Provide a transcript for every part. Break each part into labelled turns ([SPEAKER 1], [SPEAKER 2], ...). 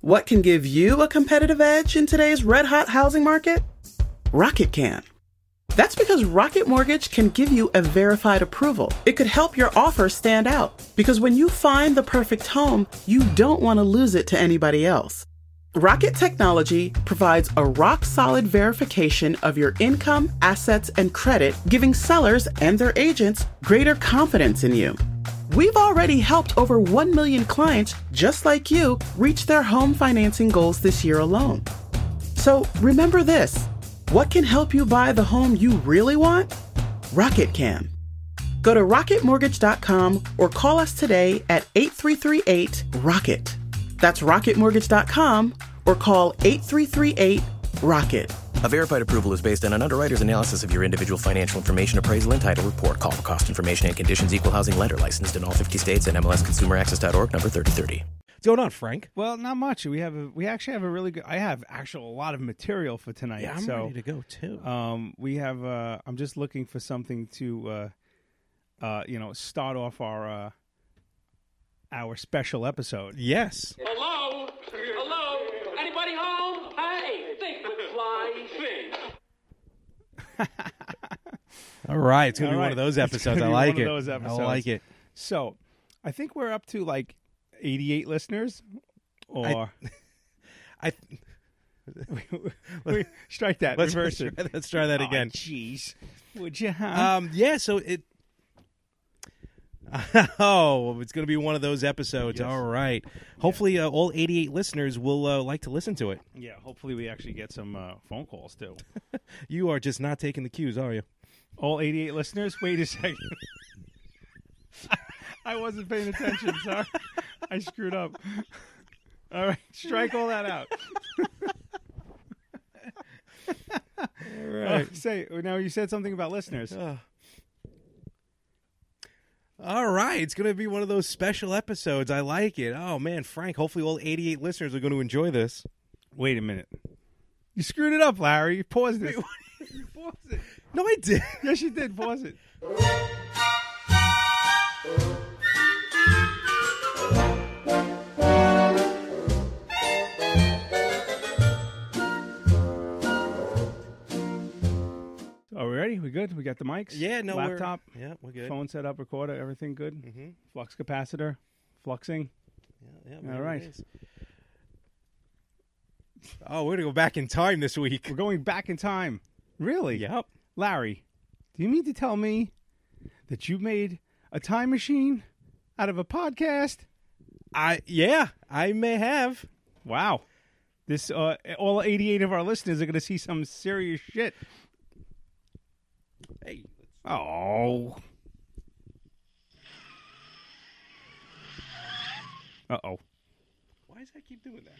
[SPEAKER 1] What can give you a competitive edge in today's red hot housing market? Rocket can. That's because Rocket Mortgage can give you a verified approval. It could help your offer stand out because when you find the perfect home, you don't want to lose it to anybody else. Rocket Technology provides a rock solid verification of your income, assets, and credit, giving sellers and their agents greater confidence in you. We've already helped over 1 million clients just like you reach their home financing goals this year alone. So remember this what can help you buy the home you really want? Rocket can. Go to rocketmortgage.com or call us today at 8338 Rocket. That's rocketmortgage.com or call 8338 Rocket.
[SPEAKER 2] A verified approval is based on an underwriter's analysis of your individual financial information appraisal and title report. Call for cost information and conditions equal housing lender licensed in all 50 states and MLSconsumeraccess.org number 3030.
[SPEAKER 3] What's going on, Frank?
[SPEAKER 4] Well, not much. We have a, we actually have a really good. I have actual a lot of material for tonight.
[SPEAKER 3] Yeah, I'm
[SPEAKER 4] so
[SPEAKER 3] ready to go too.
[SPEAKER 4] um, we have. Uh, I'm just looking for something to, uh, uh, you know, start off our uh, our special episode.
[SPEAKER 3] yes.
[SPEAKER 5] Hello? Hello? Anybody home? Hey, think the fly thing.
[SPEAKER 3] All right. It's gonna be
[SPEAKER 4] All
[SPEAKER 3] one of
[SPEAKER 4] right.
[SPEAKER 3] those
[SPEAKER 4] It's
[SPEAKER 3] episodes.
[SPEAKER 4] gonna
[SPEAKER 3] I
[SPEAKER 4] be
[SPEAKER 3] like
[SPEAKER 4] one
[SPEAKER 3] it.
[SPEAKER 4] of those episodes.
[SPEAKER 3] I like it.
[SPEAKER 4] So, I think we're up to like 88 listeners, or
[SPEAKER 3] I
[SPEAKER 4] we, strike that.
[SPEAKER 3] let's, let's
[SPEAKER 4] reverse
[SPEAKER 3] try,
[SPEAKER 4] it.
[SPEAKER 3] let's try that
[SPEAKER 4] Aw,
[SPEAKER 3] again.
[SPEAKER 4] Jeez, would you? Huh?
[SPEAKER 3] Um, yeah, so it. Oh, it's going to be one of those episodes. All right. Hopefully, uh, all 88 listeners will uh, like to listen to it.
[SPEAKER 4] yeah. Hopefully, we actually get some uh, phone calls too.
[SPEAKER 3] You are just not taking the cues, are you?
[SPEAKER 4] All 88 listeners, wait a second. I wasn't paying attention. Sorry. I screwed up. All right. Strike all that out.
[SPEAKER 3] All
[SPEAKER 4] Uh, say, now you said something about listeners.
[SPEAKER 3] All right. It's going to be one of those special episodes. I like it. Oh, man, Frank, hopefully, all 88 listeners are going to enjoy this.
[SPEAKER 4] Wait a minute. You screwed it up, Larry. You paused it. you paused it.
[SPEAKER 3] No, I did.
[SPEAKER 4] Yes, you did. Pause it. Are we ready? We good? We got the mics?
[SPEAKER 3] Yeah, no, we're-
[SPEAKER 4] Laptop,
[SPEAKER 3] yeah, we're good.
[SPEAKER 4] phone set up, recorder, everything good? Mm-hmm. Flux capacitor, fluxing.
[SPEAKER 3] Yeah, yeah, there it
[SPEAKER 4] right.
[SPEAKER 3] is. Oh, we're going to go back in time this week.
[SPEAKER 4] We're going back in time. Really?
[SPEAKER 3] Yep.
[SPEAKER 4] Larry, do you mean to tell me that you made a time machine out of a podcast?
[SPEAKER 3] I Yeah, I may have.
[SPEAKER 4] Wow. This uh, all 88 of our listeners are going to see some serious shit.
[SPEAKER 3] Hey,
[SPEAKER 4] Oh. Uh-oh.
[SPEAKER 3] why does I keep doing that?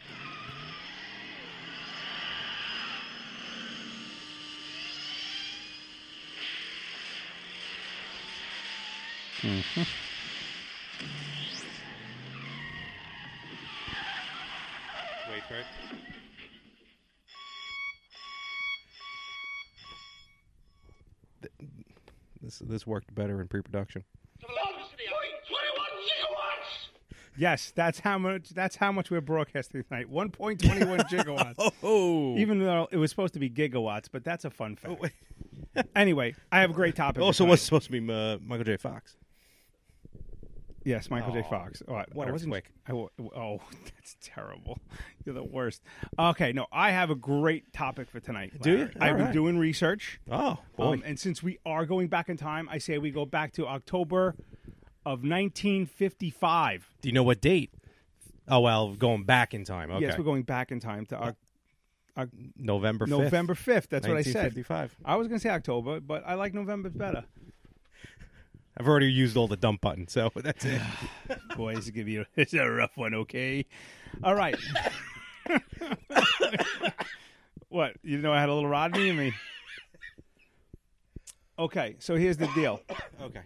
[SPEAKER 3] Mm-hmm. Wait for it. Th- This this worked better in pre-production.
[SPEAKER 5] 21 gigawatts!
[SPEAKER 4] Yes, that's how much that's how much we're broadcasting tonight. 1.21 gigawatts.
[SPEAKER 3] Oh,
[SPEAKER 4] Even though it was supposed to be gigawatts, but that's a fun fact. anyway, I have a great topic. for
[SPEAKER 3] also
[SPEAKER 4] tonight.
[SPEAKER 3] Oh, was supposed to be uh, Michael J. Fox.
[SPEAKER 4] Yes, Michael J. Fox. Oh, I,
[SPEAKER 3] Wow,
[SPEAKER 4] I
[SPEAKER 3] that wasn't-
[SPEAKER 4] quick. I wa- oh, that's terrible. You're the worst. Okay, no, I have a great topic for tonight.
[SPEAKER 3] Do you?
[SPEAKER 4] Larry. I've
[SPEAKER 3] All
[SPEAKER 4] been
[SPEAKER 3] right.
[SPEAKER 4] doing research.
[SPEAKER 3] Oh
[SPEAKER 4] Um, and since we are going back in time, I say we go back to October of 1955.
[SPEAKER 3] Do you know what date? Oh well, going back in time. Okay,
[SPEAKER 4] Yes, we're going back in time to Oc-
[SPEAKER 3] November 5th,
[SPEAKER 4] November 5th. That's what I said.
[SPEAKER 3] 1955.
[SPEAKER 4] I was going to say October, but I like November better.
[SPEAKER 3] I've already used all the dump button, so that's it.
[SPEAKER 4] Boy, this is gonna be a, this is a rough one. Okay, all right. what you know? I had a little Rodney in me. Okay, so here's the deal.
[SPEAKER 3] okay.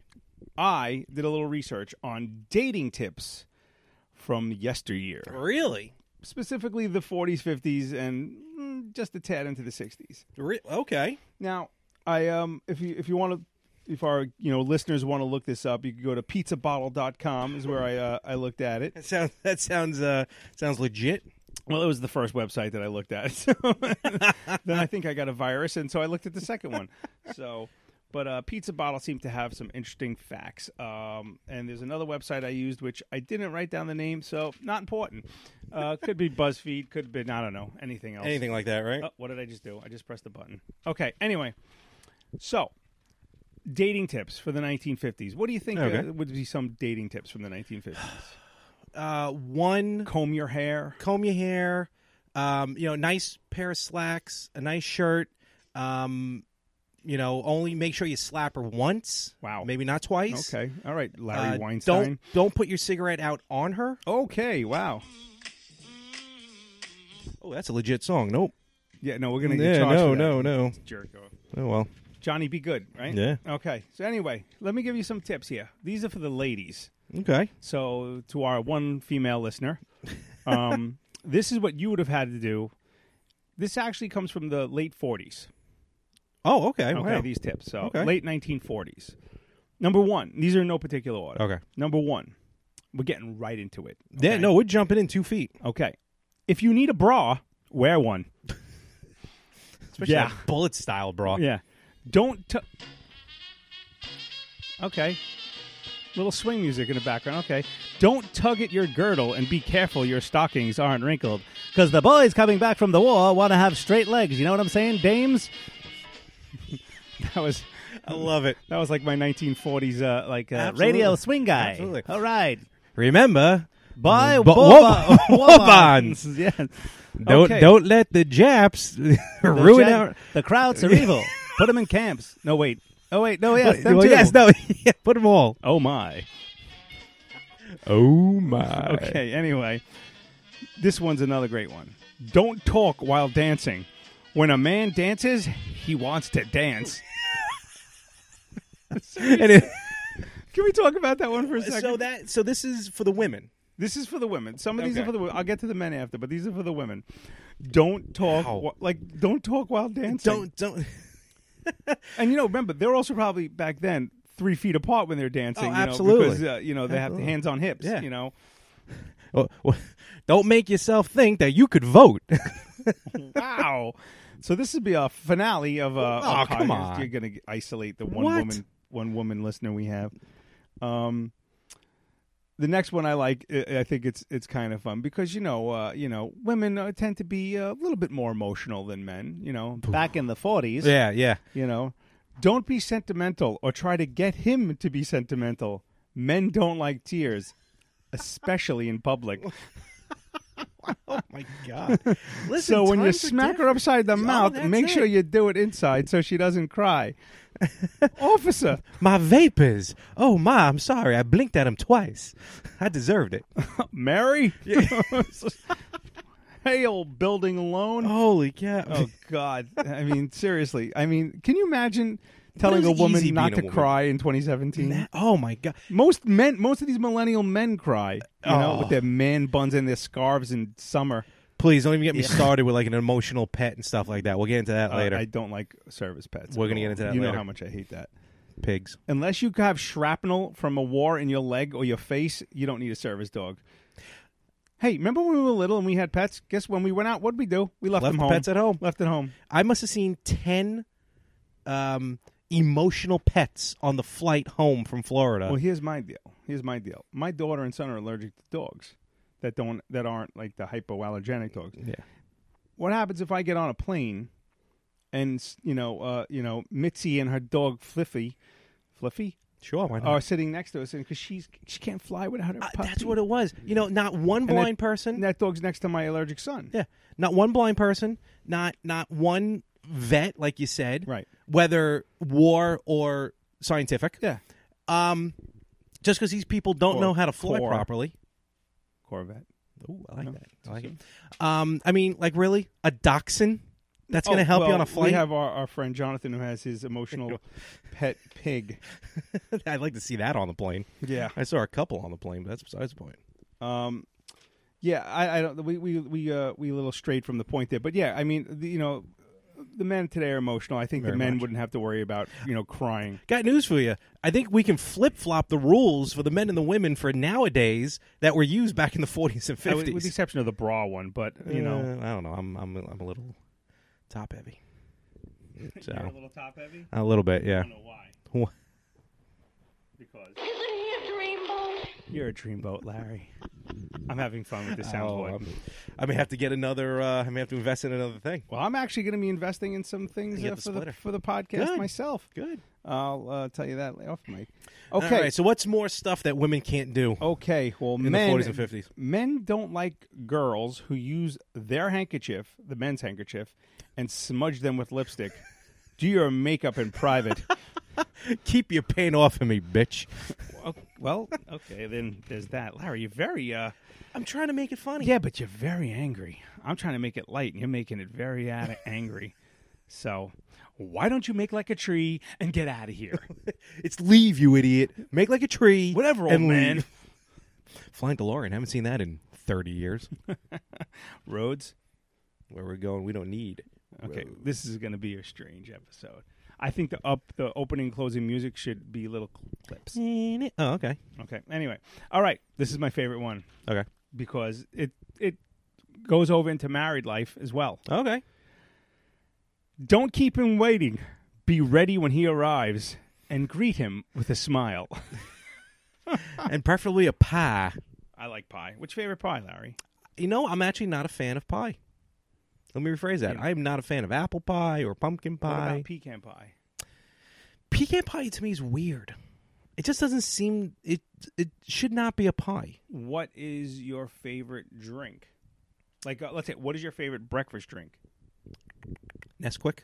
[SPEAKER 4] I did a little research on dating tips from yesteryear,
[SPEAKER 3] Really?
[SPEAKER 4] specifically the 40s, 50s, and mm, just a tad into the 60s.
[SPEAKER 3] Re- okay.
[SPEAKER 4] Now, I um, if you if you want to. If our you know listeners want to look this up, you can go to pizzabottle.com is where I uh, I looked at it.
[SPEAKER 3] That sounds that sounds uh sounds legit.
[SPEAKER 4] Well, it was the first website that I looked at. So then I think I got a virus, and so I looked at the second one. So, but uh, Pizza Bottle seemed to have some interesting facts. Um, and there's another website I used, which I didn't write down the name, so not important. Uh, could be BuzzFeed, could have been I don't know anything else.
[SPEAKER 3] Anything like that, right?
[SPEAKER 4] Oh, what did I just do? I just pressed the button. Okay. Anyway, so dating tips for the 1950s. What do you think uh,
[SPEAKER 3] Okay.
[SPEAKER 4] would be some dating tips from the 1950s?
[SPEAKER 3] Uh, one
[SPEAKER 4] Comb your hair.
[SPEAKER 3] comb your hair, um, you know, nice pair of slacks, a nice shirt. Um, you know, only make sure you slap her once.
[SPEAKER 4] Wow.
[SPEAKER 3] maybe not twice.
[SPEAKER 4] Okay. All right, Larry
[SPEAKER 3] Uh,
[SPEAKER 4] Weinstein.
[SPEAKER 3] Don't don't put your cigarette out on her.
[SPEAKER 4] Okay, wow.
[SPEAKER 3] Oh, that's a legit song. Nope.
[SPEAKER 4] Yeah, no, we're gonna get charged. for that.
[SPEAKER 3] no.
[SPEAKER 4] Jerk off.
[SPEAKER 3] Oh well.
[SPEAKER 4] Johnny, be good, right?
[SPEAKER 3] Yeah.
[SPEAKER 4] Okay. So anyway, let me give you some tips here. These are for the ladies.
[SPEAKER 3] Okay.
[SPEAKER 4] So to our one female listener, um, this is what you would have had to do. This actually comes from the late '40s.
[SPEAKER 3] Oh, okay.
[SPEAKER 4] Okay,
[SPEAKER 3] wow.
[SPEAKER 4] these tips. So
[SPEAKER 3] Okay.
[SPEAKER 4] late 1940s. Number one. These are in no particular order.
[SPEAKER 3] Okay.
[SPEAKER 4] Number one. We're getting right into it.
[SPEAKER 3] Yeah,
[SPEAKER 4] okay?
[SPEAKER 3] no, we're jumping in two feet.
[SPEAKER 4] Okay. If you need a bra, wear one.
[SPEAKER 3] Especially
[SPEAKER 4] Yeah.
[SPEAKER 3] that bullet style bra.
[SPEAKER 4] Yeah. Don't. T- okay. Little swing music in the background. Okay. Don't tug at your girdle and be careful your stockings aren't wrinkled. Because the boys coming back from the war want to have straight legs. You know what I'm saying, dames? that was.
[SPEAKER 3] I love it.
[SPEAKER 4] That was like my 1940s, uh, like uh,
[SPEAKER 3] Absolutely.
[SPEAKER 4] radio swing guy.
[SPEAKER 3] Absolutely.
[SPEAKER 4] All right,
[SPEAKER 3] Remember,
[SPEAKER 4] bye,
[SPEAKER 3] Bo-
[SPEAKER 4] Woba-
[SPEAKER 3] Wob- Wobans.
[SPEAKER 4] Yes.
[SPEAKER 3] don't
[SPEAKER 4] Okay.
[SPEAKER 3] don't let the Japs
[SPEAKER 4] The
[SPEAKER 3] ruin
[SPEAKER 4] gen-
[SPEAKER 3] our.
[SPEAKER 4] The crowds are evil. Put them in camps. No, wait. Oh wait. No, yes, them
[SPEAKER 3] well,
[SPEAKER 4] too.
[SPEAKER 3] yes, no, yeah, put them all.
[SPEAKER 4] Oh my.
[SPEAKER 3] Oh my.
[SPEAKER 4] Okay, anyway. This one's another great one. Don't talk while dancing. When a man dances, he wants to dance.
[SPEAKER 3] And it-
[SPEAKER 4] Can we talk about that one for a second?
[SPEAKER 3] so that so this is for the women.
[SPEAKER 4] this is for the women. Some of these
[SPEAKER 3] Okay.
[SPEAKER 4] are for the women. I'll get to the men after, but these are for the women. Don't talk
[SPEAKER 3] Wow.
[SPEAKER 4] wh- like don't talk while dancing.
[SPEAKER 3] Don't don't.
[SPEAKER 4] And you know, remember, they're also probably back then three feet apart when they're dancing.
[SPEAKER 3] Oh,
[SPEAKER 4] you know,
[SPEAKER 3] absolutely.
[SPEAKER 4] because, uh, you know they have
[SPEAKER 3] Absolutely.
[SPEAKER 4] hands on hips.
[SPEAKER 3] Yeah.
[SPEAKER 4] You know,
[SPEAKER 3] Oh, well, don't make yourself think that you could vote.
[SPEAKER 4] wow. So this would be a finale of. Uh,
[SPEAKER 3] Oh,
[SPEAKER 4] of
[SPEAKER 3] come
[SPEAKER 4] podcast.
[SPEAKER 3] on.
[SPEAKER 4] You're going to isolate the one
[SPEAKER 3] What?
[SPEAKER 4] woman, one woman listener we have. Um, the next one I like. I I think it's it's kind of fun because you know, uh, you know, women uh, tend to be a little bit more emotional than men. You know, back in the forties.
[SPEAKER 3] yeah, yeah.
[SPEAKER 4] You know, don't be sentimental or try to get him to be sentimental. Men don't like tears, especially in public.
[SPEAKER 3] My God. Listen,
[SPEAKER 4] So when you
[SPEAKER 3] times are
[SPEAKER 4] smack her
[SPEAKER 3] different.
[SPEAKER 4] upside the
[SPEAKER 3] Oh,
[SPEAKER 4] mouth,
[SPEAKER 3] that's
[SPEAKER 4] make sure
[SPEAKER 3] it.
[SPEAKER 4] you do it inside so she doesn't cry. Officer,
[SPEAKER 3] my vapors. Oh my, I'm sorry. I blinked at him twice. I deserved it.
[SPEAKER 4] Mary. hey, old building loan. Oh.
[SPEAKER 3] Holy cow!
[SPEAKER 4] God! I mean, seriously. I mean, can you imagine telling
[SPEAKER 3] is
[SPEAKER 4] a
[SPEAKER 3] easy
[SPEAKER 4] woman not
[SPEAKER 3] being a
[SPEAKER 4] to
[SPEAKER 3] woman?
[SPEAKER 4] cry in 2017?
[SPEAKER 3] Oh my God!
[SPEAKER 4] Most men, most of these millennial men cry, you know,
[SPEAKER 3] Oh.
[SPEAKER 4] with their man buns and their scarves in summer.
[SPEAKER 3] Please don't even get me started with like an emotional pet and stuff like that. We'll get into that
[SPEAKER 4] Uh,
[SPEAKER 3] later.
[SPEAKER 4] I don't like service pets.
[SPEAKER 3] We're gonna
[SPEAKER 4] at
[SPEAKER 3] get into
[SPEAKER 4] all.
[SPEAKER 3] that
[SPEAKER 4] You know
[SPEAKER 3] later.
[SPEAKER 4] how much I hate that.
[SPEAKER 3] Pigs.
[SPEAKER 4] Unless you have shrapnel from a war in your leg or your face, you don't need a service dog. Hey, remember when we were little and we had pets? Guess when we went out, what'd we do? We left,
[SPEAKER 3] Left
[SPEAKER 4] them
[SPEAKER 3] the
[SPEAKER 4] home.
[SPEAKER 3] pets at home.
[SPEAKER 4] Left at home.
[SPEAKER 3] I must have seen ten um, emotional pets on the flight home from Florida.
[SPEAKER 4] Well, here's my deal. Here's my deal. My daughter and son are allergic to dogs that don't that aren't like the hypoallergenic dogs.
[SPEAKER 3] Yeah.
[SPEAKER 4] What happens if I get on a plane and s- you know, uh, you know, Mitzi and her dog Fliffy, Fluffy,
[SPEAKER 3] sure, why
[SPEAKER 4] are sitting next to us, and because she's she can't fly without her.
[SPEAKER 3] Uh-huh. Uh,
[SPEAKER 4] puppy.
[SPEAKER 3] that's what it was. You know, not one
[SPEAKER 4] And that-
[SPEAKER 3] blind person.
[SPEAKER 4] And that dog's next to my allergic son.
[SPEAKER 3] yeah, not one blind person. Not not one vet, like you said.
[SPEAKER 4] Right.
[SPEAKER 3] Whether war or scientific.
[SPEAKER 4] Yeah.
[SPEAKER 3] Um, just because these people don't
[SPEAKER 4] Or
[SPEAKER 3] know how to fly
[SPEAKER 4] core.
[SPEAKER 3] properly.
[SPEAKER 4] Corvette.
[SPEAKER 3] Ooh, I like
[SPEAKER 4] No,
[SPEAKER 3] that. Oh, I like it. Um, I mean, like really, a dachshund. That's going to
[SPEAKER 4] Oh,
[SPEAKER 3] help you
[SPEAKER 4] well,
[SPEAKER 3] on a
[SPEAKER 4] We
[SPEAKER 3] flight.
[SPEAKER 4] have our, our friend Jonathan who has his emotional pet pig.
[SPEAKER 3] I'd like to see that on the plane.
[SPEAKER 4] Yeah.
[SPEAKER 3] I saw a couple on the plane, but that's besides the point.
[SPEAKER 4] Um, yeah, I, I don't. We we we uh, we a little strayed from the point there, but yeah, I mean, the, you know, the men today are emotional. I think
[SPEAKER 3] Very
[SPEAKER 4] the men
[SPEAKER 3] much.
[SPEAKER 4] wouldn't have to worry about you know crying.
[SPEAKER 3] Got news for you. I think we can flip flop the rules for the men and the women for nowadays that were used back in the 40s and 50s.
[SPEAKER 4] Uh, with- with the exception of the bra one, but you know,
[SPEAKER 3] Uh, I don't know. I'm I'm I'm a little top heavy. So
[SPEAKER 4] You're a little top heavy.
[SPEAKER 3] a little bit, yeah.
[SPEAKER 4] I don't know why.
[SPEAKER 3] Wha-
[SPEAKER 4] Because
[SPEAKER 5] Isn't he a dreamboat?
[SPEAKER 4] you're a dreamboat, Larry. I'm having fun with the
[SPEAKER 3] Oh,
[SPEAKER 4] soundboard.
[SPEAKER 3] I'm- I may have to get another. Uh, I may have to invest in another thing.
[SPEAKER 4] well, I'm actually going to be investing in some things
[SPEAKER 3] Get
[SPEAKER 4] uh,
[SPEAKER 3] the
[SPEAKER 4] for the
[SPEAKER 3] splitter.
[SPEAKER 4] for the podcast
[SPEAKER 3] Good.
[SPEAKER 4] myself.
[SPEAKER 3] Good.
[SPEAKER 4] I'll uh, tell you that off mic.
[SPEAKER 3] Okay.
[SPEAKER 4] Okay. Oh,
[SPEAKER 3] so what's more stuff that women can't do?
[SPEAKER 4] Okay, well,
[SPEAKER 3] the
[SPEAKER 4] men
[SPEAKER 3] 40s and 50s.
[SPEAKER 4] Men don't like girls who use their handkerchief, the men's handkerchief, and smudge them with lipstick. Do your makeup in private.
[SPEAKER 3] Keep your paint off of me, bitch.
[SPEAKER 4] Oh, well, okay, then there's that. Larry, you're very uh
[SPEAKER 3] I'm trying to make it funny.
[SPEAKER 4] Yeah, but you're very angry. I'm trying to make it light and you're making it very ad- angry. So, why don't you make like a tree and get out of here?
[SPEAKER 3] It's leave, you idiot. Make like a tree.
[SPEAKER 4] Whatever, old
[SPEAKER 3] and
[SPEAKER 4] man.
[SPEAKER 3] leave. Flying DeLorean. Haven't seen that in 30 years.
[SPEAKER 4] Rhodes,
[SPEAKER 3] Where we're going, we don't need.
[SPEAKER 4] Okay, this is going to be a strange episode. I think the up the opening and closing music should be little clips.
[SPEAKER 3] Oh, okay.
[SPEAKER 4] Okay. Anyway, all right. This is my favorite one
[SPEAKER 3] Okay.
[SPEAKER 4] because it it goes over into married life as well.
[SPEAKER 3] Okay.
[SPEAKER 4] Don't keep him waiting. Be ready when he arrives and greet him with a smile.
[SPEAKER 3] and preferably a pie.
[SPEAKER 4] I like pie. Which favorite pie, Larry?
[SPEAKER 3] You know, I'm actually not a fan of pie. Let me rephrase that. I am not a fan of apple pie or pumpkin
[SPEAKER 4] What
[SPEAKER 3] pie.
[SPEAKER 4] about pecan pie?
[SPEAKER 3] Pecan pie to me is weird. It just doesn't seem it. It should not be a pie.
[SPEAKER 4] What is your favorite drink? Like, uh, let's say, what is your favorite breakfast drink?
[SPEAKER 3] Nesquik.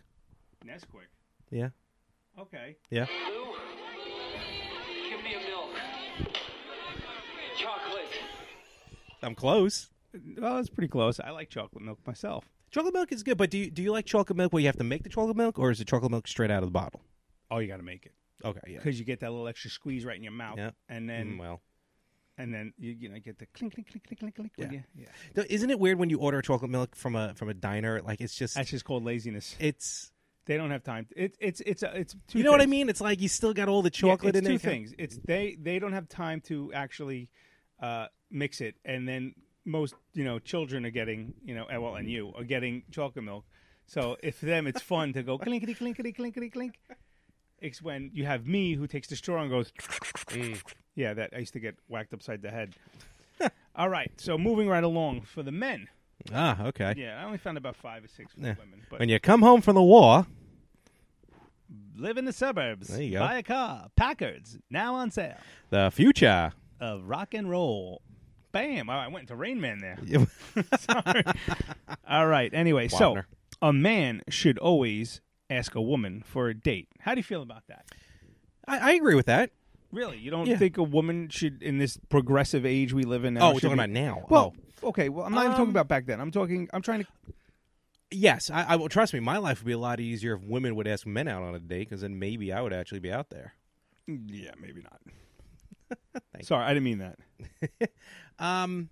[SPEAKER 4] Nesquik.
[SPEAKER 3] Yeah.
[SPEAKER 4] Okay.
[SPEAKER 3] Yeah.
[SPEAKER 5] Lou, give me a milk. Chocolate.
[SPEAKER 3] I'm close.
[SPEAKER 4] Well, that's pretty close. I like chocolate milk myself.
[SPEAKER 3] Chocolate milk is good, but do you do you like chocolate milk where you have to make the chocolate milk, or is it chocolate milk straight out of the bottle?
[SPEAKER 4] Oh, you got to make it
[SPEAKER 3] Okay. Yeah.
[SPEAKER 4] because you get that little extra squeeze right in your mouth,
[SPEAKER 3] Yeah.
[SPEAKER 4] and then
[SPEAKER 3] Mm, well,
[SPEAKER 4] and then you you know get the clink clink clink clink clink clink. when
[SPEAKER 3] Yeah.
[SPEAKER 4] you- yeah.
[SPEAKER 3] Though, isn't it weird when you order a chocolate milk from a from a diner? Like it's just
[SPEAKER 4] That's just called laziness.
[SPEAKER 3] it's.
[SPEAKER 4] They don't have time. It, it's it's a, it's two
[SPEAKER 3] You know what I
[SPEAKER 4] things.
[SPEAKER 3] mean? It's like you still got all the
[SPEAKER 4] Yeah,
[SPEAKER 3] chocolate
[SPEAKER 4] it's
[SPEAKER 3] in there.
[SPEAKER 4] two things. It's they they don't have time to actually uh, mix it, and then most you know children are getting you know eh, well, and you are getting chocolate milk. So if them, it's fun to go clinkety clinkety clinkety clink. It's when you have me who takes the straw and goes. Yeah, that I used to get whacked upside the head. All right, so moving right along for the men.
[SPEAKER 3] Ah, okay.
[SPEAKER 4] Yeah, I only found about five or six for
[SPEAKER 3] Yeah.
[SPEAKER 4] women, but
[SPEAKER 3] When you come home from the war,
[SPEAKER 4] live in the suburbs.
[SPEAKER 3] There you go.
[SPEAKER 4] Buy a car. Packards now on sale.
[SPEAKER 3] the future.
[SPEAKER 4] of rock and roll. Bam! I I went to Rain Man there. Sorry. All right. Anyway,
[SPEAKER 3] Wagner.
[SPEAKER 4] so a man should always ask a woman for a date. How do you feel about that?
[SPEAKER 3] I, I agree with that.
[SPEAKER 4] Really, you don't
[SPEAKER 3] Yeah.
[SPEAKER 4] think a woman should, in this progressive age we live in now?
[SPEAKER 3] Oh, we're
[SPEAKER 4] should
[SPEAKER 3] talking
[SPEAKER 4] be-
[SPEAKER 3] about now.
[SPEAKER 4] Well,
[SPEAKER 3] Oh.
[SPEAKER 4] okay. Well, I'm not even
[SPEAKER 3] Um,
[SPEAKER 4] talking about back then. I'm talking. I'm trying to.
[SPEAKER 3] Yes, I, I will. Trust me, my life would be a lot easier if women would ask men out on a date, because then maybe I would actually be out there.
[SPEAKER 4] Yeah, maybe not. Sorry, I didn't mean that.
[SPEAKER 3] Um,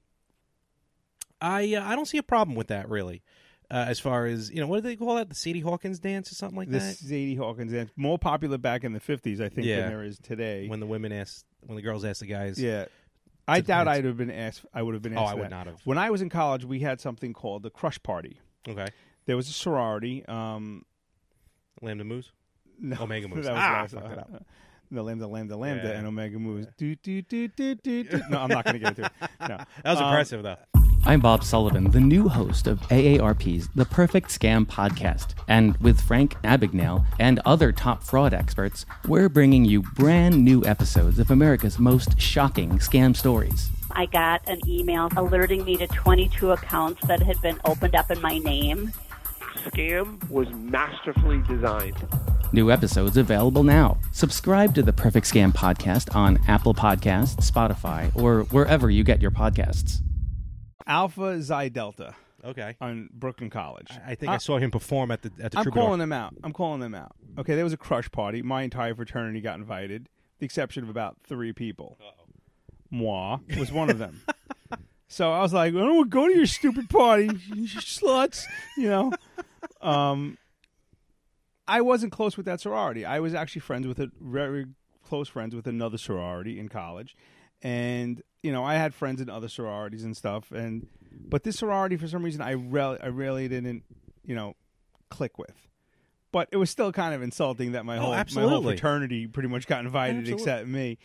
[SPEAKER 3] I uh, I don't see a problem with that really. Uh, as far as you know, what do they call that? The Sadie Hawkins dance or something like
[SPEAKER 4] This Zadie Hawkins dance more popular back in the '50s, I think,
[SPEAKER 3] Yeah.
[SPEAKER 4] than there is
[SPEAKER 3] that.
[SPEAKER 4] today.
[SPEAKER 3] When the women ask, when the girls ask the guys,
[SPEAKER 4] Yeah. I
[SPEAKER 3] It's a
[SPEAKER 4] doubt
[SPEAKER 3] dance.
[SPEAKER 4] I'd have been asked. I would have been
[SPEAKER 3] Oh,
[SPEAKER 4] asked.
[SPEAKER 3] I would
[SPEAKER 4] that.
[SPEAKER 3] not have.
[SPEAKER 4] When I was in college, we had something called the crush party.
[SPEAKER 3] okay,
[SPEAKER 4] There was a sorority. Um,
[SPEAKER 3] Lambda Moose,
[SPEAKER 4] no,
[SPEAKER 3] Omega Moose.
[SPEAKER 4] that was
[SPEAKER 3] ah,
[SPEAKER 4] last-
[SPEAKER 3] fucked it up.
[SPEAKER 4] The lambda, lambda, lambda,
[SPEAKER 3] Yeah.
[SPEAKER 4] and omega moves. Do do do do do. do. No, I'm not going to get into it. No,
[SPEAKER 3] That was
[SPEAKER 4] Um,
[SPEAKER 3] impressive though.
[SPEAKER 6] I'm Bob Sullivan, the new host of AARP's The Perfect Scam podcast. And with Frank Abagnale and other top fraud experts, we're bringing you brand new episodes of America's most shocking scam stories.
[SPEAKER 7] I got an email alerting me to 22 accounts that had been opened up in my name.
[SPEAKER 8] scam was masterfully designed.
[SPEAKER 6] New episodes available now. Subscribe to The Perfect Scam podcast on Apple Podcasts, Spotify, or wherever you get your podcasts.
[SPEAKER 4] Alpha Xi Delta
[SPEAKER 3] Okay,
[SPEAKER 4] on Brooklyn College.
[SPEAKER 3] I, I think I saw him perform at the at the
[SPEAKER 4] uh, I'm
[SPEAKER 3] Troubadour.
[SPEAKER 4] calling them out. I'm calling them out. Okay, there was a crush party. My entire fraternity got invited, with the exception of about three people. Moi was one of them. so I was like, "Oh, I don't want to go to your stupid party, you sluts. You know. Um, I wasn't close with that sorority. I was actually friends with a very close friends with another sorority in college, and you know I had friends in other sororities and stuff. And but this sorority, for some reason, I really, I really didn't, you know, click with. But it was still kind of insulting that my
[SPEAKER 3] Oh,
[SPEAKER 4] whole my whole
[SPEAKER 3] absolutely.
[SPEAKER 4] fraternity pretty much got invited
[SPEAKER 3] Absolutely.
[SPEAKER 4] except me.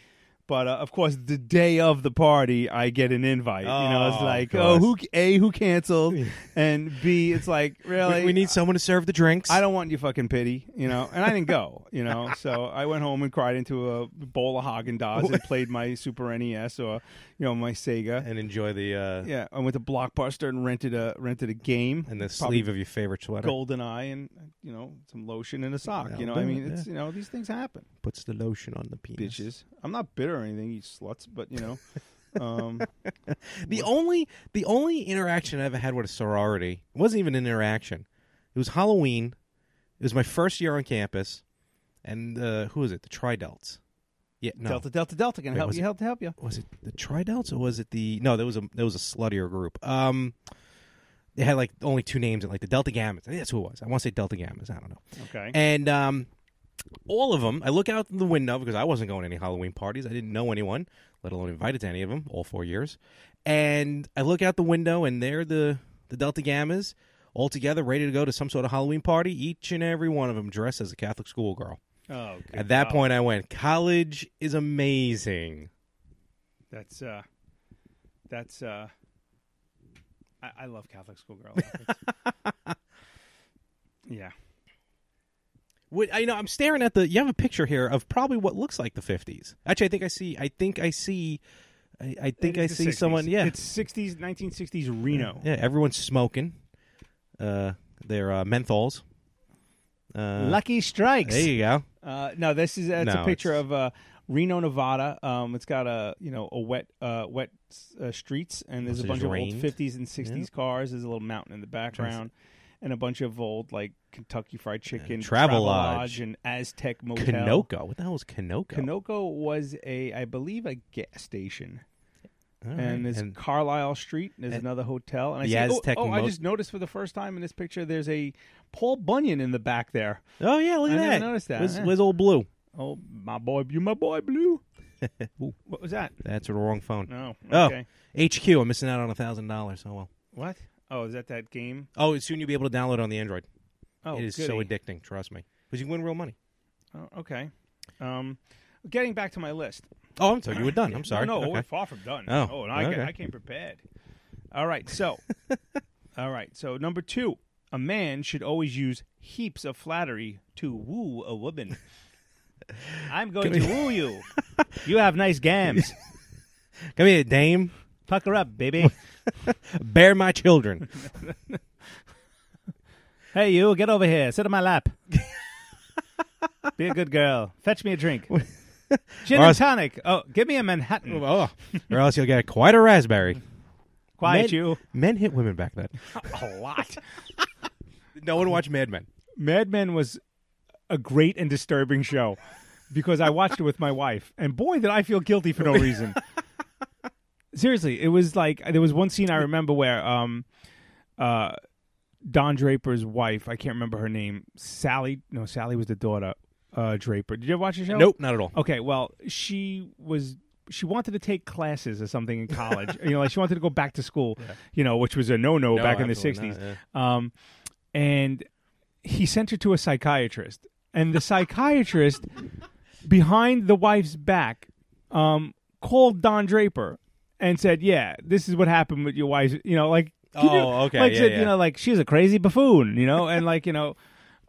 [SPEAKER 4] But uh, of course, the day of the party, I get an invite. you know,
[SPEAKER 3] Oh,
[SPEAKER 4] it's
[SPEAKER 3] of
[SPEAKER 4] like,
[SPEAKER 3] course.
[SPEAKER 4] oh, who a who canceled, and b it's like really
[SPEAKER 3] we, we need someone to serve the drinks.
[SPEAKER 4] uh, I don't want your fucking pity, you know. And I didn't go, you know. So I went home and cried into a bowl of Haagen Dazs and played my Super NES or you know my Sega.
[SPEAKER 3] and enjoy the uh,
[SPEAKER 4] Yeah, I went to Blockbuster and rented a rented a game
[SPEAKER 3] and the
[SPEAKER 4] Probably
[SPEAKER 3] sleeve of your favorite sweater.
[SPEAKER 4] Golden Eye and you know some lotion and a sock. You know, I
[SPEAKER 3] do
[SPEAKER 4] mean,
[SPEAKER 3] it,
[SPEAKER 4] it's you know these things happen,
[SPEAKER 3] Puts the lotion on the penis.
[SPEAKER 4] bitches. I'm not bitter or anything, you sluts, but you know, um,
[SPEAKER 3] The only the only interaction I ever had with a sorority wasn't even an interaction. It was Halloween. It was my first year on campus, and uh, who was it? The Tridelts. Yeah, no.
[SPEAKER 4] Delta Delta Delta can
[SPEAKER 3] Wait,
[SPEAKER 4] help
[SPEAKER 3] was
[SPEAKER 4] you,
[SPEAKER 3] it-
[SPEAKER 4] help to help you.
[SPEAKER 3] Was it the Tridelts or was it the no? There was a there was a sluttier group. Um, they had like only two names, and like the Delta Gammas. I think that's who it was. I want to say Delta Gammas. I don't know.
[SPEAKER 4] Okay,
[SPEAKER 3] And um, all of them, I look out the window because I wasn't going to any Halloween parties. I didn't know anyone, let alone invited to any of them, all four years. And I look out the window, and there the the Delta Gammas, all together, ready to go to some sort of Halloween party. Each and every one of them dressed as a Catholic schoolgirl.
[SPEAKER 4] oh, good
[SPEAKER 3] At that
[SPEAKER 4] God.
[SPEAKER 3] point, I went, "College is amazing."
[SPEAKER 4] That's uh, that's uh, I, I love Catholic schoolgirl. outfits. yeah,
[SPEAKER 3] Would, I know I'm staring at the. You have a picture here of probably what looks like the 50s. Actually, I think I see. I think I see. I, I think I
[SPEAKER 4] It's the
[SPEAKER 3] see
[SPEAKER 4] 60s.
[SPEAKER 3] someone. Yeah,
[SPEAKER 4] it's sixties, nineteen sixties Reno.
[SPEAKER 3] Yeah, everyone's smoking. Uh, their uh, menthols. Uh,
[SPEAKER 4] Lucky strikes.
[SPEAKER 3] There you go.
[SPEAKER 4] Uh, no, this is that's
[SPEAKER 3] No,
[SPEAKER 4] a picture
[SPEAKER 3] it's-
[SPEAKER 4] of uh, Reno, Nevada. Um, it's got a you know a wet uh, wet uh, streets, and there's
[SPEAKER 3] Must
[SPEAKER 4] a
[SPEAKER 3] have
[SPEAKER 4] bunch
[SPEAKER 3] just
[SPEAKER 4] of old
[SPEAKER 3] rained.
[SPEAKER 4] fifties and sixties
[SPEAKER 3] Yep.
[SPEAKER 4] cars. There's a little mountain in the background, and a bunch of old like Kentucky Fried Chicken,
[SPEAKER 3] Travelodge.
[SPEAKER 4] Travelodge, and Aztec Motel.
[SPEAKER 3] Canoco. What the hell is Canoco?
[SPEAKER 4] Canoco was a, I believe, a gas station.
[SPEAKER 3] All right.
[SPEAKER 4] And there's
[SPEAKER 3] And-
[SPEAKER 4] Carlisle Street. And there's
[SPEAKER 3] and-
[SPEAKER 4] another hotel. And I
[SPEAKER 3] The
[SPEAKER 4] see,
[SPEAKER 3] Aztec
[SPEAKER 4] oh, oh, I
[SPEAKER 3] Mo-
[SPEAKER 4] just noticed for the first time in this picture, there's a Paul Bunyan in the back there.
[SPEAKER 3] oh yeah, look
[SPEAKER 4] I
[SPEAKER 3] at
[SPEAKER 4] never
[SPEAKER 3] that.
[SPEAKER 4] noticed that,
[SPEAKER 3] Where's,
[SPEAKER 4] yeah.
[SPEAKER 3] where's old blue?
[SPEAKER 4] Oh, my boy, you, my boy, Blue.
[SPEAKER 3] Ooh.
[SPEAKER 4] what was that?
[SPEAKER 3] That's the wrong phone.
[SPEAKER 4] No.
[SPEAKER 3] Oh,
[SPEAKER 4] Okay.
[SPEAKER 3] HQ. I'm missing out on a thousand dollars. Oh well.
[SPEAKER 4] What? Oh, is that that game?
[SPEAKER 3] Oh, soon you'll be able to download it on the Android.
[SPEAKER 4] Oh,
[SPEAKER 3] it is so
[SPEAKER 4] goody.
[SPEAKER 3] addicting. Trust me, because you can win real money.
[SPEAKER 4] Oh, okay. Um, getting back to my list.
[SPEAKER 3] Oh, I'm sorry. You were done. I'm sorry.
[SPEAKER 4] No, no
[SPEAKER 3] Okay.
[SPEAKER 4] we're far from done.
[SPEAKER 3] Oh,
[SPEAKER 4] and I,
[SPEAKER 3] okay.
[SPEAKER 4] ca- I came prepared. All right, so, all right, so number two, a man should always use heaps of flattery to woo a woman. I'm going to woo you. You have nice gams.
[SPEAKER 3] Come here, dame.
[SPEAKER 4] Fuck her up, baby.
[SPEAKER 3] Bear my children.
[SPEAKER 4] Hey, you, get over here. Sit on my lap. Be a good girl. Fetch me a drink. Gin
[SPEAKER 3] Or else-
[SPEAKER 4] and tonic. Oh, give me a Manhattan.
[SPEAKER 3] oh, or else you'll get quite a raspberry. Men-
[SPEAKER 4] Quiet you.
[SPEAKER 3] Men hit women back then.
[SPEAKER 4] A lot.
[SPEAKER 3] no one watched Mad Men.
[SPEAKER 4] Mad Men was a great and disturbing show because I watched it with my wife, and boy, did I feel guilty for no reason. Seriously, it was like there was one scene I remember where um, uh, Don Draper's wife, I can't remember her name, Sally. No, Sally was the daughter. Uh, Draper. Did you ever watch the show?
[SPEAKER 3] Nope, not at all.
[SPEAKER 4] Okay, well, she was she wanted to take classes or something in college. you know, like she wanted to go back to school. You know, which was a no-no
[SPEAKER 3] No,
[SPEAKER 4] back in the
[SPEAKER 3] absolutely not,
[SPEAKER 4] '60s. Um, and he sent her to a psychiatrist, and the psychiatrist behind the wife's back um, called Don Draper and said, "Yeah, this is what happened with your wife." You know, like
[SPEAKER 3] Oh,
[SPEAKER 4] you know,
[SPEAKER 3] okay,
[SPEAKER 4] like
[SPEAKER 3] yeah,
[SPEAKER 4] said,
[SPEAKER 3] yeah.
[SPEAKER 4] you know, like she's a crazy buffoon, you know, and like you know,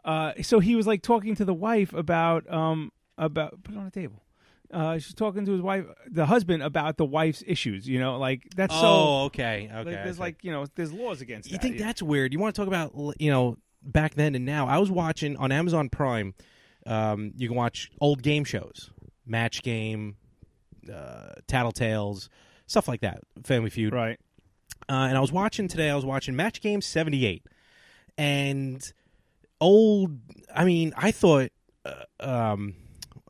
[SPEAKER 4] uh, so he was like talking to the wife about um about put it on the table. Uh, she's talking to his wife, the husband, about the wife's issues. You know, like that's
[SPEAKER 3] oh, okay, okay.
[SPEAKER 4] so. Like,
[SPEAKER 3] I
[SPEAKER 4] there's
[SPEAKER 3] see.
[SPEAKER 4] like you know, there's laws against.
[SPEAKER 3] you
[SPEAKER 4] that,
[SPEAKER 3] think that's weird? You want to talk about l- you know back then and now? I was watching on Amazon Prime. Um, you can watch old game shows, Match Game, uh, Tattletales, stuff like that, Family Feud.
[SPEAKER 4] right?
[SPEAKER 3] uh, and I was watching today. I was watching Match Game seventy eight, and old. I mean, I thought uh, um,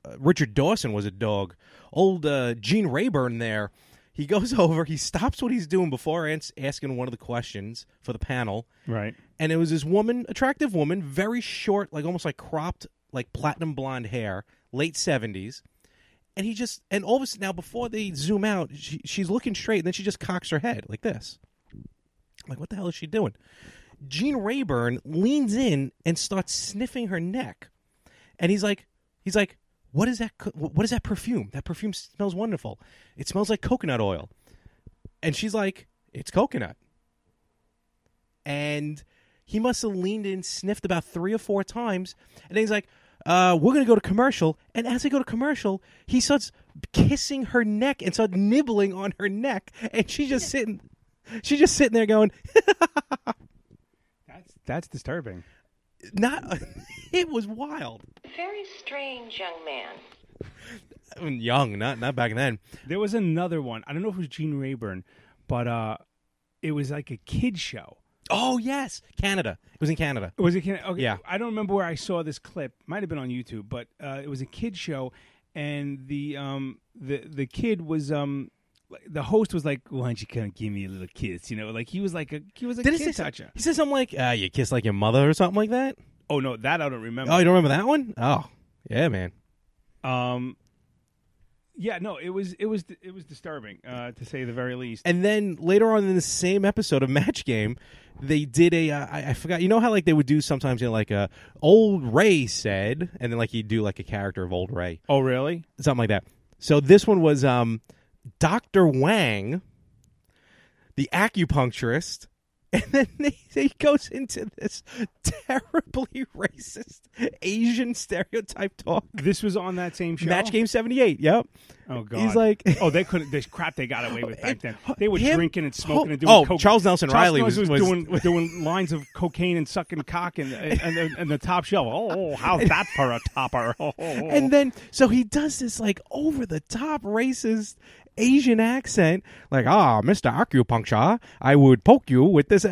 [SPEAKER 3] uh, Richard Dawson was a dog. Old uh, Gene Rayburn there. He goes over. He stops what he's doing before ans- asking one of the questions for the panel.
[SPEAKER 4] Right.
[SPEAKER 3] And it was this woman, attractive woman, very short, like almost like cropped, like platinum blonde hair, late seventies. And he just and all of a sudden now before they zoom out, she, she's looking straight, and then she just cocks her head like this. I'm like, what the hell is she doing? Gene Rayburn leans in and starts sniffing her neck, and he's like, he's like, what is that? co- What is that perfume? That perfume smells wonderful. It smells like coconut oil. And she's like, it's coconut. And he must have leaned in, sniffed about three or four times, and then he's like, uh, we're gonna go to commercial. And as they go to commercial, he starts kissing her neck and starts nibbling on her neck, and she's just sitting, she's just sitting there going,
[SPEAKER 4] That's that's disturbing.
[SPEAKER 3] not it was wild
[SPEAKER 9] Very strange young man.
[SPEAKER 3] I mean, young not not back then
[SPEAKER 4] There was another one. I don't know if it was Gene Rayburn, but uh, it was like a kid show.
[SPEAKER 3] oh yes canada it was in canada
[SPEAKER 4] Was it? Can, okay,
[SPEAKER 3] Yeah.
[SPEAKER 4] I don't remember where I saw this clip. Might have been on YouTube, but uh, it was a kid show, and the um the the kid was um like, the host was like, "Why don't you come give me a little kiss?" You know, like he was like a he was a
[SPEAKER 3] did he say
[SPEAKER 4] kid
[SPEAKER 3] something
[SPEAKER 4] toucher.
[SPEAKER 3] he said something like uh, you kiss like your mother or something like that
[SPEAKER 4] Oh no, that I don't remember.
[SPEAKER 3] oh you don't remember that one? Oh, yeah man
[SPEAKER 4] Um, yeah, no, it was it was it was disturbing uh, to say the very least.
[SPEAKER 3] and then later on in the same episode of match game they did a uh, I, I forgot you know how like they would do sometimes you know, like uh, old ray said and then like you do like a character of old ray
[SPEAKER 4] oh, really?
[SPEAKER 3] something like that. So this one was um, Doctor Wang, the acupuncturist, and then they, they goes into this terribly racist Asian stereotype talk.
[SPEAKER 4] This was on that same show.
[SPEAKER 3] Match game seventy eight. Yep.
[SPEAKER 4] Oh god.
[SPEAKER 3] He's like-
[SPEAKER 4] oh, they couldn't. This crap they got away with back then. They were
[SPEAKER 3] Him-
[SPEAKER 4] drinking and smoking and doing.
[SPEAKER 3] Oh,
[SPEAKER 4] coke.
[SPEAKER 3] Charles Nelson Riley
[SPEAKER 4] Nelson
[SPEAKER 3] was-
[SPEAKER 4] was,
[SPEAKER 3] was-
[SPEAKER 4] doing doing lines of cocaine and sucking cock and and, and, and the top shelf. Oh, how's that for a topper? Oh,
[SPEAKER 3] And then so he does this like over the top racist Asian accent, like ah, Mister Acupuncture, I would poke you with this.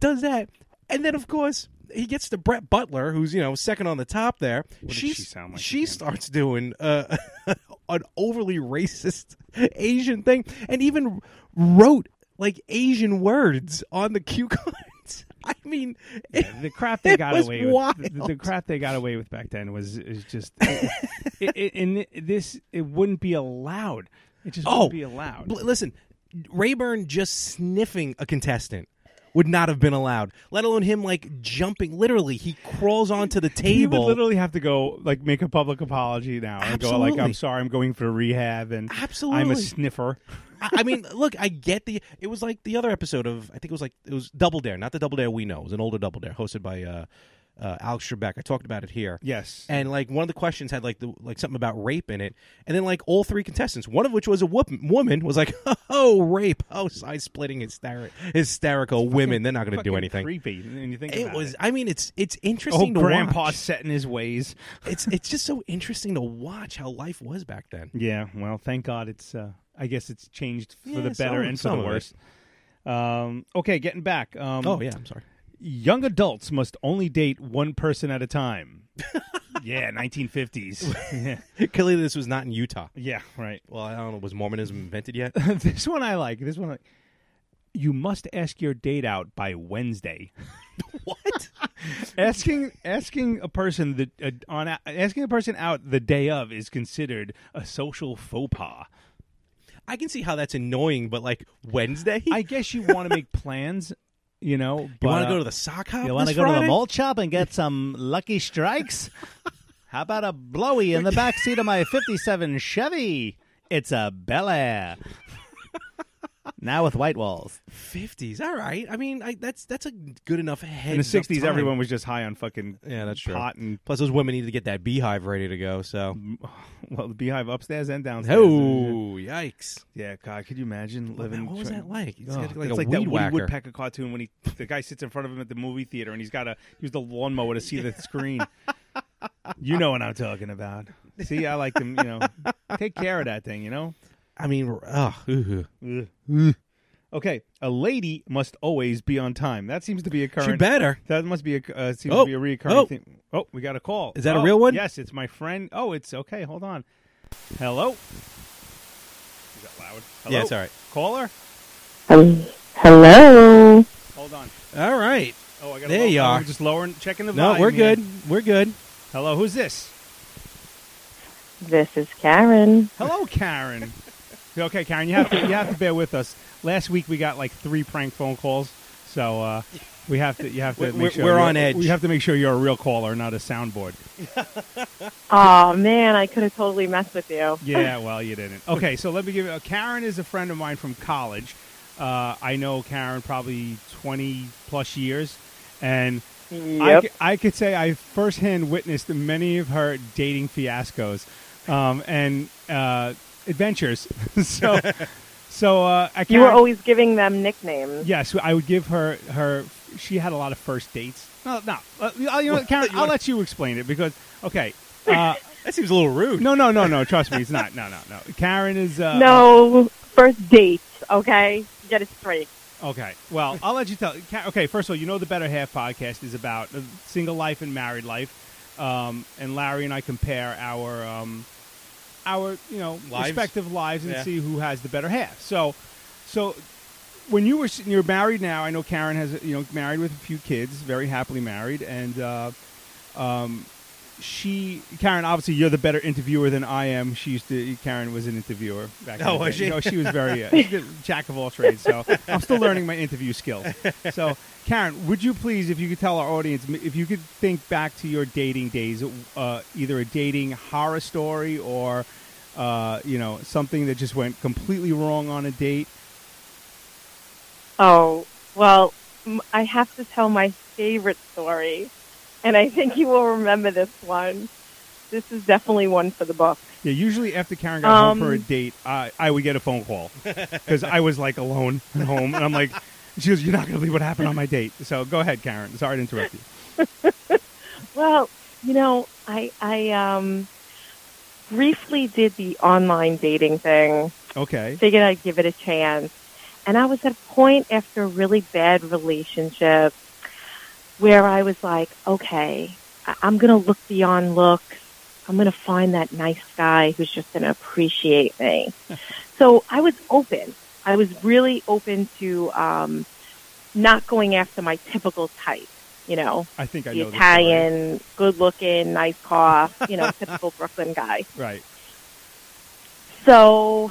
[SPEAKER 3] Does that, and then of course he gets to Brett Butler, who's you know second on the top there.
[SPEAKER 4] did
[SPEAKER 3] She's-
[SPEAKER 4] she sound like
[SPEAKER 3] She
[SPEAKER 4] again?
[SPEAKER 3] starts doing uh, an overly racist Asian thing, and even wrote like Asian words on the cue cards. I mean,
[SPEAKER 4] the crap they
[SPEAKER 3] it
[SPEAKER 4] got
[SPEAKER 3] was
[SPEAKER 4] away
[SPEAKER 3] wild.
[SPEAKER 4] with the, the crap they got away with back then was is just it, it, and it- this it wouldn't be allowed. It just
[SPEAKER 3] oh,
[SPEAKER 4] wouldn't be allowed.
[SPEAKER 3] bl- listen, Rayburn just sniffing a contestant would not have been allowed. Let alone him like jumping. Literally, he crawls onto the
[SPEAKER 4] he would
[SPEAKER 3] table.
[SPEAKER 4] literally have to go like make a public apology now and go like
[SPEAKER 3] Absolutely.
[SPEAKER 4] I'm sorry I'm going for rehab and I'm
[SPEAKER 3] Absolutely.
[SPEAKER 4] a sniffer.
[SPEAKER 3] I, I mean, look, I get the. It was like the other episode of I think it was like it was Double Dare, not the Double Dare we know. It was an older Double Dare hosted by uh, uh, Alex Trebek. I talked about it here.
[SPEAKER 4] Yes.
[SPEAKER 3] and like one of the questions had like the like something about rape in it, and then like all three contestants, one of which was a whoop- woman, was like, "Oh, rape! Oh, side splitting hysteric, hysterical women. They're not going to do
[SPEAKER 4] Fucking
[SPEAKER 3] anything."
[SPEAKER 4] Creepy. And you think
[SPEAKER 3] It
[SPEAKER 4] about
[SPEAKER 3] was. I mean, it's it's
[SPEAKER 4] Oh,
[SPEAKER 3] interesting to
[SPEAKER 4] grandpa
[SPEAKER 3] watch.
[SPEAKER 4] set in his ways.
[SPEAKER 3] It's it's just so interesting to watch how life was back then.
[SPEAKER 4] Yeah. Well, thank God it's. Uh, I guess it's changed for
[SPEAKER 3] Yeah,
[SPEAKER 4] the better
[SPEAKER 3] some-
[SPEAKER 4] and for
[SPEAKER 3] some
[SPEAKER 4] the
[SPEAKER 3] of it.
[SPEAKER 4] worse. Um, okay, getting back. Um,
[SPEAKER 3] Oh yeah, I'm sorry.
[SPEAKER 4] young adults must only date one person at a time. yeah, 1950s. yeah.
[SPEAKER 3] Clearly, this was not in Utah.
[SPEAKER 4] yeah, right.
[SPEAKER 3] Well, I don't know. Was Mormonism invented yet?
[SPEAKER 4] this one I like. This one, I you must ask your date out by Wednesday.
[SPEAKER 3] what?
[SPEAKER 4] asking asking a person the uh, on a- asking a person out the day of is considered a social faux pas.
[SPEAKER 3] I can see how that's annoying, but like Wednesday,
[SPEAKER 4] I guess you want to make plans, you know.
[SPEAKER 3] you
[SPEAKER 4] but,
[SPEAKER 3] want
[SPEAKER 4] uh,
[SPEAKER 3] to go to the sock hop?
[SPEAKER 4] You
[SPEAKER 3] want
[SPEAKER 4] to go to the malt shop and get some Lucky Strikes? How about a blowy in the back seat of my 57 Chevy? It's a Bel Air. now with white walls.
[SPEAKER 3] Fifties. All right. I mean, I, that's that's a good enough head.
[SPEAKER 4] In the 60s, everyone was just high on fucking
[SPEAKER 3] Yeah, that's true.
[SPEAKER 4] pot and
[SPEAKER 3] Plus, those women needed to get that beehive ready to go. So,
[SPEAKER 4] well, the beehive upstairs and downstairs.
[SPEAKER 3] oh, yikes!
[SPEAKER 4] Yeah, God, could you imagine living?
[SPEAKER 3] What was
[SPEAKER 4] trying-
[SPEAKER 3] that like? It's
[SPEAKER 4] Oh,
[SPEAKER 3] got, like
[SPEAKER 4] it's
[SPEAKER 3] a
[SPEAKER 4] like
[SPEAKER 3] weed
[SPEAKER 4] that Woody
[SPEAKER 3] whacker.
[SPEAKER 4] Woodpecker cartoon when he the guy sits in front of him at the movie theater and he's got to use the lawnmower to see the screen. you know what I'm talking about. See, I like them. You know, take care of that thing. You know.
[SPEAKER 3] I mean, oh,
[SPEAKER 4] Ugh. Okay, a lady must always be on time. That seems to be a
[SPEAKER 3] she
[SPEAKER 4] current.
[SPEAKER 3] better.
[SPEAKER 4] That must be a uh, seems
[SPEAKER 3] Oh,
[SPEAKER 4] to be a reoccurring
[SPEAKER 3] oh.
[SPEAKER 4] thing. Oh, we got a call.
[SPEAKER 3] Is that a
[SPEAKER 4] Oh,
[SPEAKER 3] real one?
[SPEAKER 4] Yes, it's my friend. Oh, it's okay. Hold on. Hello. Is that loud? loud. Hello?
[SPEAKER 3] Yeah, it's all right.
[SPEAKER 4] Caller?
[SPEAKER 10] Hello.
[SPEAKER 4] Hold on.
[SPEAKER 3] All right.
[SPEAKER 4] Oh, I got.
[SPEAKER 3] There you are.
[SPEAKER 4] Just lowering, checking the
[SPEAKER 3] No,
[SPEAKER 4] volume
[SPEAKER 3] we're
[SPEAKER 4] here.
[SPEAKER 3] good. We're good.
[SPEAKER 4] Hello, who's this?
[SPEAKER 10] This is Karen.
[SPEAKER 4] Hello, Karen. okay, Karen, you have to you have to bear with us. Last week we got like three prank phone calls, so uh, we have to you have to
[SPEAKER 3] We're-
[SPEAKER 4] make
[SPEAKER 3] we're-
[SPEAKER 4] sure
[SPEAKER 3] we're
[SPEAKER 4] you're-
[SPEAKER 3] on edge.
[SPEAKER 4] We have to make sure you're a real caller, not a soundboard.
[SPEAKER 10] Oh man, I could have totally messed with you.
[SPEAKER 4] Yeah, well, you didn't. Okay, so let me give you. uh, Karen is a friend of mine from college. Uh, I know Karen probably twenty plus years, and I,
[SPEAKER 10] Yep.
[SPEAKER 4] c- I could say I firsthand witnessed many of her dating fiascos um, and uh, adventures. so, so uh, I
[SPEAKER 10] You were
[SPEAKER 4] Karen-
[SPEAKER 10] always giving them nicknames.
[SPEAKER 4] Yes, I would give her her. She had a lot of first dates. No, no. Uh, you know, what, Karen, I'll let you explain it because okay. Uh,
[SPEAKER 3] That seems a little rude.
[SPEAKER 4] no, no, no, no. Trust me, it's not. No, no, no. Karen is uh,
[SPEAKER 10] No first dates, okay? Get it straight.
[SPEAKER 4] Okay. Well, I'll let you tell. Ca- Okay. First of all, you know the Better Half podcast is about uh, single life and married life, um, and Larry and I compare our um, our you know
[SPEAKER 3] Lives?
[SPEAKER 4] respective lives and
[SPEAKER 3] Yeah.
[SPEAKER 4] see who has the better half. So, so when you were s- you're married now, I know Karen has you know married with a few kids, very happily married, and uh, um, she Karen obviously you're the better interviewer than I am. She used to Karen was an interviewer back. in
[SPEAKER 3] Oh,
[SPEAKER 4] the
[SPEAKER 3] was
[SPEAKER 4] day.
[SPEAKER 3] she?
[SPEAKER 4] You know, she was very uh, she did jack of all trades. So I'm still learning my interview skills. So Karen, would you please, if you could tell our audience, m- if you could think back to your dating days, uh, either a dating horror story or uh, you know something that just went completely wrong on a date.
[SPEAKER 10] Oh, well, m- I have to tell my favorite story, and I think you will remember this one. This is definitely one for the book.
[SPEAKER 4] Yeah, usually after Karen got home for a
[SPEAKER 10] Um,
[SPEAKER 4] date, I, I would get a phone call because I was like alone at home, and I'm like, she goes, "You're not gonna believe what happened on my date." So go ahead, Karen. Sorry to interrupt you.
[SPEAKER 10] Well, you know, I I um briefly did the online dating thing.
[SPEAKER 4] Okay.
[SPEAKER 10] Figured I'd give it a chance. And I was at a point after a really bad relationship where I was like, okay, I- I'm going to look beyond looks. I'm going to find that nice guy who's just going to appreciate me. so I was open. I was really open to um, not going after my typical type, you know,
[SPEAKER 4] I think I
[SPEAKER 10] the
[SPEAKER 4] know this
[SPEAKER 10] Italian, good looking, nice car, you know, typical Brooklyn guy.
[SPEAKER 4] story. Right.
[SPEAKER 10] So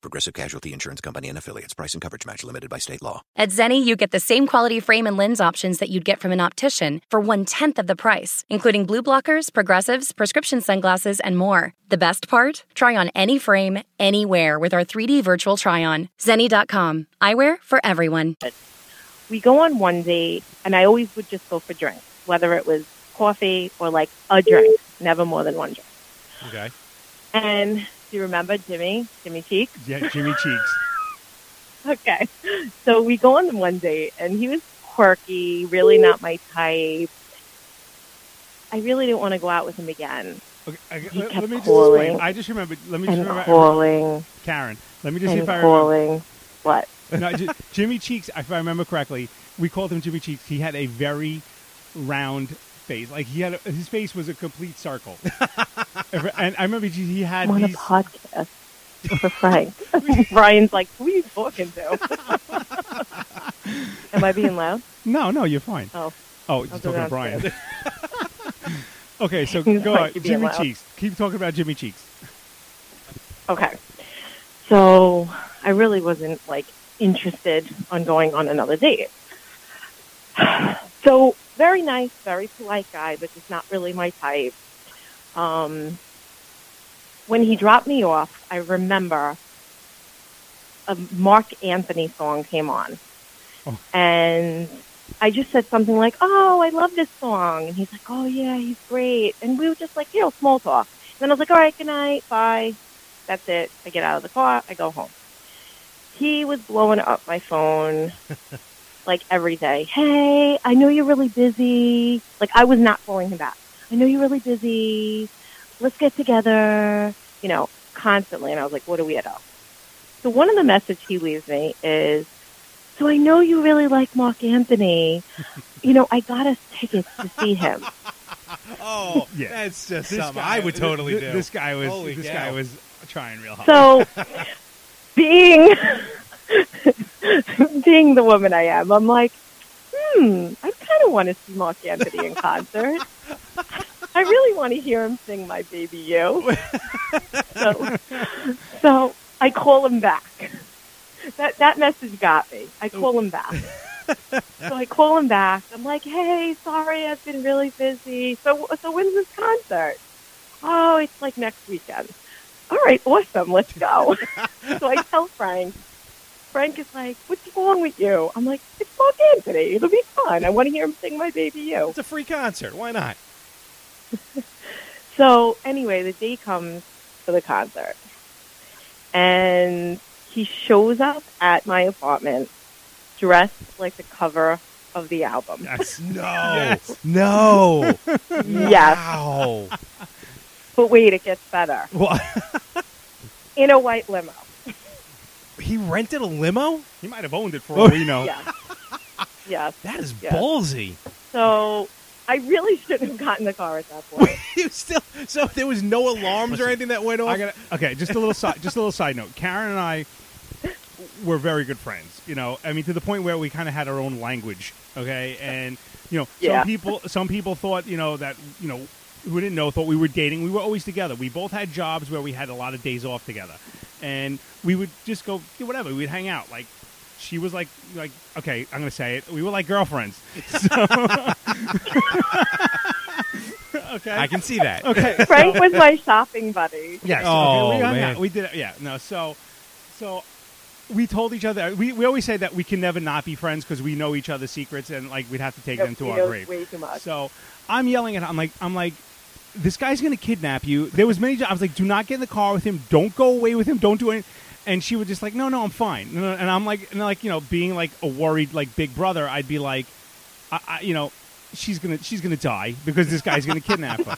[SPEAKER 2] Progressive Casualty Insurance Company and affiliates. Price and coverage match limited by state law.
[SPEAKER 11] At Zenni, you get the same quality frame and lens options that you'd get from an optician for one tenth of the price, including blue blockers, progressives, prescription sunglasses, and more. The best part? Try on any frame, anywhere with our 3D virtual try on. Zenni.com. Eyewear for everyone.
[SPEAKER 10] We go on one date, and I always would just go for drinks, whether it was coffee or like a drink, never more than one drink.
[SPEAKER 4] Okay.
[SPEAKER 10] And do you remember Jimmy, Jimmy Cheek?
[SPEAKER 4] Yeah, Jimmy Cheeks.
[SPEAKER 10] Okay. So we go on one date, and he was quirky, really not my type. I really didn't want to go out with him again.
[SPEAKER 4] Okay, I,
[SPEAKER 10] He
[SPEAKER 4] let,
[SPEAKER 10] kept
[SPEAKER 4] let me just
[SPEAKER 10] calling
[SPEAKER 4] explain. I just remembered. Let me just
[SPEAKER 10] and
[SPEAKER 4] remember.
[SPEAKER 10] calling
[SPEAKER 4] Karen, let me just see if
[SPEAKER 10] and
[SPEAKER 4] I remember.
[SPEAKER 10] calling. What?
[SPEAKER 4] No, Ji- Jimmy Cheeks, if I remember correctly, we called him Jimmy Cheeks. He had a very round face. Like he had a, his face was a complete circle. and I remember he he had
[SPEAKER 10] I'm on a
[SPEAKER 4] these.
[SPEAKER 10] podcast for Frank. Brian's like, who are you talking to? Am I being loud?
[SPEAKER 4] No, no, you're fine.
[SPEAKER 10] Oh,
[SPEAKER 4] Oh, just
[SPEAKER 10] go
[SPEAKER 4] talking to Brian.
[SPEAKER 10] downstairs.
[SPEAKER 4] okay, so
[SPEAKER 10] He's
[SPEAKER 4] go
[SPEAKER 10] like,
[SPEAKER 4] on.
[SPEAKER 10] "You'd be
[SPEAKER 4] Jimmy
[SPEAKER 10] allowed."
[SPEAKER 4] Cheeks. Keep talking about Jimmy Cheeks.
[SPEAKER 10] okay. So I really wasn't like interested on going on another date. So very nice, very polite guy, but just not really my type. Um, when he dropped me off, I remember a Mark Anthony song came on.
[SPEAKER 4] Oh.
[SPEAKER 10] And I just said something like, Oh, I love this song. And he's like, Oh, yeah, he's great. And we were just like, you know, small talk. And then I was like, All right, good night. Bye. That's it. I get out of the car. I go home. He was blowing up my phone like every day. Hey, I know you're really busy. Like I was not calling him back. I know you're really busy. Let's get together. You know, constantly. And I was like, what a weirdo. So one of the message he leaves me is, so I know you really like Mark Anthony. You know, I got us tickets to see him.
[SPEAKER 3] Oh, that's just
[SPEAKER 4] This
[SPEAKER 3] something
[SPEAKER 4] guy-
[SPEAKER 3] I would totally
[SPEAKER 4] this,
[SPEAKER 3] do.
[SPEAKER 4] This guy was
[SPEAKER 3] Holy
[SPEAKER 4] this
[SPEAKER 3] cow.
[SPEAKER 4] guy was trying real hard.
[SPEAKER 10] So, being being the woman I am, I'm like, hmm, I kind of want to see Mark Anthony in concert. I really want to hear him sing "My Baby You." so, so I call him back. That that message got me. I call him back. so I call him back. I'm like, "Hey, sorry, I've been really busy. So, so when's this concert? Oh, it's like next weekend. All right, awesome. Let's go." so I tell Frank. Frank is like, "What's wrong with you?" I'm like, "It's Mark Anthony. It'll be fun. I want to hear him sing my baby you."
[SPEAKER 3] It's a free concert. Why not?
[SPEAKER 10] So anyway, the day comes for the concert, and he shows up at my apartment dressed like the cover of the album.
[SPEAKER 4] Yes.
[SPEAKER 3] No. No.
[SPEAKER 10] Yes.
[SPEAKER 3] Wow.
[SPEAKER 10] But wait, it gets better.
[SPEAKER 3] What?
[SPEAKER 10] In a white limo.
[SPEAKER 3] He rented a limo?
[SPEAKER 4] He might have owned it for
[SPEAKER 3] Oh,
[SPEAKER 4] all we know.
[SPEAKER 10] Yeah. Yes.
[SPEAKER 3] That is
[SPEAKER 10] yes.
[SPEAKER 3] ballsy.
[SPEAKER 10] So I really shouldn't have gotten the car at that point.
[SPEAKER 3] You still so there was no alarms or anything that went off.
[SPEAKER 4] I got okay. Just a little side, just a little side note. Karen and I were very good friends. You know, I mean, to the point where we kind of had our own language. Okay, and you know,
[SPEAKER 10] Yeah.
[SPEAKER 4] some people, some people thought you know that you know who didn't know thought we were dating. We were always together. We both had jobs where we had a lot of days off together, and we would just go do whatever. We'd hang out like. She was like, like, okay, I'm gonna say it. We were like girlfriends. So, okay,
[SPEAKER 3] I can see that.
[SPEAKER 4] okay.
[SPEAKER 10] Frank was my shopping buddy.
[SPEAKER 4] Yes.
[SPEAKER 3] Oh,
[SPEAKER 4] okay, we, hung
[SPEAKER 3] man.
[SPEAKER 4] out. we did. Yeah. No. So, so we told each other. We, we always say that we can never not be friends because we know each other's secrets and like we'd have to take
[SPEAKER 10] Yep,
[SPEAKER 4] them to
[SPEAKER 10] he
[SPEAKER 4] our
[SPEAKER 10] knows
[SPEAKER 4] grave.
[SPEAKER 10] way too much.
[SPEAKER 4] So I'm yelling at. I'm like. I'm like. This guy's gonna kidnap you. There was many. I was like, do not get in the car with him. Don't go away with him. Don't do anything. And she was just like, no, no, I'm fine. No, no. And I'm like, and like you know, being like a worried like big brother, I'd be like, I, I you know. She's gonna, she's gonna die because this guy's gonna kidnap her.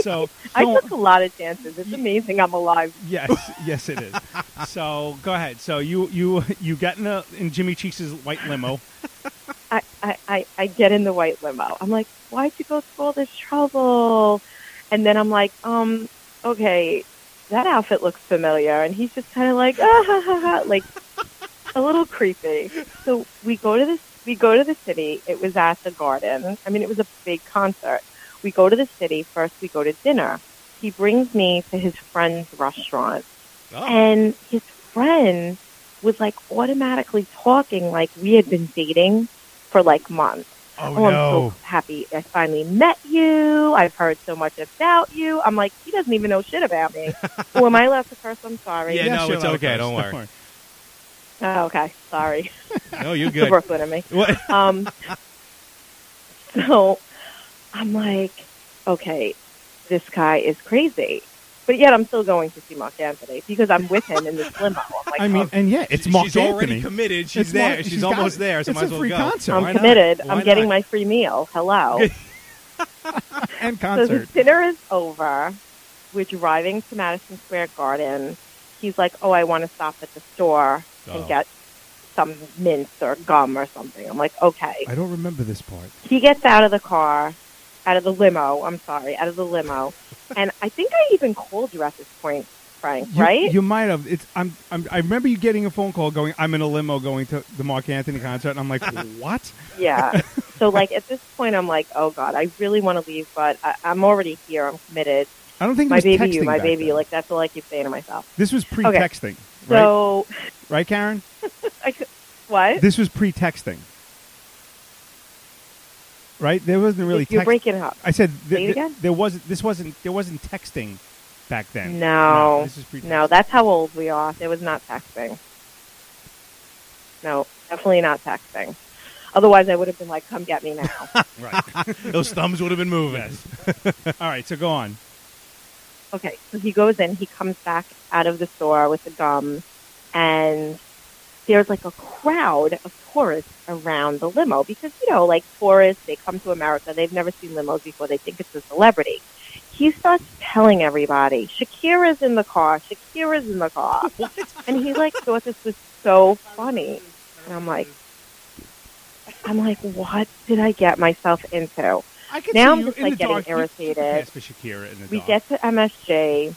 [SPEAKER 4] So
[SPEAKER 10] I
[SPEAKER 4] don't-
[SPEAKER 10] took a lot of chances. It's amazing I'm alive.
[SPEAKER 4] Yes, yes, it is. so go ahead. So you you you got in, a, in Jimmy Cheese's white limo.
[SPEAKER 10] I, I, I, I get in the white limo. I'm like, why'd you go through all this trouble? And then I'm like, um, okay, that outfit looks familiar. And he's just kind of like, ah, ha, ha, ha, like a little creepy. So we go to this, we go to the city. It was at the garden. I mean, it was a big concert. We go to the city. First, we go to dinner. He brings me to his friend's restaurant.
[SPEAKER 4] Oh,
[SPEAKER 10] And his friend was like automatically talking like we had been dating for like months.
[SPEAKER 4] Oh,
[SPEAKER 10] I'm so happy I finally met you. I've heard so much about you. I'm like, he doesn't even know shit about me. oh, am I allowed to curse? I'm sorry.
[SPEAKER 3] Yeah, no,
[SPEAKER 4] you're
[SPEAKER 3] it's
[SPEAKER 4] allowed to
[SPEAKER 3] okay,
[SPEAKER 4] curse.
[SPEAKER 3] don't worry.
[SPEAKER 10] Oh, okay. Sorry.
[SPEAKER 3] No, you
[SPEAKER 10] The
[SPEAKER 3] good.
[SPEAKER 10] Brooklyn in me.
[SPEAKER 3] What?
[SPEAKER 10] Um, so I'm like, okay, this guy is crazy. But yet I'm still going to see Mark Anthony because I'm with him in this limo. I'm like,
[SPEAKER 4] I mean, and yeah, it's Mark
[SPEAKER 3] she's already
[SPEAKER 4] Anthony.
[SPEAKER 3] committed. She's
[SPEAKER 4] It's
[SPEAKER 3] there.
[SPEAKER 4] Mark-
[SPEAKER 3] she's
[SPEAKER 4] she's got
[SPEAKER 3] almost
[SPEAKER 4] it.
[SPEAKER 3] there. So
[SPEAKER 4] It's
[SPEAKER 3] might
[SPEAKER 4] a
[SPEAKER 3] as well
[SPEAKER 4] free
[SPEAKER 3] go.
[SPEAKER 4] concert.
[SPEAKER 10] I'm
[SPEAKER 4] Why not?
[SPEAKER 10] committed.
[SPEAKER 3] Why
[SPEAKER 10] I'm getting
[SPEAKER 3] not?
[SPEAKER 10] my free meal. Hello.
[SPEAKER 4] and
[SPEAKER 10] so the
[SPEAKER 4] concert.
[SPEAKER 10] dinner is over. We're driving to Madison Square Garden. He's like, "Oh, I want to stop at the store
[SPEAKER 3] Oh.
[SPEAKER 10] and get some mints or gum or something." I'm like, "Okay."
[SPEAKER 4] I don't remember this part.
[SPEAKER 10] He gets out of the car, out of the limo. I'm sorry, out of the limo, and I think I even called you at this point, Frank.
[SPEAKER 4] You,
[SPEAKER 10] right?
[SPEAKER 4] You might have. It's. I'm, I'm. I remember you getting a phone call going. I'm in a limo going to the Mark Anthony concert, and I'm like, what?
[SPEAKER 10] yeah. So like at this point, I'm like, "Oh God, I really want to leave, but I- I'm already here. I'm committed.
[SPEAKER 4] I don't think it
[SPEAKER 10] My
[SPEAKER 4] was
[SPEAKER 10] baby, you,
[SPEAKER 4] texting
[SPEAKER 10] my
[SPEAKER 4] back
[SPEAKER 10] baby, you."
[SPEAKER 4] then.
[SPEAKER 10] Like that's all I keep saying to myself.
[SPEAKER 4] this was pre-texting, right?
[SPEAKER 10] So
[SPEAKER 4] right, Karen?
[SPEAKER 10] I cou- what?
[SPEAKER 4] This was pre-texting, right? There wasn't really
[SPEAKER 10] You're
[SPEAKER 4] text-
[SPEAKER 10] breaking up.
[SPEAKER 4] I said th-
[SPEAKER 10] Say it
[SPEAKER 4] th-
[SPEAKER 10] again?
[SPEAKER 4] there was this wasn't there wasn't texting back then.
[SPEAKER 10] No,
[SPEAKER 4] this is pre-
[SPEAKER 10] no, that's how old we are. It was not texting. No, definitely not texting. Otherwise, I would have been like, "Come get me now."
[SPEAKER 4] right.
[SPEAKER 3] Those thumbs would have been moving.
[SPEAKER 4] All right, so go on.
[SPEAKER 10] Okay, so he goes in, he comes back out of the store with the gum, and there's like a crowd of tourists around the limo because, you know, like tourists, they come to America, they've never seen limos before, they think it's a celebrity. He starts telling everybody, Shakira's in the car, Shakira's in the car. and he like thought this was so funny. And I'm like, I'm like, what did I get myself into?
[SPEAKER 4] I could
[SPEAKER 10] now
[SPEAKER 4] see
[SPEAKER 10] I'm
[SPEAKER 4] you
[SPEAKER 10] just
[SPEAKER 4] in
[SPEAKER 10] like
[SPEAKER 4] the
[SPEAKER 10] getting
[SPEAKER 4] dark. You- you could
[SPEAKER 10] irritated
[SPEAKER 4] pass for Shakira in the
[SPEAKER 10] we
[SPEAKER 4] dark.
[SPEAKER 10] get to MSJ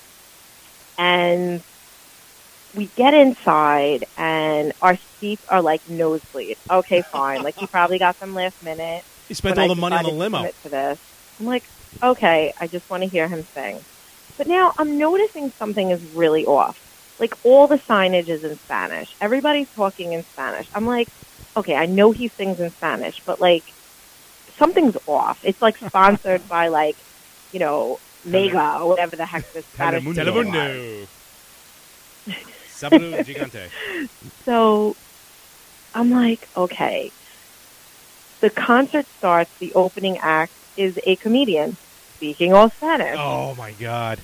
[SPEAKER 10] and we get inside and our seats are like nosebleed. Okay, fine. like he probably got them last minute.
[SPEAKER 3] You spent
[SPEAKER 10] when
[SPEAKER 3] all
[SPEAKER 10] I
[SPEAKER 3] the money on the
[SPEAKER 10] decided to
[SPEAKER 3] limo.
[SPEAKER 10] commit To this. I'm like, okay, I just want to hear him sing. But now I'm noticing something is really off. Like all the signage is in Spanish. Everybody's talking in Spanish. I'm like, okay, I know he sings in Spanish, but like something's off. It's like sponsored by like, you know, Mega or whatever the heck this Spanish thing was.
[SPEAKER 3] Telemundo. Sábado Gigante.
[SPEAKER 10] So I'm like, okay. The concert starts, the opening act is a comedian speaking all Spanish.
[SPEAKER 3] Oh my God.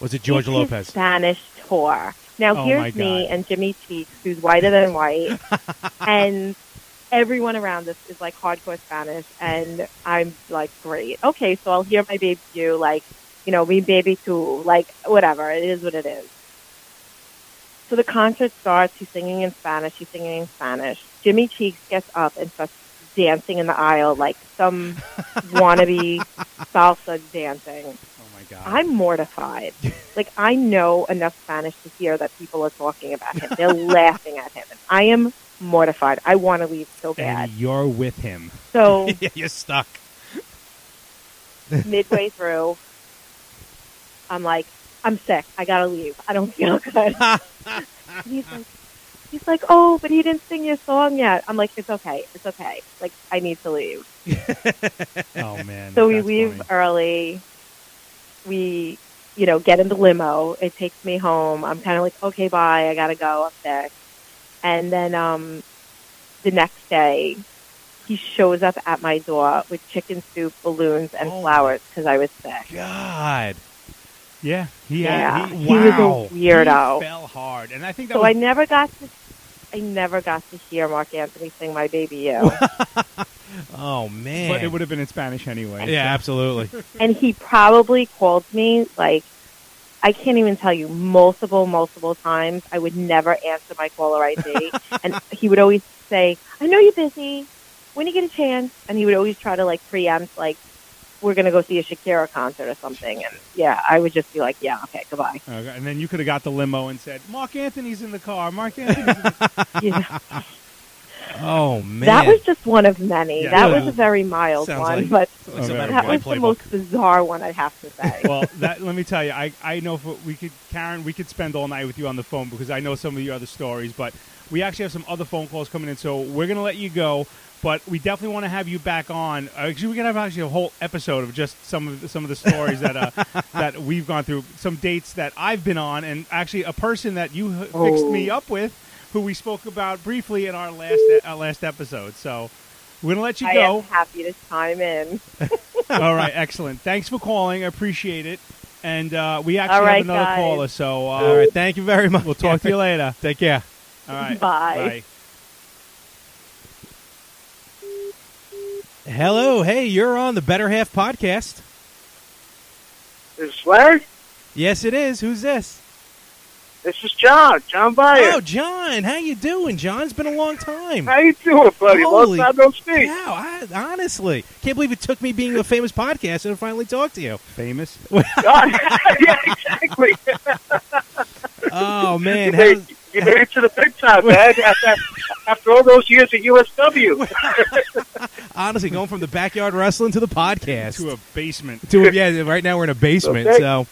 [SPEAKER 3] Was it George Lopez?
[SPEAKER 10] Spanish tour. Now
[SPEAKER 3] Oh, my
[SPEAKER 10] here's
[SPEAKER 3] God.
[SPEAKER 10] me and Jimmy Cheeks, who's whiter than white, and everyone around us is like hardcore Spanish, and I'm like, great, okay, so I'll hear my baby you, like, you know, me baby too, like, whatever, it is what it is. So the concert starts. He's singing in Spanish. He's singing in Spanish. Jimmy Cheeks gets up and starts dancing in the aisle like some wannabe salsa dancing.
[SPEAKER 4] Oh my god!
[SPEAKER 10] I'm mortified. like I know enough Spanish to hear that people are talking about him. They're laughing at him. And I am mortified. I want to leave so bad.
[SPEAKER 4] and you're with him.
[SPEAKER 10] So-
[SPEAKER 3] yeah, you're stuck.
[SPEAKER 10] Midway through, I'm like, I'm sick. I gotta leave. I don't feel good. And he's like, he's like, oh, but he didn't sing your song yet. I'm like, it's okay. It's okay. Like I need to leave.
[SPEAKER 4] Oh man!
[SPEAKER 10] so we
[SPEAKER 4] that's
[SPEAKER 10] leave early. We, you know, get in the limo. It takes me home. I'm kind of like, okay, bye. I gotta go. I'm sick. And then um, the next day, he shows up at my door with chicken soup, balloons, and flowers because I was sick.
[SPEAKER 3] God.
[SPEAKER 4] Yeah, he
[SPEAKER 10] Yeah,
[SPEAKER 4] had.
[SPEAKER 10] he
[SPEAKER 4] He,
[SPEAKER 10] was a
[SPEAKER 4] wow,
[SPEAKER 10] weirdo.
[SPEAKER 4] He fell hard, and I think that
[SPEAKER 10] So
[SPEAKER 4] was
[SPEAKER 10] I never got to, I never got to hear Mark Anthony sing "My Baby You,"
[SPEAKER 3] Oh man!
[SPEAKER 4] But it would have been in Spanish anyway.
[SPEAKER 3] Yeah,
[SPEAKER 4] so-
[SPEAKER 3] absolutely.
[SPEAKER 10] and he probably called me like, I can't even tell you multiple, multiple times. I would never answer my caller ID, and he would always say, "I know you're busy. When you get a chance," and he would always try to like preempt like. We're gonna go see a Shakira concert or something, and yeah, I would just be like, "Yeah, okay, goodbye."
[SPEAKER 4] Okay, and then you could have got the limo and said, "Mark Anthony's in the car. Mark Anthony's." In the car.
[SPEAKER 10] Yeah.
[SPEAKER 3] Oh man!
[SPEAKER 10] That was just one of many.
[SPEAKER 4] Yeah.
[SPEAKER 10] that
[SPEAKER 4] Yeah.
[SPEAKER 10] was a very mild
[SPEAKER 4] Sounds
[SPEAKER 10] one,
[SPEAKER 4] like-
[SPEAKER 10] but
[SPEAKER 4] sounds like somebody
[SPEAKER 10] that
[SPEAKER 4] from my
[SPEAKER 10] was the
[SPEAKER 4] playbook.
[SPEAKER 10] most bizarre one I have to say.
[SPEAKER 4] well, that let me tell you, I, I know for, we could Karen, we could spend all night with you on the phone because I know some of your other stories, but we actually have some other phone calls coming in, so we're gonna let you go. But we definitely want to have you back on. Uh, Actually, we could have actually a whole episode of just some of the, some of the stories that uh, that we've gone through, some dates that I've been on, and actually a person that you h- fixed
[SPEAKER 12] Oh.
[SPEAKER 4] me up with, who we spoke about briefly in our last our last episode. So we're gonna let you
[SPEAKER 10] I
[SPEAKER 4] go.
[SPEAKER 10] am happy to chime in.
[SPEAKER 4] All right, excellent. Thanks for calling. I appreciate it. And uh, we actually
[SPEAKER 10] All right,
[SPEAKER 4] have another
[SPEAKER 10] guys.
[SPEAKER 4] caller, so uh,
[SPEAKER 3] All right, thank you very much.
[SPEAKER 4] We'll talk to you later.
[SPEAKER 3] Take care.
[SPEAKER 4] All right,
[SPEAKER 10] Bye.
[SPEAKER 3] Hello, hey, you're on the Better Half podcast.
[SPEAKER 12] Is Larry?
[SPEAKER 3] Yes, it is. Who's this?
[SPEAKER 12] This is John. John Byer.
[SPEAKER 3] Oh, John, how you doing? John, it's been a long time.
[SPEAKER 12] How you doing, buddy? Long
[SPEAKER 3] Holy
[SPEAKER 12] time no speak.
[SPEAKER 3] cow, I, honestly, can't believe it took me being a famous podcaster to finally talk to you.
[SPEAKER 4] Famous?
[SPEAKER 12] yeah, exactly.
[SPEAKER 3] oh man,
[SPEAKER 12] you made,
[SPEAKER 3] how's-
[SPEAKER 12] you made it to the big time, man. after, after all those years at USW.
[SPEAKER 3] honestly, going from the backyard wrestling to the podcast
[SPEAKER 4] to a basement.
[SPEAKER 3] To a, yeah, right now we're in a basement.
[SPEAKER 12] Okay.
[SPEAKER 3] So,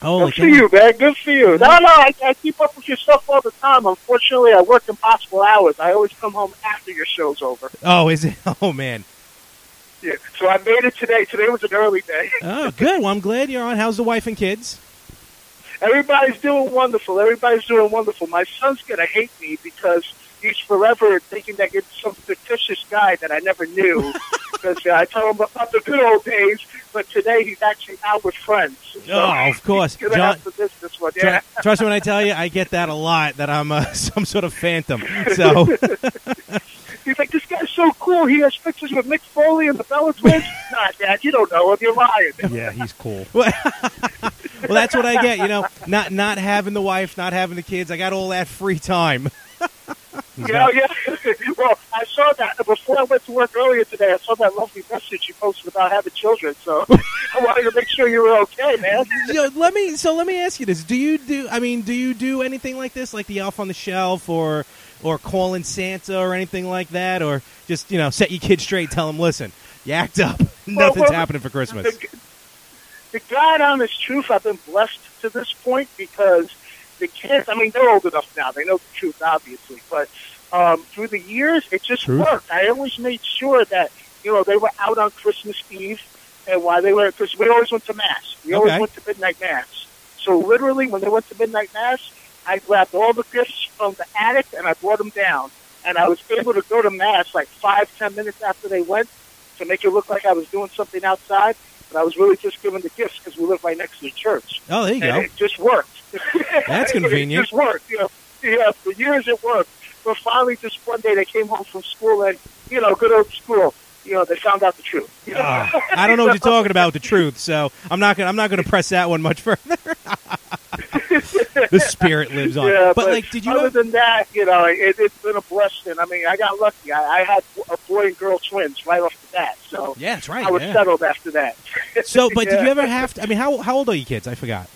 [SPEAKER 3] holy
[SPEAKER 12] Good for you, man. Good for you. No, no, I, I keep up with your stuff all the time. Unfortunately, I work impossible hours. I always come home after your show's over.
[SPEAKER 3] Oh, is it? Oh man.
[SPEAKER 12] Yeah, so I made it today. Today was an early day.
[SPEAKER 3] Oh, good. Well, I'm glad you're on. How's the wife and kids?
[SPEAKER 12] Everybody's doing wonderful. Everybody's doing wonderful. My son's gonna hate me because he's forever thinking that you're some fictitious guy that I never knew. because uh, I told him about the good old days, but today he's actually out with friends.
[SPEAKER 3] Oh, of course.
[SPEAKER 12] He's gonna
[SPEAKER 3] John-
[SPEAKER 12] have to miss this one.
[SPEAKER 3] Tru-
[SPEAKER 12] Yeah.
[SPEAKER 3] Trust me when I tell you, I get that a lot. That I'm uh, some sort of phantom. So
[SPEAKER 12] He's like, this guy's so cool. He has pictures with Mick Foley and the Bella Twins. nah, Dad, you don't know him. You're lying.
[SPEAKER 3] yeah, he's cool. well, well, that's what I get. You know, not not having the wife, not having the kids. I got all that free time.
[SPEAKER 12] You know, yeah. well, I saw that before I went to work earlier today. I saw that lovely message you posted about having children. So I wanted to make sure you were okay, man.
[SPEAKER 3] Yo, let me. So let me ask you this: Do you do? I mean, do you do anything like this, like the Elf on the Shelf, or or calling Santa, or anything like that, or just you know, set your kid straight, tell him, listen, you act up. Nothing's
[SPEAKER 12] well,
[SPEAKER 3] happening for Christmas.
[SPEAKER 12] the- the God honest truth, I've been blessed to this point because the kids, I mean, they're old enough now. They know the truth, obviously. But um, through the years, it just
[SPEAKER 13] Truth.
[SPEAKER 12] worked. I always made sure that, you know, they were out on Christmas Eve. And while they were at Christmas, we always went to Mass. We always
[SPEAKER 13] Okay.
[SPEAKER 12] went to Midnight Mass. So literally, when they went to Midnight Mass, I grabbed all the gifts from the attic and I brought them down. And I was able to go to Mass like five, ten minutes after they went to make it look like I was doing something outside, but I was really just giving the gifts because we live right next to the church.
[SPEAKER 3] Oh, there you
[SPEAKER 12] and
[SPEAKER 3] go.
[SPEAKER 12] It just worked.
[SPEAKER 3] That's
[SPEAKER 12] it
[SPEAKER 3] convenient.
[SPEAKER 12] just worked. You know, yeah, for years it worked. But finally, just one day they came home from school and, you know, good old school, you know, they found out the truth. You know?
[SPEAKER 3] Ah, I don't know what you're talking about. The truth. So I'm not gonna. I'm not gonna press that one much further. the spirit lives on.
[SPEAKER 12] Yeah,
[SPEAKER 3] but, like, did you
[SPEAKER 12] other
[SPEAKER 3] ever-
[SPEAKER 12] than that, you know, it, it's been a blessing. I mean, I got lucky. I, I had a boy and girl twins right off the bat, so
[SPEAKER 3] Yeah, that's right,
[SPEAKER 12] I was
[SPEAKER 3] yeah.
[SPEAKER 12] settled after that.
[SPEAKER 3] So, but did
[SPEAKER 12] Yeah.
[SPEAKER 3] you ever have to? I mean, how how old are your kids? I forgot.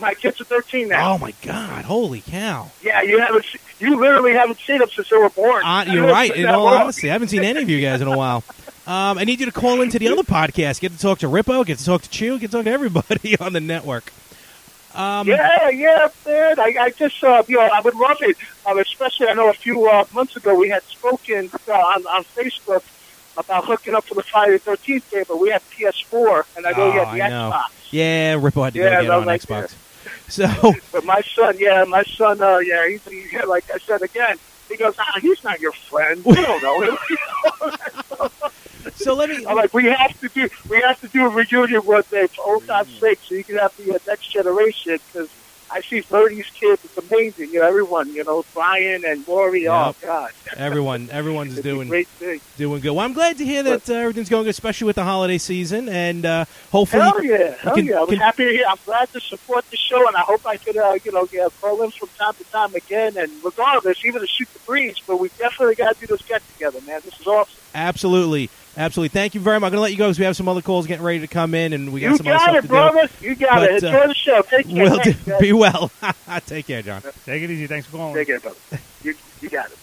[SPEAKER 12] My kids are thirteen now.
[SPEAKER 3] Oh my God! Holy cow!
[SPEAKER 12] Yeah, you haven't. se- You literally haven't seen them since they were born.
[SPEAKER 3] Uh, you're right. In all honesty, I haven't seen any of you guys in a while. Um, I need you to call into the other podcast. Get to talk to Rippo. Get to talk to Chew. Get to talk to everybody on the network. Um,
[SPEAKER 12] yeah, yeah, man. I, I just, uh, you know, I would love it. Um, especially, I know a few uh, months ago we had spoken uh, on, on Facebook about hooking up for the Friday Thirteenth game, but we had PS4, and I know you
[SPEAKER 3] Oh,
[SPEAKER 12] had the
[SPEAKER 3] I know.
[SPEAKER 12] Xbox.
[SPEAKER 3] Yeah, Rippo had to
[SPEAKER 12] Yeah,
[SPEAKER 3] go get
[SPEAKER 12] that
[SPEAKER 3] on
[SPEAKER 12] was
[SPEAKER 3] Xbox. So
[SPEAKER 12] But my son, yeah, my son, uh, yeah, he's he, yeah, like I said again. He goes, ah, he's not your friend. We don't know him.
[SPEAKER 3] so let me.
[SPEAKER 12] I'm like, we have to do, we have to do a reunion one day for old time's sake, so you can have the uh, next generation. Because I see Birdie's kids, it's amazing. You know, everyone, you know, Brian and Lori. Oh
[SPEAKER 3] Yep.
[SPEAKER 12] God,
[SPEAKER 3] everyone, everyone's doing
[SPEAKER 12] great thing.
[SPEAKER 3] doing good. Well, I'm glad to hear that uh, everything's going good, especially with the holiday season, and uh, hopefully,
[SPEAKER 12] Hell yeah,
[SPEAKER 3] you
[SPEAKER 12] hell
[SPEAKER 3] can-
[SPEAKER 12] yeah! I'm
[SPEAKER 3] can-
[SPEAKER 12] happy to hear. I'm glad to support the show, and I hope I could, uh, you know, yeah, call in from time to time again. And regardless, even to shoot the breeze, but we definitely got to do this get together, man. This is awesome.
[SPEAKER 3] Absolutely, absolutely. Thank you very much. I'm going to let you go because we have some other calls getting ready to come in, and we got
[SPEAKER 12] you
[SPEAKER 3] some other
[SPEAKER 12] got
[SPEAKER 3] stuff
[SPEAKER 12] it,
[SPEAKER 3] to
[SPEAKER 12] brother.
[SPEAKER 3] do.
[SPEAKER 12] You got
[SPEAKER 3] But,
[SPEAKER 12] it.
[SPEAKER 3] uh,
[SPEAKER 12] Enjoy the show. Take care.
[SPEAKER 3] will do.
[SPEAKER 12] Thanks, guys.
[SPEAKER 3] Be well. Take care, John.
[SPEAKER 4] Take it easy. Thanks for calling.
[SPEAKER 12] Take care, brother. You, you got it.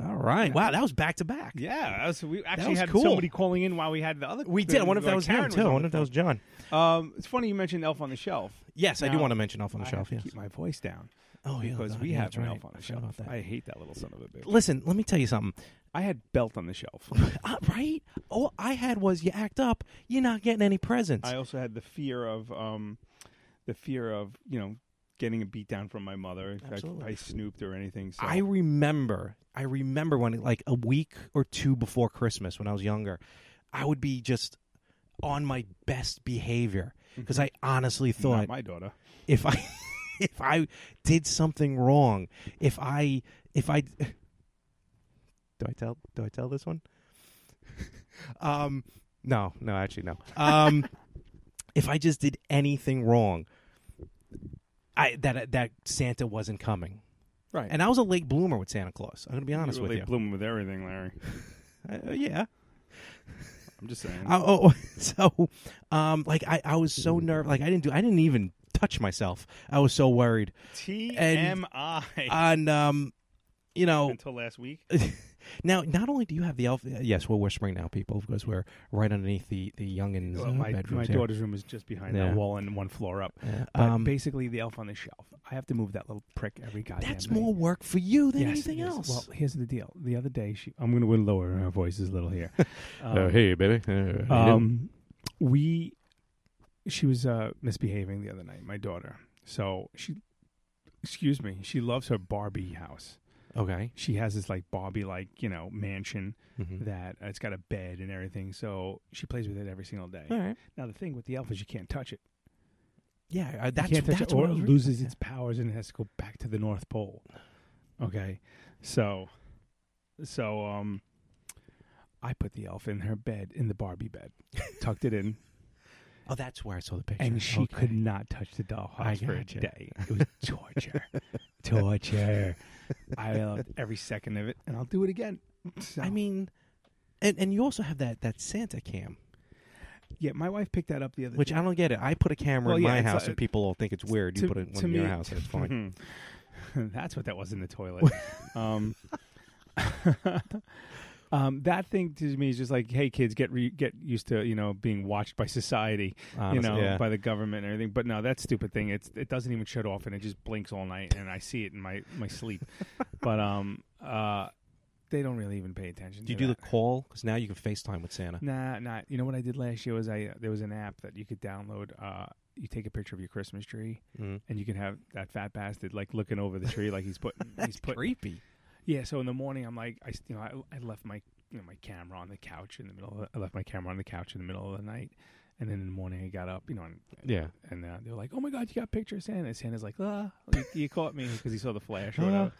[SPEAKER 3] All right. Wow, that was back to back.
[SPEAKER 4] Yeah, that was, we actually
[SPEAKER 3] was
[SPEAKER 4] had
[SPEAKER 3] cool.
[SPEAKER 4] somebody calling in while we had the other.
[SPEAKER 3] We did. I wonder if that
[SPEAKER 4] like
[SPEAKER 3] was him,
[SPEAKER 4] Karen
[SPEAKER 3] too. I
[SPEAKER 4] on
[SPEAKER 3] wonder
[SPEAKER 4] the
[SPEAKER 3] if that was
[SPEAKER 4] phone.
[SPEAKER 3] John.
[SPEAKER 4] Um, it's funny you mentioned Elf on the Shelf.
[SPEAKER 3] Yes, I do
[SPEAKER 4] Now,
[SPEAKER 3] want to mention Elf on the
[SPEAKER 4] I
[SPEAKER 3] Shelf.
[SPEAKER 4] Have to
[SPEAKER 3] yes.
[SPEAKER 4] Keep my voice down.
[SPEAKER 3] Oh, yeah,
[SPEAKER 4] because
[SPEAKER 3] God,
[SPEAKER 4] we
[SPEAKER 3] yeah,
[SPEAKER 4] have
[SPEAKER 3] that's
[SPEAKER 4] an
[SPEAKER 3] right.
[SPEAKER 4] Elf on
[SPEAKER 3] I
[SPEAKER 4] the
[SPEAKER 3] forgot
[SPEAKER 4] Shelf.
[SPEAKER 3] about that.
[SPEAKER 4] I hate that little son of a bitch.
[SPEAKER 3] Listen, let me tell you something.
[SPEAKER 4] I had belt on the shelf.
[SPEAKER 3] Uh, right? All I had was you act up, you're not getting any presents.
[SPEAKER 4] I also had the fear of um, the fear of you know getting a beat down from my mother. if
[SPEAKER 3] Absolutely.
[SPEAKER 4] I, I snooped or anything. So.
[SPEAKER 3] I remember, I remember when, like a week or two before Christmas, when I was younger, I would be just on my best behavior because I honestly thought
[SPEAKER 4] my daughter.
[SPEAKER 3] if I if I did something wrong, if I if I do I tell do I tell this one? um, no, no, actually no. Um, if I just did anything wrong, I that that Santa wasn't coming.
[SPEAKER 4] Right.
[SPEAKER 3] And I was a late bloomer with Santa Claus. I'm going to be honest
[SPEAKER 4] you were
[SPEAKER 3] with
[SPEAKER 4] late
[SPEAKER 3] you.
[SPEAKER 4] blooming with everything, Larry.
[SPEAKER 3] Uh, yeah.
[SPEAKER 4] I'm just saying.
[SPEAKER 3] I- oh, so um, like I, I was so nervous. Like I didn't do. I didn't even touch myself. I was so worried. And
[SPEAKER 4] TMI.
[SPEAKER 3] on um, you know,
[SPEAKER 4] Until last week.
[SPEAKER 3] now not only do you have the elf. uh, Yes, we're whispering now, people, because we're right underneath the the youngins'
[SPEAKER 4] Well,
[SPEAKER 3] uh,
[SPEAKER 4] my,
[SPEAKER 3] bedrooms
[SPEAKER 4] my
[SPEAKER 3] here.
[SPEAKER 4] daughter's room is just behind
[SPEAKER 3] Yeah.
[SPEAKER 4] that wall and one floor up.
[SPEAKER 3] Yeah.
[SPEAKER 4] But
[SPEAKER 3] Um,
[SPEAKER 4] basically, the elf on the shelf. I have to move that little prick every goddamn.
[SPEAKER 3] That's
[SPEAKER 4] night.
[SPEAKER 3] more work for you than
[SPEAKER 4] Yes,
[SPEAKER 3] anything
[SPEAKER 4] it is.
[SPEAKER 3] else.
[SPEAKER 4] Well, here's the deal. The other day, she, I'm going to lower her voice is a little here.
[SPEAKER 3] Oh,
[SPEAKER 4] Um,
[SPEAKER 3] baby.
[SPEAKER 4] um, we she was uh, misbehaving the other night, my daughter. So she, excuse me, she loves her Barbie house.
[SPEAKER 3] Okay. Mm-hmm.
[SPEAKER 4] She has this like Bobby like you know mansion
[SPEAKER 3] Mm.
[SPEAKER 4] that uh, it's got a bed and everything. So she plays with it every single day.
[SPEAKER 3] All right.
[SPEAKER 4] Now the thing with the elf is you can't touch it.
[SPEAKER 3] Yeah, uh,
[SPEAKER 4] You
[SPEAKER 3] that's-
[SPEAKER 4] can't touch
[SPEAKER 3] that's
[SPEAKER 4] it,
[SPEAKER 3] what
[SPEAKER 4] or
[SPEAKER 3] I
[SPEAKER 4] it
[SPEAKER 3] was reading.
[SPEAKER 4] loses its powers and it has to go back to the North Pole. Okay, so so um, I put the elf in her bed in the Barbie bed, tucked it in.
[SPEAKER 3] Oh, that's where I saw the picture.
[SPEAKER 4] And she
[SPEAKER 3] Okay.
[SPEAKER 4] could not touch the dollhouse for a
[SPEAKER 3] gotcha.
[SPEAKER 4] day. It was torture. torture. I loved every second of it, and I'll do it again.
[SPEAKER 3] I mean, and and you also have that that Santa cam,
[SPEAKER 4] Yeah, my wife picked that up the other
[SPEAKER 3] which
[SPEAKER 4] day.
[SPEAKER 3] I don't get it. I put a camera
[SPEAKER 4] Well,
[SPEAKER 3] in
[SPEAKER 4] yeah,
[SPEAKER 3] my
[SPEAKER 4] it's
[SPEAKER 3] house
[SPEAKER 4] like-
[SPEAKER 3] and people all think it's weird. You
[SPEAKER 4] to-
[SPEAKER 3] put it one
[SPEAKER 4] to
[SPEAKER 3] in your
[SPEAKER 4] me-
[SPEAKER 3] house and it's fine.
[SPEAKER 4] Mm-hmm. That's what that was in the toilet. um, um, that thing to me is just like, hey, kids, get re- get used to you know being watched by society, you
[SPEAKER 3] Honestly,
[SPEAKER 4] know,
[SPEAKER 3] yeah.
[SPEAKER 4] by the government and everything. But no, that stupid thing, it's it doesn't even shut off and it just blinks all night, and I see it in my my sleep. but um, uh, they don't really even pay attention.
[SPEAKER 3] Do you
[SPEAKER 4] to
[SPEAKER 3] do
[SPEAKER 4] that.
[SPEAKER 3] the call? Because now you can FaceTime with Santa.
[SPEAKER 4] Nah, not. You know what I did last year was I uh, there was an app that you could download. Uh, you take a picture of your Christmas tree,
[SPEAKER 3] Mhm.
[SPEAKER 4] and you can have that fat bastard like looking over the tree, like he's putting. he's putting,
[SPEAKER 3] creepy.
[SPEAKER 4] Yeah. So in the morning, I'm like, I s- you know, I, I left my you know my camera on the couch in the middle. Of the, I left my camera on the couch in the middle of the night, and then in the morning I got up, you know, and
[SPEAKER 3] Yeah.
[SPEAKER 4] and uh, they were like, oh my god, you got a picture of Santa. And Santa's like, ah, you, you caught me because he saw the flash or
[SPEAKER 3] Ah.
[SPEAKER 4] whatever.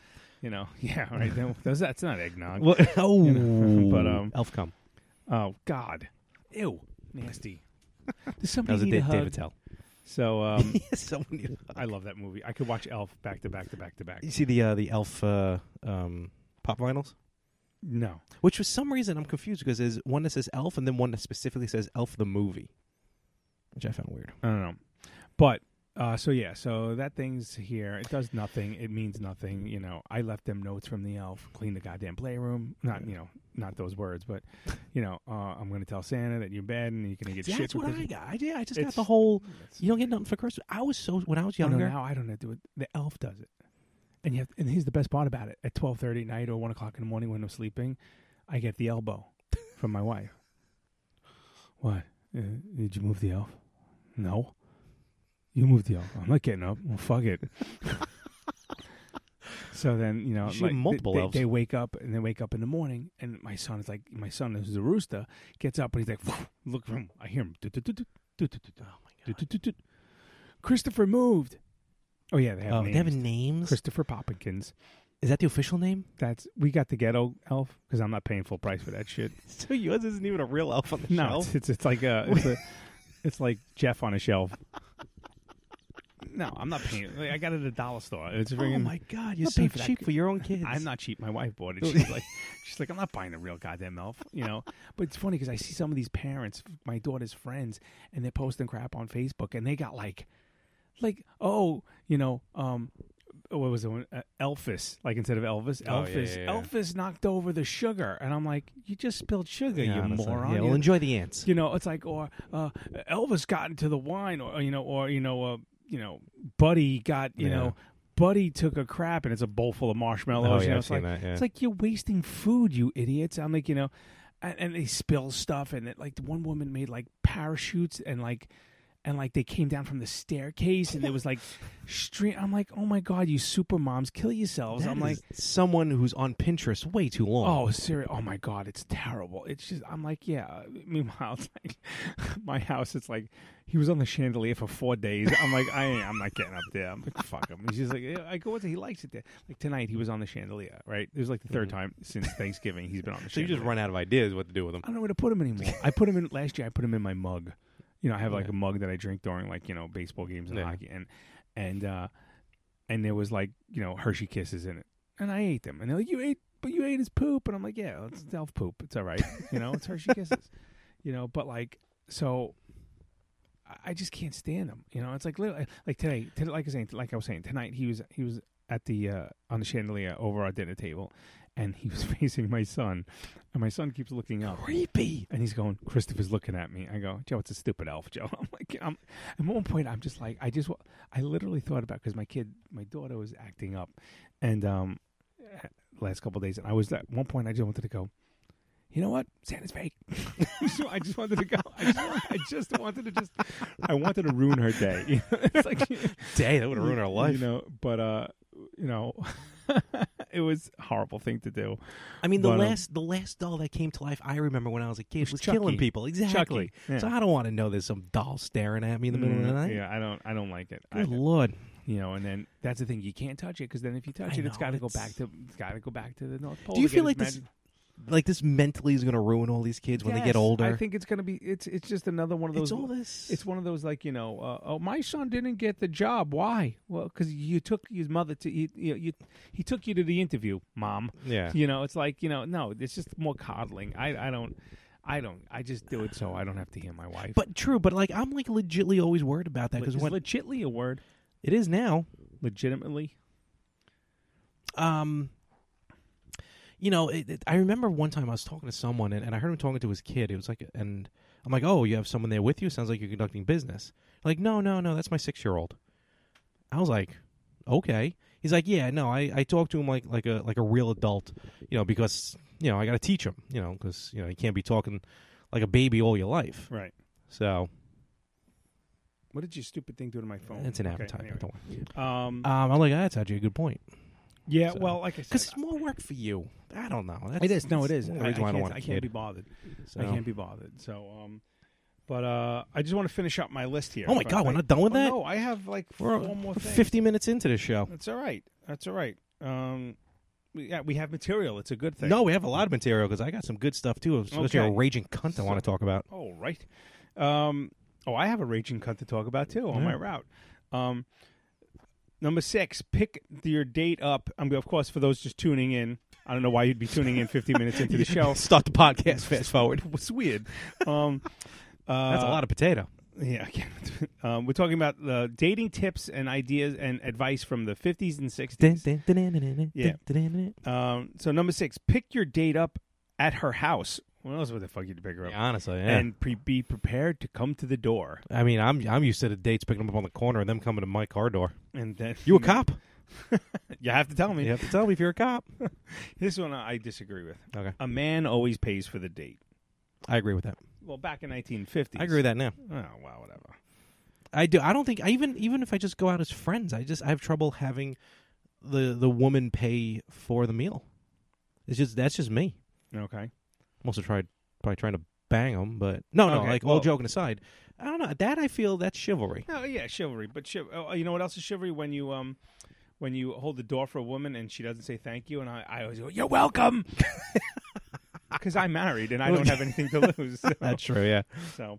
[SPEAKER 4] You know, yeah, right. Then, those, that's not eggnog.
[SPEAKER 3] Well, oh,
[SPEAKER 4] You know, but um,
[SPEAKER 3] elf come.
[SPEAKER 4] Oh God, ew, nasty. Does somebody
[SPEAKER 3] was a
[SPEAKER 4] need
[SPEAKER 3] Da-
[SPEAKER 4] hug?
[SPEAKER 3] David Tell.
[SPEAKER 4] So um,
[SPEAKER 3] someone
[SPEAKER 4] I love that movie. I could watch Elf back to back to back to back.
[SPEAKER 3] You see the uh, the elf uh, um, pop vinyls?
[SPEAKER 4] No.
[SPEAKER 3] Which for some reason I'm confused because there's one that says elf and then one that specifically says elf the movie, which I found weird.
[SPEAKER 4] I don't know, but uh, so yeah, so that thing's here. It does nothing. It means nothing. You know, I left them notes from the elf. Clean the goddamn playroom. Not you know, not those words, but you know, uh, I'm gonna tell Santa that you're bad and you're gonna get
[SPEAKER 3] Yeah,
[SPEAKER 4] shit.
[SPEAKER 3] that's what
[SPEAKER 4] because-
[SPEAKER 3] I got. I, did. I just got
[SPEAKER 4] It's-
[SPEAKER 3] the whole. You don't get nothing for Christmas. I was so when I was
[SPEAKER 4] You know,
[SPEAKER 3] younger.
[SPEAKER 4] now I don't know. Do it. The elf does it, and you have. And here's the best part about it: at twelve thirty at night or one o'clock in the morning when I'm sleeping, I get the elbow from my wife. What? Uh, did you move the elf? No. You moved the elf. I'm not getting up. Well, fuck it. so then you know,
[SPEAKER 3] You should
[SPEAKER 4] like,
[SPEAKER 3] have
[SPEAKER 4] they-
[SPEAKER 3] multiple
[SPEAKER 4] they,
[SPEAKER 3] elves.
[SPEAKER 4] they wake up and they wake up in the morning, and my son is like, my son who's a rooster gets up and he's like, look for him. I hear
[SPEAKER 3] Oh
[SPEAKER 4] him. Doot, doot, doot, doot, doot, doot, doot. Doot, doot, doot. Christopher moved. Oh yeah, they have
[SPEAKER 3] Oh,
[SPEAKER 4] names.
[SPEAKER 3] they have names?
[SPEAKER 4] Christopher Poppins.
[SPEAKER 3] Is that the official name?
[SPEAKER 4] That's we got the ghetto elf because I'm not paying full price for that shit.
[SPEAKER 3] So yours isn't even a real elf on the
[SPEAKER 4] no,
[SPEAKER 3] shelf.
[SPEAKER 4] it's, it's it's like a it's, a it's like Jeff on a shelf. No, I'm not paying. Like, I got it at a dollar store. It's
[SPEAKER 3] Oh
[SPEAKER 4] friggin-
[SPEAKER 3] my God,
[SPEAKER 4] I'm
[SPEAKER 3] you're
[SPEAKER 4] not
[SPEAKER 3] so
[SPEAKER 4] paying that
[SPEAKER 3] cheap
[SPEAKER 4] g-
[SPEAKER 3] for your own kids.
[SPEAKER 4] I'm not cheap. My wife bought it. She's like, she's like, I'm not buying a real goddamn elf, you know. But it's funny because I see some of these parents, my daughter's friends, and they're posting crap on Facebook, and they got like, like, oh, you know, um, what was it? Uh, Elvis, like instead of Elvis,
[SPEAKER 3] Oh, yeah,
[SPEAKER 4] Elvis,
[SPEAKER 3] yeah, yeah.
[SPEAKER 4] Elvis knocked over the sugar, and I'm like, you just spilled sugar,
[SPEAKER 3] Yeah,
[SPEAKER 4] you
[SPEAKER 3] honestly.
[SPEAKER 4] moron.
[SPEAKER 3] Yeah, well,
[SPEAKER 4] You-
[SPEAKER 3] enjoy the ants.
[SPEAKER 4] you know, it's like or uh, Elvis got into the wine, or you know, or you know, uh, you know, Buddy got you
[SPEAKER 3] Yeah.
[SPEAKER 4] know, Buddy took a crap, and it's a bowl full of marshmallows.
[SPEAKER 3] Oh, yeah,
[SPEAKER 4] you know,
[SPEAKER 3] I've
[SPEAKER 4] it's
[SPEAKER 3] seen
[SPEAKER 4] like
[SPEAKER 3] that, yeah.
[SPEAKER 4] it's like you're wasting food, you idiots. I'm like, you know, and, and they spill stuff, and it, like the one woman made like parachutes, and like. And like they came down from the staircase, and it was like, stream. I'm like, oh my god, you super moms, kill yourselves!
[SPEAKER 3] That
[SPEAKER 4] I'm
[SPEAKER 3] is
[SPEAKER 4] like,
[SPEAKER 3] someone who's on Pinterest way too long.
[SPEAKER 4] Oh, serious! Oh my God, it's terrible. It's just I'm like, yeah. Meanwhile, it's like my house. It's like he was on the chandelier for four days. I'm like, I ain't, I'm not getting up there. I'm like, fuck him. He's just like, yeah, I go with it. He likes it there. Like tonight, he was on the chandelier. Right? It was like the 3rd time since Thanksgiving he's been on
[SPEAKER 3] Mm-hmm.
[SPEAKER 4] the
[SPEAKER 3] so you
[SPEAKER 4] chandelier.
[SPEAKER 3] just run out of ideas what to do with them.
[SPEAKER 4] I don't know where to put him anymore. I put him in last year. I put him in my mug. You know, I have like a mug that I drink during like you know baseball games and
[SPEAKER 3] Yeah.
[SPEAKER 4] hockey, and and uh and there was like you know Hershey Kisses in it, and I ate them, and they're like, "You ate, but you ate his poop," and I'm like, "Yeah, it's elf poop. It's all right. You know, it's Hershey Kisses. You know, but like so." I- I just can't stand him. You know, it's like literally- like today, today like I was saying, like I was saying tonight, he was he was at the uh, on the chandelier over our dinner table, and he was facing my son, and my son keeps looking up,
[SPEAKER 3] creepy,
[SPEAKER 4] and he's going, Christopher's looking at me. I go, Joe, it's a stupid elf, Joe. I'm like, I'm, at one point, I'm just like, I just, wa- I literally thought about because my kid, my daughter was acting up, and um, last couple of days, and I was at one point, I just wanted to go. You know what? Santa's fake. so I just wanted to go. I just, I just wanted to just. I wanted to ruin her day. it's like
[SPEAKER 3] Day, that would have ruined our life.
[SPEAKER 4] you know. But uh, you know, it it was a horrible thing to do.
[SPEAKER 3] I mean, the
[SPEAKER 4] But, um,
[SPEAKER 3] last the last doll that came to life I remember when I was a kid was,
[SPEAKER 4] Chucky.
[SPEAKER 3] killing people. Exactly.
[SPEAKER 4] Chucky, yeah.
[SPEAKER 3] So I don't want to know there's some doll staring at me in the middle of the
[SPEAKER 4] Mm,
[SPEAKER 3] night.
[SPEAKER 4] Yeah, I don't. I don't like it. I,
[SPEAKER 3] Good lord.
[SPEAKER 4] You know, and then that's the thing. You can't touch it because then if you touch
[SPEAKER 3] I
[SPEAKER 4] it, it's
[SPEAKER 3] know,
[SPEAKER 4] got to go
[SPEAKER 3] it's-
[SPEAKER 4] back to. It's got to go back to the North Pole.
[SPEAKER 3] Do you
[SPEAKER 4] to
[SPEAKER 3] feel
[SPEAKER 4] get
[SPEAKER 3] like
[SPEAKER 4] its
[SPEAKER 3] this,
[SPEAKER 4] mag-
[SPEAKER 3] like this mentally is going to ruin all these kids when they
[SPEAKER 4] Yes,
[SPEAKER 3] get older?
[SPEAKER 4] I think it's going to be. It's it's just another one of
[SPEAKER 3] It's
[SPEAKER 4] those.
[SPEAKER 3] all this.
[SPEAKER 4] It's one of those like you know. Uh, oh, my son didn't get the job. Why? Well, because you took his mother to you, you, you. He took you to the interview, mom.
[SPEAKER 3] Yeah.
[SPEAKER 4] You know, it's like you know. No, it's just more coddling. I I don't. I don't. I just do it so I don't have to hear my wife.
[SPEAKER 3] But true, but like I'm like legitly always worried about that because
[SPEAKER 4] is
[SPEAKER 3] when
[SPEAKER 4] legitly a word?
[SPEAKER 3] it is now,
[SPEAKER 4] Legitimately.
[SPEAKER 3] um, you know, it, it- I remember one time I was talking to someone and, and I heard him talking to his kid. It was like, and I'm like, oh, you have someone there with you. Sounds like you're conducting business. Like, no, no, no, that's my six year old. I was like, okay. He's like, yeah, no, I, I talk to him like like a like a real adult, you know, because you know I got to teach him, you know, because you know you can't be talking like a baby all your life,
[SPEAKER 4] Right.
[SPEAKER 3] So
[SPEAKER 4] What did your stupid thing do to my phone?
[SPEAKER 3] it's an
[SPEAKER 4] Okay,
[SPEAKER 3] advertisement.
[SPEAKER 4] anyway.
[SPEAKER 3] Don't worry.
[SPEAKER 4] Um,
[SPEAKER 3] um, I'm like, that's actually a good point.
[SPEAKER 4] Yeah,
[SPEAKER 3] So-
[SPEAKER 4] well, like I said,
[SPEAKER 3] because it's more work for you. I don't know. That's,
[SPEAKER 4] it is. No, it
[SPEAKER 3] that's
[SPEAKER 4] is. I,
[SPEAKER 3] The
[SPEAKER 4] I
[SPEAKER 3] reason why I, don't want
[SPEAKER 4] can't,
[SPEAKER 3] a
[SPEAKER 4] I
[SPEAKER 3] kid.
[SPEAKER 4] can't be bothered.
[SPEAKER 3] So-
[SPEAKER 4] I can't be bothered. So, um, but uh, I just want to finish up my list here.
[SPEAKER 3] Oh my
[SPEAKER 4] If I-
[SPEAKER 3] God, we're not done with
[SPEAKER 4] Oh,
[SPEAKER 3] that?
[SPEAKER 4] No, I have like
[SPEAKER 3] We're
[SPEAKER 4] four more things.
[SPEAKER 3] 50 minutes into the show.
[SPEAKER 4] That's all right. That's all right. Um, we, yeah, we have material. It's a good thing.
[SPEAKER 3] No, we have a lot of material because I got some good stuff too, especially
[SPEAKER 4] Okay.
[SPEAKER 3] a raging cunt I want to talk about.
[SPEAKER 4] All Oh, right. Um, oh, I have a raging cunt to talk about too on my
[SPEAKER 3] Yeah.
[SPEAKER 4] route. Um, number six, pick your date up. I mean, of course, for those just tuning in, I don't know why you'd be tuning in 50 minutes into the show.
[SPEAKER 3] Start the podcast fast forward.
[SPEAKER 4] It's weird. Um,
[SPEAKER 3] That's a
[SPEAKER 4] uh,
[SPEAKER 3] lot of potato.
[SPEAKER 4] Yeah, I can't- um, we're talking about uh, dating tips and ideas and advice from the 50s and 60s. Yeah. Um, so number six, pick your date up at her house. What else would the fuck you to pick her up?
[SPEAKER 3] honestly, yeah.
[SPEAKER 4] And pre- be prepared to come to the door.
[SPEAKER 3] I mean, I'm I'm used to the dates picking them up on the corner and them coming to my car door.
[SPEAKER 4] And then
[SPEAKER 3] You a cop?
[SPEAKER 4] you have to tell me.
[SPEAKER 3] You have to tell me if you're a cop.
[SPEAKER 4] This one I disagree with.
[SPEAKER 3] Okay.
[SPEAKER 4] A man always pays for the date.
[SPEAKER 3] I agree with that.
[SPEAKER 4] Well, back in 1950s.
[SPEAKER 3] I agree with that now.
[SPEAKER 4] Oh, wow, whatever.
[SPEAKER 3] I do. I don't think I even even if I just go out as friends, I just I have trouble having the the woman pay for the meal. It's just that's just me.
[SPEAKER 4] Okay.
[SPEAKER 3] I'm also tried probably trying to bang them, but no, no.
[SPEAKER 4] Okay,
[SPEAKER 3] like
[SPEAKER 4] well-
[SPEAKER 3] all joking aside, I don't know. That I feel that's chivalry.
[SPEAKER 4] No, Oh, yeah, chivalry. But chiv- oh, you know what else is chivalry? When you um, when you hold the door for a woman and she doesn't say thank you, and I, I always go, "You're welcome," because I'm married and I don't have anything to lose. so-
[SPEAKER 3] That's true. Yeah.
[SPEAKER 4] So,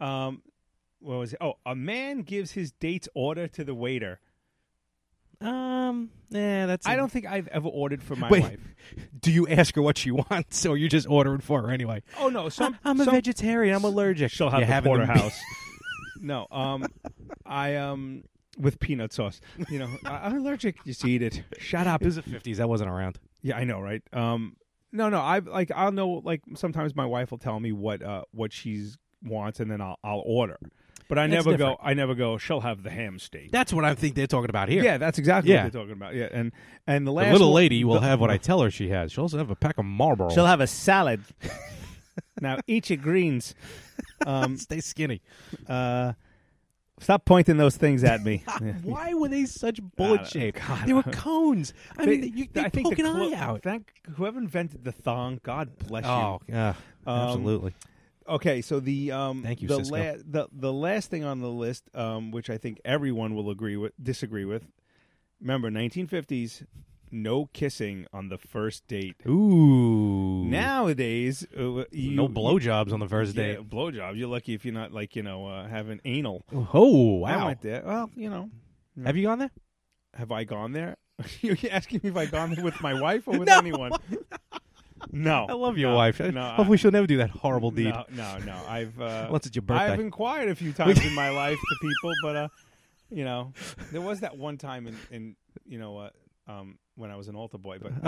[SPEAKER 4] um, what was it? Oh, a man gives his date's order to the waiter.
[SPEAKER 3] Um. Yeah. That's.
[SPEAKER 4] I don't think I've ever ordered for my
[SPEAKER 3] Wait.
[SPEAKER 4] wife.
[SPEAKER 3] Do you ask her what she wants, or you just ordering for her anyway?
[SPEAKER 4] Oh no, some,
[SPEAKER 3] I, am a
[SPEAKER 4] some-
[SPEAKER 3] vegetarian. I'm allergic.
[SPEAKER 4] She'll have
[SPEAKER 3] You're
[SPEAKER 4] the
[SPEAKER 3] having
[SPEAKER 4] porterhouse. no, um, I um with peanut sauce. You know, I, I'm allergic. Just eat it. Shut up.
[SPEAKER 3] It was the 50s. That wasn't around.
[SPEAKER 4] Yeah, I know, right? Um, no, no, I like I'll know like sometimes my wife will tell me what uh what she's wants and then I'll I'll order, but I
[SPEAKER 3] That's
[SPEAKER 4] never
[SPEAKER 3] different.
[SPEAKER 4] go. I never go. She'll have the ham steak.
[SPEAKER 3] That's what I think they're talking about here.
[SPEAKER 4] yeah, that's exactly
[SPEAKER 3] Yeah.
[SPEAKER 4] what they're talking about. Yeah, and and the
[SPEAKER 3] The
[SPEAKER 4] last
[SPEAKER 3] little
[SPEAKER 4] one-
[SPEAKER 3] lady will
[SPEAKER 4] the-
[SPEAKER 3] have what I tell her she has. She'll also have a pack of Marlboro.
[SPEAKER 4] She'll have a salad. now eat your greens. Um,
[SPEAKER 3] Stay skinny.
[SPEAKER 4] uh, stop pointing those things at me.
[SPEAKER 3] Uh, Why were they such bullet
[SPEAKER 4] God,
[SPEAKER 3] shaped?
[SPEAKER 4] God.
[SPEAKER 3] They were cones. I
[SPEAKER 4] They-
[SPEAKER 3] mean, you,
[SPEAKER 4] I
[SPEAKER 3] they
[SPEAKER 4] think
[SPEAKER 3] poke
[SPEAKER 4] the
[SPEAKER 3] an
[SPEAKER 4] clo-
[SPEAKER 3] eye out.
[SPEAKER 4] Thank whoever invented the thong. God bless you.
[SPEAKER 3] Oh, yeah,
[SPEAKER 4] Um,
[SPEAKER 3] absolutely.
[SPEAKER 4] Okay, so the um,
[SPEAKER 3] Thank you,
[SPEAKER 4] the,
[SPEAKER 3] Cisco.
[SPEAKER 4] la- the the last thing on the list, um, which I think everyone will agree with, disagree with. Remember, 1950s, no kissing on the first date.
[SPEAKER 3] Ooh.
[SPEAKER 4] Nowadays, uh, you,
[SPEAKER 3] no blowjobs on the first
[SPEAKER 4] Yeah,
[SPEAKER 3] day.
[SPEAKER 4] blowjob. You're lucky if you're not like you know uh, having anal.
[SPEAKER 3] Oh,
[SPEAKER 4] I
[SPEAKER 3] wow.
[SPEAKER 4] went there. Well, you know,
[SPEAKER 3] Have you gone there?
[SPEAKER 4] have I gone there? You're asking me if I gone there with my wife or with
[SPEAKER 3] No.
[SPEAKER 4] anyone? No,
[SPEAKER 3] I love your
[SPEAKER 4] no,
[SPEAKER 3] wife.
[SPEAKER 4] no, I-
[SPEAKER 3] Hopefully, she'll never do that horrible deed.
[SPEAKER 4] No, no, no. I've uh,
[SPEAKER 3] Unless it's your birthday.
[SPEAKER 4] I've inquired a few times in my life to people, but uh, you know, there was that one time in, in you know what, um, when I was an altar boy. But
[SPEAKER 3] Oh,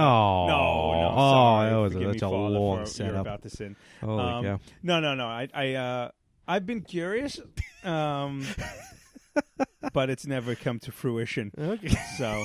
[SPEAKER 4] no,
[SPEAKER 3] oh,
[SPEAKER 4] no. sorry.
[SPEAKER 3] that was a,
[SPEAKER 4] Forgive me,
[SPEAKER 3] that's a
[SPEAKER 4] Father,
[SPEAKER 3] long
[SPEAKER 4] for- You're
[SPEAKER 3] setup.
[SPEAKER 4] about to sin.
[SPEAKER 3] Holy
[SPEAKER 4] Um,
[SPEAKER 3] cow.
[SPEAKER 4] No, no, no. I, I, uh, I've been curious, um, but it's never come to fruition.
[SPEAKER 3] Okay.
[SPEAKER 4] So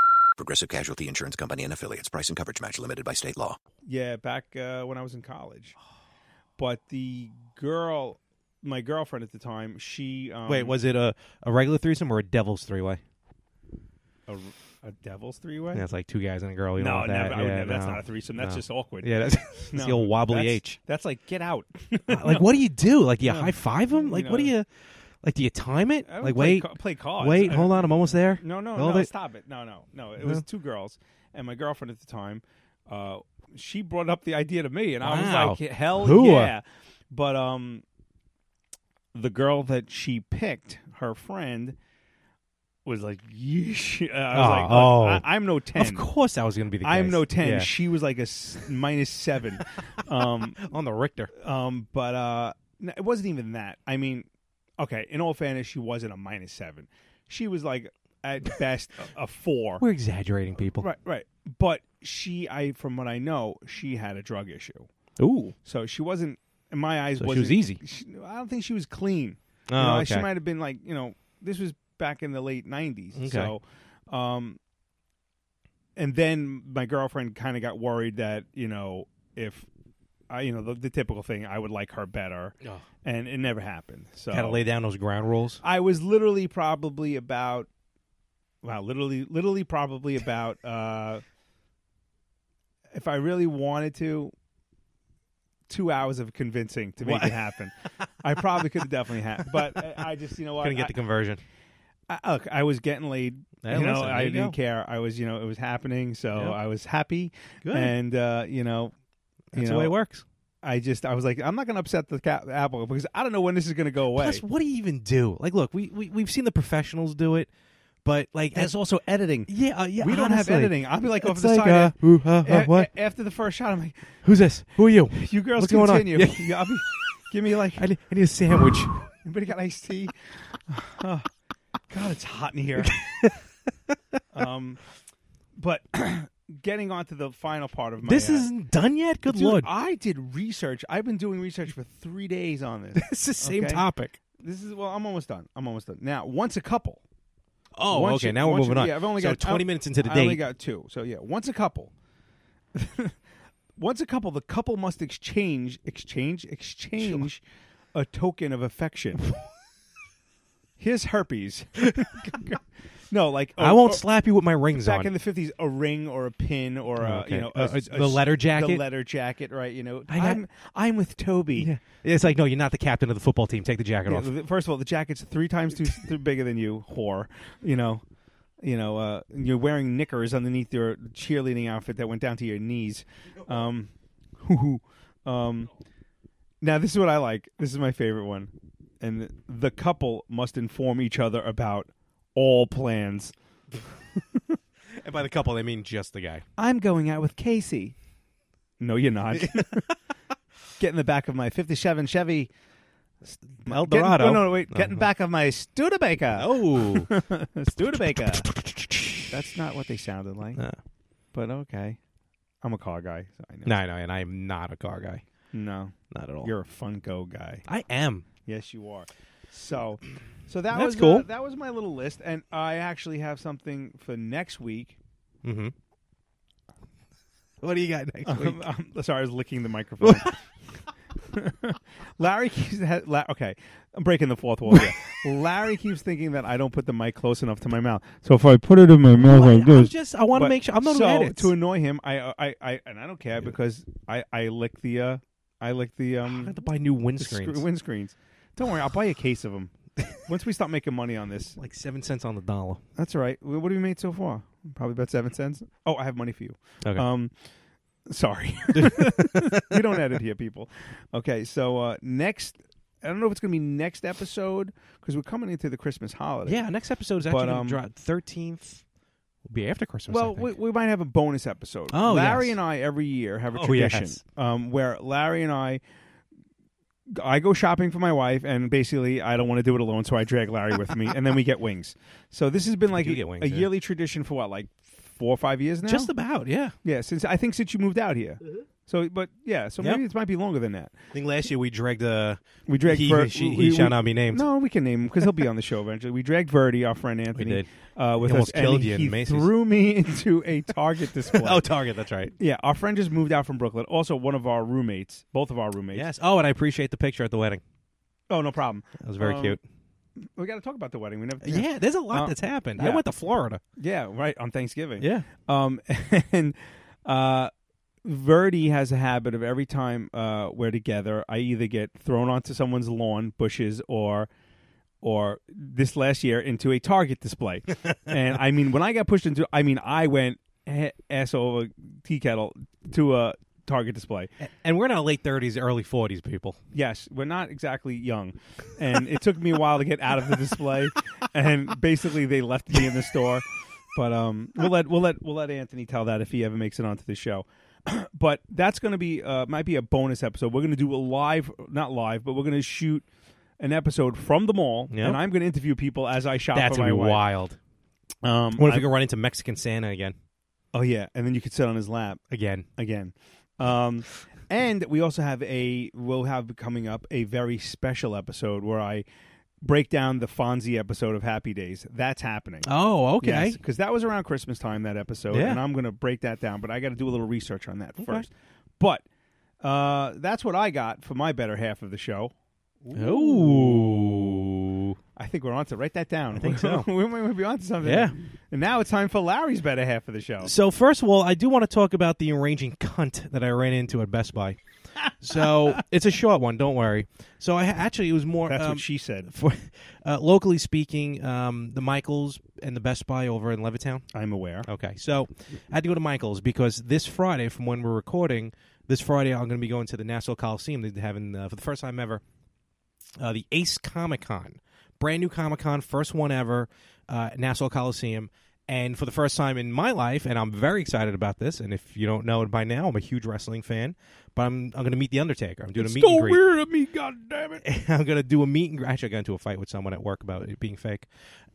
[SPEAKER 13] Progressive Casualty Insurance Company and affiliates. Price and coverage match limited by state law.
[SPEAKER 4] Yeah, back uh, when I was in college. But the girl, my girlfriend at the time, she um,
[SPEAKER 3] Wait, was it a, a regular threesome or a devil's three way?
[SPEAKER 4] a, a devil's three way?
[SPEAKER 3] Yeah, it's like two guys and a girl. You
[SPEAKER 4] no,
[SPEAKER 3] don't want that.
[SPEAKER 4] never, I would
[SPEAKER 3] Yeah,
[SPEAKER 4] never- that's
[SPEAKER 3] no.
[SPEAKER 4] not a threesome. That's
[SPEAKER 3] No.
[SPEAKER 4] just awkward.
[SPEAKER 3] Yeah, that's, it's
[SPEAKER 4] No,
[SPEAKER 3] the old wobbly
[SPEAKER 4] that's-
[SPEAKER 3] H.
[SPEAKER 4] That's like get out.
[SPEAKER 3] like, what do you do? Like, you
[SPEAKER 4] No.
[SPEAKER 3] high five him? Like, what do
[SPEAKER 4] know.
[SPEAKER 3] you? Like, do you time it?
[SPEAKER 4] I would
[SPEAKER 3] Like,
[SPEAKER 4] play
[SPEAKER 3] wait,
[SPEAKER 4] ca- play cards.
[SPEAKER 3] Wait,
[SPEAKER 4] I-
[SPEAKER 3] hold on, I'm almost there.
[SPEAKER 4] Uh, No, no,
[SPEAKER 3] Hold
[SPEAKER 4] no,
[SPEAKER 3] it.
[SPEAKER 4] stop it. No, no, no. It
[SPEAKER 3] No?
[SPEAKER 4] was two girls, and my girlfriend at the time, uh, she brought up the idea to me, and I
[SPEAKER 3] Wow. uh,
[SPEAKER 4] was like, hell
[SPEAKER 3] Hooah.
[SPEAKER 4] yeah. But um, the girl that she picked, her friend, was like, yeesh. I was
[SPEAKER 3] Oh,
[SPEAKER 4] like,
[SPEAKER 3] oh.
[SPEAKER 4] I, am no ten.
[SPEAKER 3] Of course, that was going to be the. Case.
[SPEAKER 4] I'm no ten.
[SPEAKER 3] Yeah.
[SPEAKER 4] She was like a s- minus seven, um,
[SPEAKER 3] on the Richter.
[SPEAKER 4] Um, but uh, n- it wasn't even that. I mean, okay. In all fairness, she wasn't a minus seven. She was like at best a, a four.
[SPEAKER 3] We're exaggerating, people.
[SPEAKER 4] Right, right. But she, I from what I know, she had a drug issue.
[SPEAKER 3] Ooh.
[SPEAKER 4] So she wasn't, in my eyes,
[SPEAKER 3] So she was
[SPEAKER 4] wasn't,
[SPEAKER 3] easy.
[SPEAKER 4] she- I don't think she was clean. You
[SPEAKER 3] Oh,
[SPEAKER 4] know, She
[SPEAKER 3] okay.
[SPEAKER 4] might have been like, you know, this was back in the late '90s.
[SPEAKER 3] Okay.
[SPEAKER 4] So, um, and then my girlfriend kind of got worried that you know if. I, you know the, the typical thing. I would like her better,
[SPEAKER 3] Oh.
[SPEAKER 4] and it never happened. So
[SPEAKER 3] Got to lay down those ground rules.
[SPEAKER 4] I was literally probably about wow, literally literally probably about uh if I really wanted to two hours of convincing to make
[SPEAKER 3] What?
[SPEAKER 4] it happen. I probably could have definitely had but I, I just you know what
[SPEAKER 3] Couldn't get
[SPEAKER 4] Oh, I-
[SPEAKER 3] the conversion.
[SPEAKER 4] I, look, I was getting laid.
[SPEAKER 3] Hey,
[SPEAKER 4] you know,
[SPEAKER 3] listen, there
[SPEAKER 4] I
[SPEAKER 3] you
[SPEAKER 4] didn't
[SPEAKER 3] go.
[SPEAKER 4] care. I was, you know, it was happening, so
[SPEAKER 3] Yeah.
[SPEAKER 4] I was happy.
[SPEAKER 3] Good.
[SPEAKER 4] And uh, you know, you
[SPEAKER 3] That's the way
[SPEAKER 4] know,
[SPEAKER 3] it works.
[SPEAKER 4] I just, I was like, I'm not going to upset the ca- apple because I don't know when this is going to go away.
[SPEAKER 3] Plus, what do you even do? Like, look, we, we we've seen the professionals do it, but like,
[SPEAKER 4] There's
[SPEAKER 3] as-
[SPEAKER 4] also editing.
[SPEAKER 3] yeah, uh, yeah,
[SPEAKER 4] we don't have
[SPEAKER 3] honestly.
[SPEAKER 4] editing. I'll be like over
[SPEAKER 3] It's
[SPEAKER 4] the
[SPEAKER 3] like,
[SPEAKER 4] side. Eh,
[SPEAKER 3] uh,
[SPEAKER 4] a-
[SPEAKER 3] ooh, uh, uh,
[SPEAKER 4] a-
[SPEAKER 3] what?
[SPEAKER 4] a- After the first shot, I'm like,
[SPEAKER 3] Who's this? Who are you?
[SPEAKER 4] you girls
[SPEAKER 3] What's going on?
[SPEAKER 4] continue.
[SPEAKER 3] Yeah.
[SPEAKER 4] Yeah, I'll be, give me like,
[SPEAKER 3] I need, I need a sandwich.
[SPEAKER 4] anybody got iced tea? Oh, God, it's hot in here. um, but getting on to the final part of my.
[SPEAKER 3] this
[SPEAKER 4] uh,
[SPEAKER 3] isn't done yet. Good
[SPEAKER 4] dude,
[SPEAKER 3] lord!
[SPEAKER 4] I did research. I've been doing research for three days on this.
[SPEAKER 3] It's the same
[SPEAKER 4] okay?
[SPEAKER 3] topic.
[SPEAKER 4] This is, well, I'm almost done. I'm almost done. Now, once a couple.
[SPEAKER 3] Oh,
[SPEAKER 4] Once
[SPEAKER 3] okay.
[SPEAKER 4] you-
[SPEAKER 3] now we're
[SPEAKER 4] once you-
[SPEAKER 3] moving on.
[SPEAKER 4] Yeah, I've only
[SPEAKER 3] so
[SPEAKER 4] got
[SPEAKER 3] 20
[SPEAKER 4] I-
[SPEAKER 3] minutes into the
[SPEAKER 4] I only
[SPEAKER 3] date.
[SPEAKER 4] got two. So yeah, once a couple. once a couple, the couple must exchange, exchange, exchange, a token of affection. His herpes. no, like
[SPEAKER 3] I won't slap you with my rings
[SPEAKER 4] back
[SPEAKER 3] on.
[SPEAKER 4] in the fifties, a ring or a pin or a
[SPEAKER 3] Okay.
[SPEAKER 4] you know
[SPEAKER 3] Uh,
[SPEAKER 4] a,
[SPEAKER 3] the letter jacket?
[SPEAKER 4] the letter jacket, right? You know,
[SPEAKER 3] I got-
[SPEAKER 4] I'm I'm with Toby.
[SPEAKER 3] It's like, no, you're not the captain of the football team. Take the jacket
[SPEAKER 4] Yeah,
[SPEAKER 3] off.
[SPEAKER 4] th- First of all, the jacket's three times too, too bigger than you, whore. You know, you know, uh, you're wearing knickers underneath your cheerleading outfit that went down to your knees. Um, um, now this is what I like. This is my favorite one. And the couple must inform each other about all plans.
[SPEAKER 3] And by the couple, they mean just the guy.
[SPEAKER 4] I'm going out with Casey. No, you're not. Get in the back of my '57 Chevy.
[SPEAKER 3] El
[SPEAKER 4] Get in- oh,
[SPEAKER 3] Dorado. Uh-huh.
[SPEAKER 4] no, no, wait. Get in back of my Studebaker.
[SPEAKER 3] Oh.
[SPEAKER 4] Studebaker. That's not what they sounded like.
[SPEAKER 3] No.
[SPEAKER 4] But okay. I'm a car guy. So I know.
[SPEAKER 3] No, no, and I am not a car guy.
[SPEAKER 4] No.
[SPEAKER 3] Not at all.
[SPEAKER 4] You're a Funko guy.
[SPEAKER 3] I am.
[SPEAKER 4] Yes, you are. So, so that
[SPEAKER 3] That's
[SPEAKER 4] was uh,
[SPEAKER 3] cool.
[SPEAKER 4] that was my little list, and I actually have something for next week.
[SPEAKER 3] Mm-hmm. What do you got next week?
[SPEAKER 4] Um, um, sorry, I was licking the microphone. Larry keeps ha- La- okay. I'm breaking the fourth wall. Here. Larry keeps thinking that I don't put the mic close enough to my mouth. So if I put it in my mouth like
[SPEAKER 3] I'm
[SPEAKER 4] this,
[SPEAKER 3] just, I want to
[SPEAKER 4] But-
[SPEAKER 3] make sure. I'm not
[SPEAKER 4] so,
[SPEAKER 3] an
[SPEAKER 4] to annoy him. I, uh, I, I, and I don't care because I, I lick the, uh, I lick the,
[SPEAKER 3] I
[SPEAKER 4] um,
[SPEAKER 3] have to buy new
[SPEAKER 4] the scre-
[SPEAKER 3] windscreens.
[SPEAKER 4] windscreens. Don't worry, I'll buy you a case of them. Once we stop making money on this,
[SPEAKER 3] like seven cents on the dollar.
[SPEAKER 4] that's all right. Wh- What have we made so far? Probably about seven cents. Oh, I have money for you.
[SPEAKER 3] Okay.
[SPEAKER 4] Um, sorry, we don't edit here, people. Okay, so uh, next, I don't know if it's going to be next episode because we're coming into the Christmas holiday.
[SPEAKER 3] Yeah, next episode is
[SPEAKER 4] But,
[SPEAKER 3] actually going
[SPEAKER 4] um,
[SPEAKER 3] to drop thirteenth. Will be after Christmas. I
[SPEAKER 4] Well,
[SPEAKER 3] think.
[SPEAKER 4] we, we might have a bonus episode.
[SPEAKER 3] Oh,
[SPEAKER 4] Larry
[SPEAKER 3] yes.
[SPEAKER 4] and I every year have a
[SPEAKER 3] Oh,
[SPEAKER 4] tradition
[SPEAKER 3] yes.
[SPEAKER 4] um, where Larry and I, I go shopping for my wife, and basically I don't want to do it alone, so I drag Larry with me, and then we get wings. So this has been like
[SPEAKER 3] do
[SPEAKER 4] a,
[SPEAKER 3] get wings,
[SPEAKER 4] a
[SPEAKER 3] yeah.
[SPEAKER 4] yearly tradition for what, like four or five years now.
[SPEAKER 3] Just about, yeah.
[SPEAKER 4] yeah. Since I think since you moved out here. So, but yeah, so
[SPEAKER 3] Mm-hmm. Yep.
[SPEAKER 4] maybe it might be longer than that.
[SPEAKER 3] I think last year we dragged uh
[SPEAKER 4] We dragged
[SPEAKER 3] he,
[SPEAKER 4] Ver-
[SPEAKER 3] she, he
[SPEAKER 4] we-
[SPEAKER 3] shall
[SPEAKER 4] we-
[SPEAKER 3] not be named.
[SPEAKER 4] No, we can name him because he'll be on the show eventually. We dragged Verdi, our friend Anthony.
[SPEAKER 3] did.
[SPEAKER 4] Uh, with
[SPEAKER 3] He almost
[SPEAKER 4] us, and
[SPEAKER 3] killed you in
[SPEAKER 4] he
[SPEAKER 3] Macy's.
[SPEAKER 4] threw me into a Target display.
[SPEAKER 3] oh, Target. That's right.
[SPEAKER 4] Yeah, our friend just moved out from Brooklyn. Also, one of our roommates, both of our roommates.
[SPEAKER 3] Yes. Oh, and I appreciate the picture at the wedding.
[SPEAKER 4] Oh, no problem. That
[SPEAKER 3] was very cute.
[SPEAKER 4] We got to talk about the wedding. We never.
[SPEAKER 3] Yeah, there's a lot that's happened. I went to Florida.
[SPEAKER 4] Yeah, right on Thanksgiving.
[SPEAKER 3] Yeah.
[SPEAKER 4] Um, and uh, Verdi has a habit of every time uh, we're together, I either get thrown onto someone's lawn, bushes, or or this last year into a Target display. and I mean, when I got pushed into, I mean, I went he- ass over tea kettle to a Target display.
[SPEAKER 3] And we're in our late 30s, early 40s, people.
[SPEAKER 4] Yes, we're not exactly young, and it took me a while to get out of the display, and basically they left me in the store. But um, we'll let we'll let we'll let Anthony tell that if he ever makes it onto the show. but that's going to be uh, might be a bonus episode. We're going to do a live, not live, but we're going to shoot an episode from the mall,
[SPEAKER 3] Yep.
[SPEAKER 4] and I'm going to interview people as I shop.
[SPEAKER 3] That's
[SPEAKER 4] for
[SPEAKER 3] gonna
[SPEAKER 4] my
[SPEAKER 3] be
[SPEAKER 4] wife.
[SPEAKER 3] wild.
[SPEAKER 4] Um,
[SPEAKER 3] what if
[SPEAKER 4] I-
[SPEAKER 3] we could run into Mexican Santa again?
[SPEAKER 4] Oh yeah, and then you could sit on his lap
[SPEAKER 3] again,
[SPEAKER 4] again. Um, and we also have a we'll have coming up a very special episode where I break down the Fonzie episode of Happy Days. That's happening.
[SPEAKER 3] Oh, okay.
[SPEAKER 4] because that was around Christmas time that episode,
[SPEAKER 3] Yeah.
[SPEAKER 4] and I'm going to break that down. But I got to do a little research on that first. But uh, that's what I got for my better half of the show.
[SPEAKER 3] Ooh.
[SPEAKER 4] I think we're on to write that down. I
[SPEAKER 3] think so.
[SPEAKER 4] we might be on to something.
[SPEAKER 3] Yeah.
[SPEAKER 4] And now it's time for Larry's better half of the show.
[SPEAKER 3] So first of all, I do want to talk about the arranging cunt that I ran into at Best Buy. So it's a short one. Don't worry. So I actually it was more.
[SPEAKER 4] That's
[SPEAKER 3] um,
[SPEAKER 4] what she said.
[SPEAKER 3] For uh, locally speaking, um, the Michaels and the Best Buy over in Levittown.
[SPEAKER 4] I'm aware.
[SPEAKER 3] Okay, so I had to go to Michaels because this Friday, from when we're recording, this Friday I'm going to be going to the Nassau Coliseum. They're having uh, for the first time ever uh, the Ace Comic Con, brand new Comic Con, first one ever, uh, Nassau Coliseum. And for the first time in my life, and I'm very excited about this. And if you don't know it by now, I'm a huge wrestling fan. But I'm I'm going to meet the Undertaker. I'm doing a meet and greet.
[SPEAKER 4] of me, God damn it!
[SPEAKER 3] I'm gonna do a meet and greet. Actually, I got into a fight with someone at work about it being fake,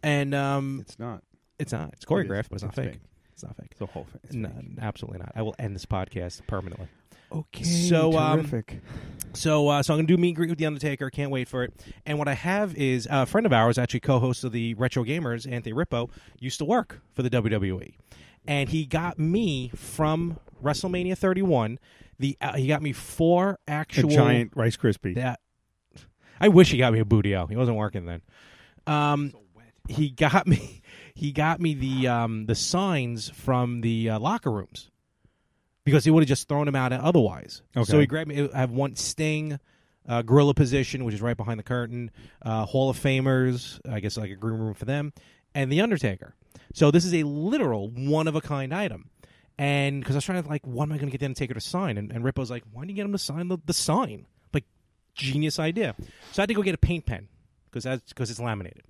[SPEAKER 3] and um,
[SPEAKER 4] it's not.
[SPEAKER 3] It's not. It's
[SPEAKER 4] It is.
[SPEAKER 3] choreographed, but it's not
[SPEAKER 4] It's
[SPEAKER 3] fake.
[SPEAKER 4] fake.
[SPEAKER 3] It's not fake.
[SPEAKER 4] It's a whole thing. It's
[SPEAKER 3] no,
[SPEAKER 4] fake.
[SPEAKER 3] absolutely not. I will end this podcast permanently.
[SPEAKER 4] Okay,
[SPEAKER 3] So um,
[SPEAKER 4] terrific.
[SPEAKER 3] so uh, so I'm gonna do meet and greet with the Undertaker. Can't wait for it. And what I have is a friend of ours, actually co-host of the Retro Gamers, Anthony Rippo, used to work for the WWE, and he got me from WrestleMania 31. The uh, he got me four actual
[SPEAKER 4] a giant Rice Krispie.
[SPEAKER 3] that I wish he got me a booty out. He wasn't working then. Um, he got me. He got me the um, the signs from the uh, locker rooms because he would have just thrown them out otherwise. So
[SPEAKER 4] Okay.
[SPEAKER 3] he grabbed me. I have one Sting, uh, Gorilla Position, which is right behind the curtain, uh, Hall of Famers. I guess like a green room for them, and the Undertaker. So this is a literal one of a kind item. And because I was trying to like, what am I going to get the Undertaker to sign? And, and Rippo's like, why do you get him to sign the, the sign? Like, genius idea. So I had to go get a paint pen because that's because it's laminated.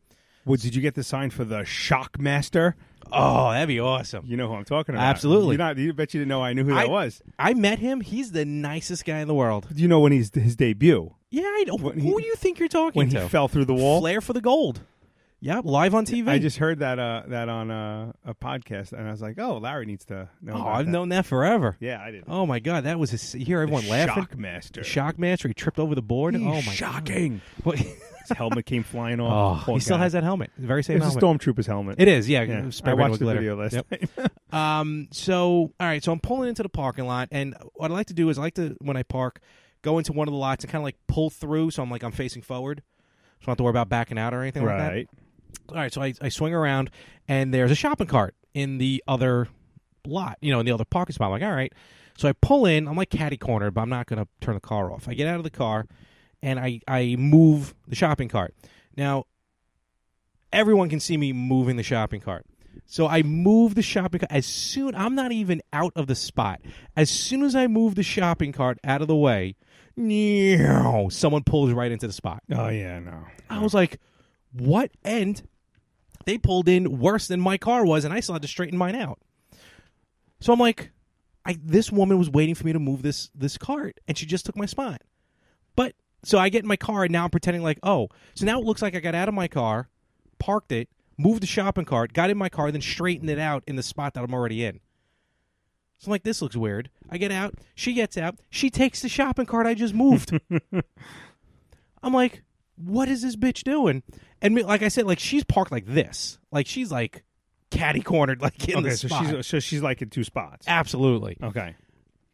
[SPEAKER 4] Well, did you get the sign for the Shockmaster?
[SPEAKER 3] Oh, that'd be awesome.
[SPEAKER 4] You know who I'm talking about.
[SPEAKER 3] Absolutely.
[SPEAKER 4] You're not, you bet you didn't know I knew who that
[SPEAKER 3] I-
[SPEAKER 4] was.
[SPEAKER 3] I met him. He's the nicest guy in the world.
[SPEAKER 4] You know when he's his debut
[SPEAKER 3] Yeah, I know.
[SPEAKER 4] When
[SPEAKER 3] Who
[SPEAKER 4] he-
[SPEAKER 3] do you think you're talking
[SPEAKER 4] when
[SPEAKER 3] to?
[SPEAKER 4] he fell through the wall.
[SPEAKER 3] Flair for the gold. Yeah, live on TV.
[SPEAKER 4] I just heard that uh, that on uh, a podcast, and I was like, "Oh, Larry needs to know."
[SPEAKER 3] oh,
[SPEAKER 4] about
[SPEAKER 3] I've
[SPEAKER 4] that.
[SPEAKER 3] known that forever.
[SPEAKER 4] Yeah, I didn't.
[SPEAKER 3] Oh my god, that was his. You hear everyone
[SPEAKER 4] The
[SPEAKER 3] laughing.
[SPEAKER 4] Shockmaster.
[SPEAKER 3] Shockmaster. He tripped over the board.
[SPEAKER 4] He's
[SPEAKER 3] oh my,
[SPEAKER 4] shocking.
[SPEAKER 3] God. What?
[SPEAKER 4] His helmet came flying
[SPEAKER 3] Oh,
[SPEAKER 4] off. Poor
[SPEAKER 3] he still
[SPEAKER 4] guy.
[SPEAKER 3] has that helmet. The very same
[SPEAKER 4] It's
[SPEAKER 3] helmet.
[SPEAKER 4] a stormtrooper's helmet.
[SPEAKER 3] It is, yeah.
[SPEAKER 4] I
[SPEAKER 3] spray painted
[SPEAKER 4] watched
[SPEAKER 3] with
[SPEAKER 4] the
[SPEAKER 3] glitter.
[SPEAKER 4] video last
[SPEAKER 3] Yep.
[SPEAKER 4] night.
[SPEAKER 3] um, so, all right. So I'm pulling into the parking lot, and what I like to do is I like to when I park, go into one of the lots and kind of like pull through. So I'm like I'm facing forward, so I don't have to worry about backing out or anything like that.
[SPEAKER 4] Right.
[SPEAKER 3] All right, so I, I swing around, and there's a shopping cart in the other lot, you know, in the other parking spot. I'm like, all right. So I pull in. I'm like catty cornered, but I'm not going to turn the car off. I get out of the car, and I, I move the shopping cart. Now, everyone can see me moving the shopping cart. So I moved the shopping cart as soon. I'm not even out of the spot. As soon as I move the shopping cart out of the way, meow, someone pulls right into the spot.
[SPEAKER 4] Oh, yeah, no.
[SPEAKER 3] I was like, what? And they pulled in worse than my car was, and I still had to straighten mine out. So I'm like, I this woman was waiting for me to move this this cart, and she just took my spot. But so I get in my car, and now I'm pretending like, oh, so now it looks like I got out of my car, parked it, moved the shopping cart, got in my car, then straightened it out in the spot that I'm already in. So I'm like, this looks weird. I get out, she gets out, she takes the shopping cart I just moved. I'm like, what is this bitch doing? And me- like I said, like she's parked like this, like she's like catty cornered, like in
[SPEAKER 4] okay,
[SPEAKER 3] the
[SPEAKER 4] so
[SPEAKER 3] spot.
[SPEAKER 4] she's so she's like in two spots.
[SPEAKER 3] Absolutely.
[SPEAKER 4] Okay.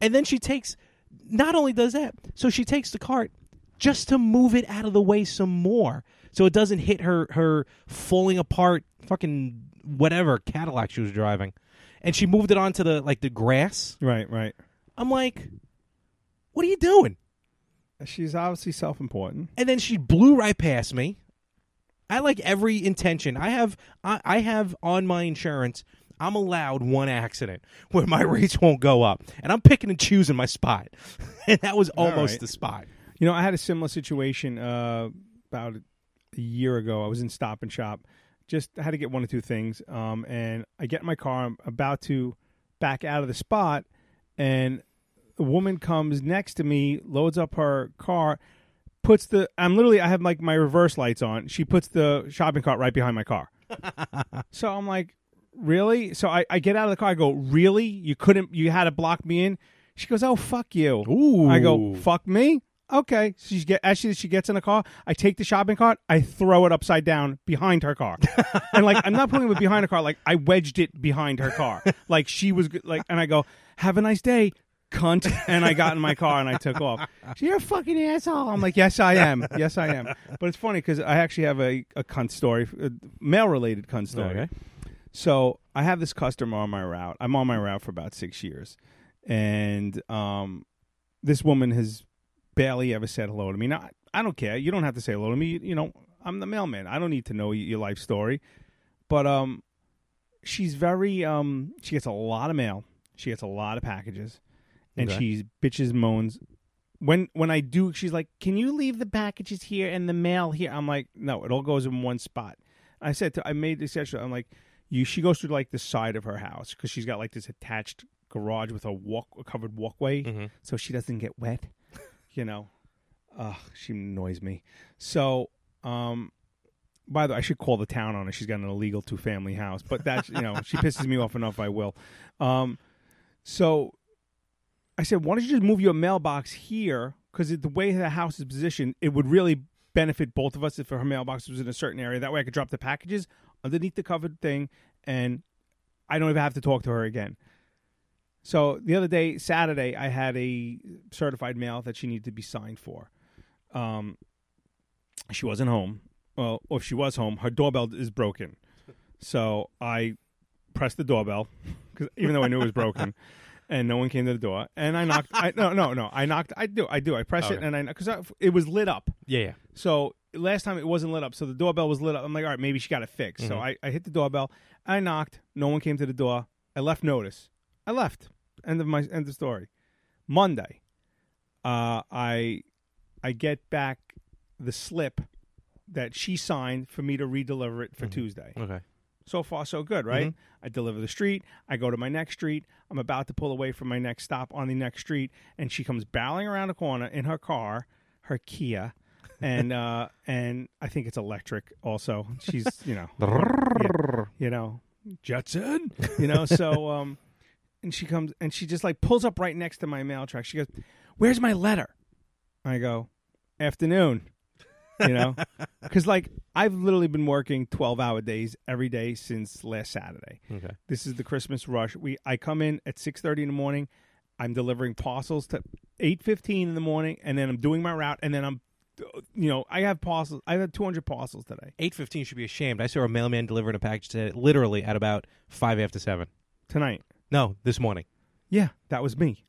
[SPEAKER 3] And then she takes, not only does that, so she takes the cart just to move it out of the way some more, so it doesn't hit her her falling apart fucking whatever Cadillac she was driving, and she moved it onto the like the grass.
[SPEAKER 4] Right, right.
[SPEAKER 3] I'm like, what are you doing?
[SPEAKER 4] She's obviously self-important.
[SPEAKER 3] And then she blew right past me. I like every intention. I have I, I have on my insurance. I'm allowed one accident where my rates won't go up, and I'm picking and choosing my spot. and that was
[SPEAKER 4] All
[SPEAKER 3] almost
[SPEAKER 4] right.
[SPEAKER 3] the spot.
[SPEAKER 4] You know, I had a similar situation uh, about a year ago. I was in Stop and Shop. Just I had to get one or two things, um, and I get in my car. I'm about to back out of the spot, and a woman comes next to me, loads up her car, puts the. I'm literally. I have like my reverse lights on. She puts the shopping cart right behind my car. so I'm like, really? So I, I get out of the car. I go, really? You couldn't? You had to block me in? She goes, oh fuck you.
[SPEAKER 3] Ooh.
[SPEAKER 4] I go, fuck me. Okay. So she get as she, she gets in the car. I take the shopping cart. I throw it upside down behind her car, and like I'm not putting it behind her car. Like I wedged it behind her car. Like she was g- like, and I go, have a nice day. Cunt, and I got in my car and I took off. She's You're a fucking asshole. I'm like, yes, I am. Yes, I am. But it's funny because I actually have a, a cunt story, male related cunt story.
[SPEAKER 3] Okay.
[SPEAKER 4] So I have this customer on my route. I'm on my route for about six years, and um, this woman has barely ever said hello to me. Now I- I don't care. You don't have to say hello to me. You, you know, I'm the mailman. I don't need to know y- your life story, but um, she's very um, she gets a lot of mail. She gets a lot of packages, and
[SPEAKER 3] Okay.
[SPEAKER 4] she's bitches moans. When when I do, she's like, "Can you leave the packages here and the mail here?" I'm like, "No, it all goes in one spot." I said, to, I made the suggestion. I'm like, you. She goes through like the side of her house because she's got like this attached garage with a walk a covered walkway, so she doesn't get wet. you know, ugh, she annoys me. So, um, by the way, I should call the town on her. She's got an illegal two family house, but that's you know, she pisses me off enough. I will. Um, so I said, why don't you just move your mailbox here? Because the way the house is positioned, it would really benefit both of us if her mailbox was in a certain area. That way I could drop the packages underneath the covered thing and I don't even have to talk to her again. So the other day, Saturday, I had a certified mail that she needed to be signed for. Um, she wasn't home. Well, or if she was home, her doorbell is broken. So I pressed the doorbell, 'cause- even though I knew it was broken, and no one came to the door. And I knocked. I, no, no, no. I knocked. I do. I do. I press it,
[SPEAKER 3] Okay.
[SPEAKER 4] and I because it was lit up.
[SPEAKER 3] Yeah, yeah.
[SPEAKER 4] So last time it wasn't lit up, so the doorbell was lit up. I'm like, all right, maybe she got it fixed. So
[SPEAKER 3] Mhm.
[SPEAKER 4] I, I hit the doorbell. I knocked. No one came to the door. I left notice. I left. End of my end of story. Monday, uh, I I get back the slip that she signed for me to redeliver it for Tuesday.
[SPEAKER 3] Okay.
[SPEAKER 4] So far, so good, right?
[SPEAKER 3] Mhm.
[SPEAKER 4] I deliver the street. I go to my next street. I'm about to pull away from my next stop on the next street, and she comes barreling around a corner in her car, her Kia, and uh, and I think it's electric. Also, she's you know, yeah, you know, Jetson, you know. So, um, and she comes and she just like pulls up right next to my mail truck. She goes, "Where's my letter?" I go, "Afternoon." you know because like i've literally been working 12 hour days every day since last saturday
[SPEAKER 3] Okay.
[SPEAKER 4] this is the christmas rush we i come in at 6.30 in the morning i'm delivering parcels to 8.15 in the morning and then i'm doing my route and then i'm you know i have parcels i have 200 parcels today
[SPEAKER 3] Eight fifteen should be ashamed. I saw a mailman delivering a package today, literally at about five after seven
[SPEAKER 4] tonight.
[SPEAKER 3] No, this morning.
[SPEAKER 4] Yeah, that was me.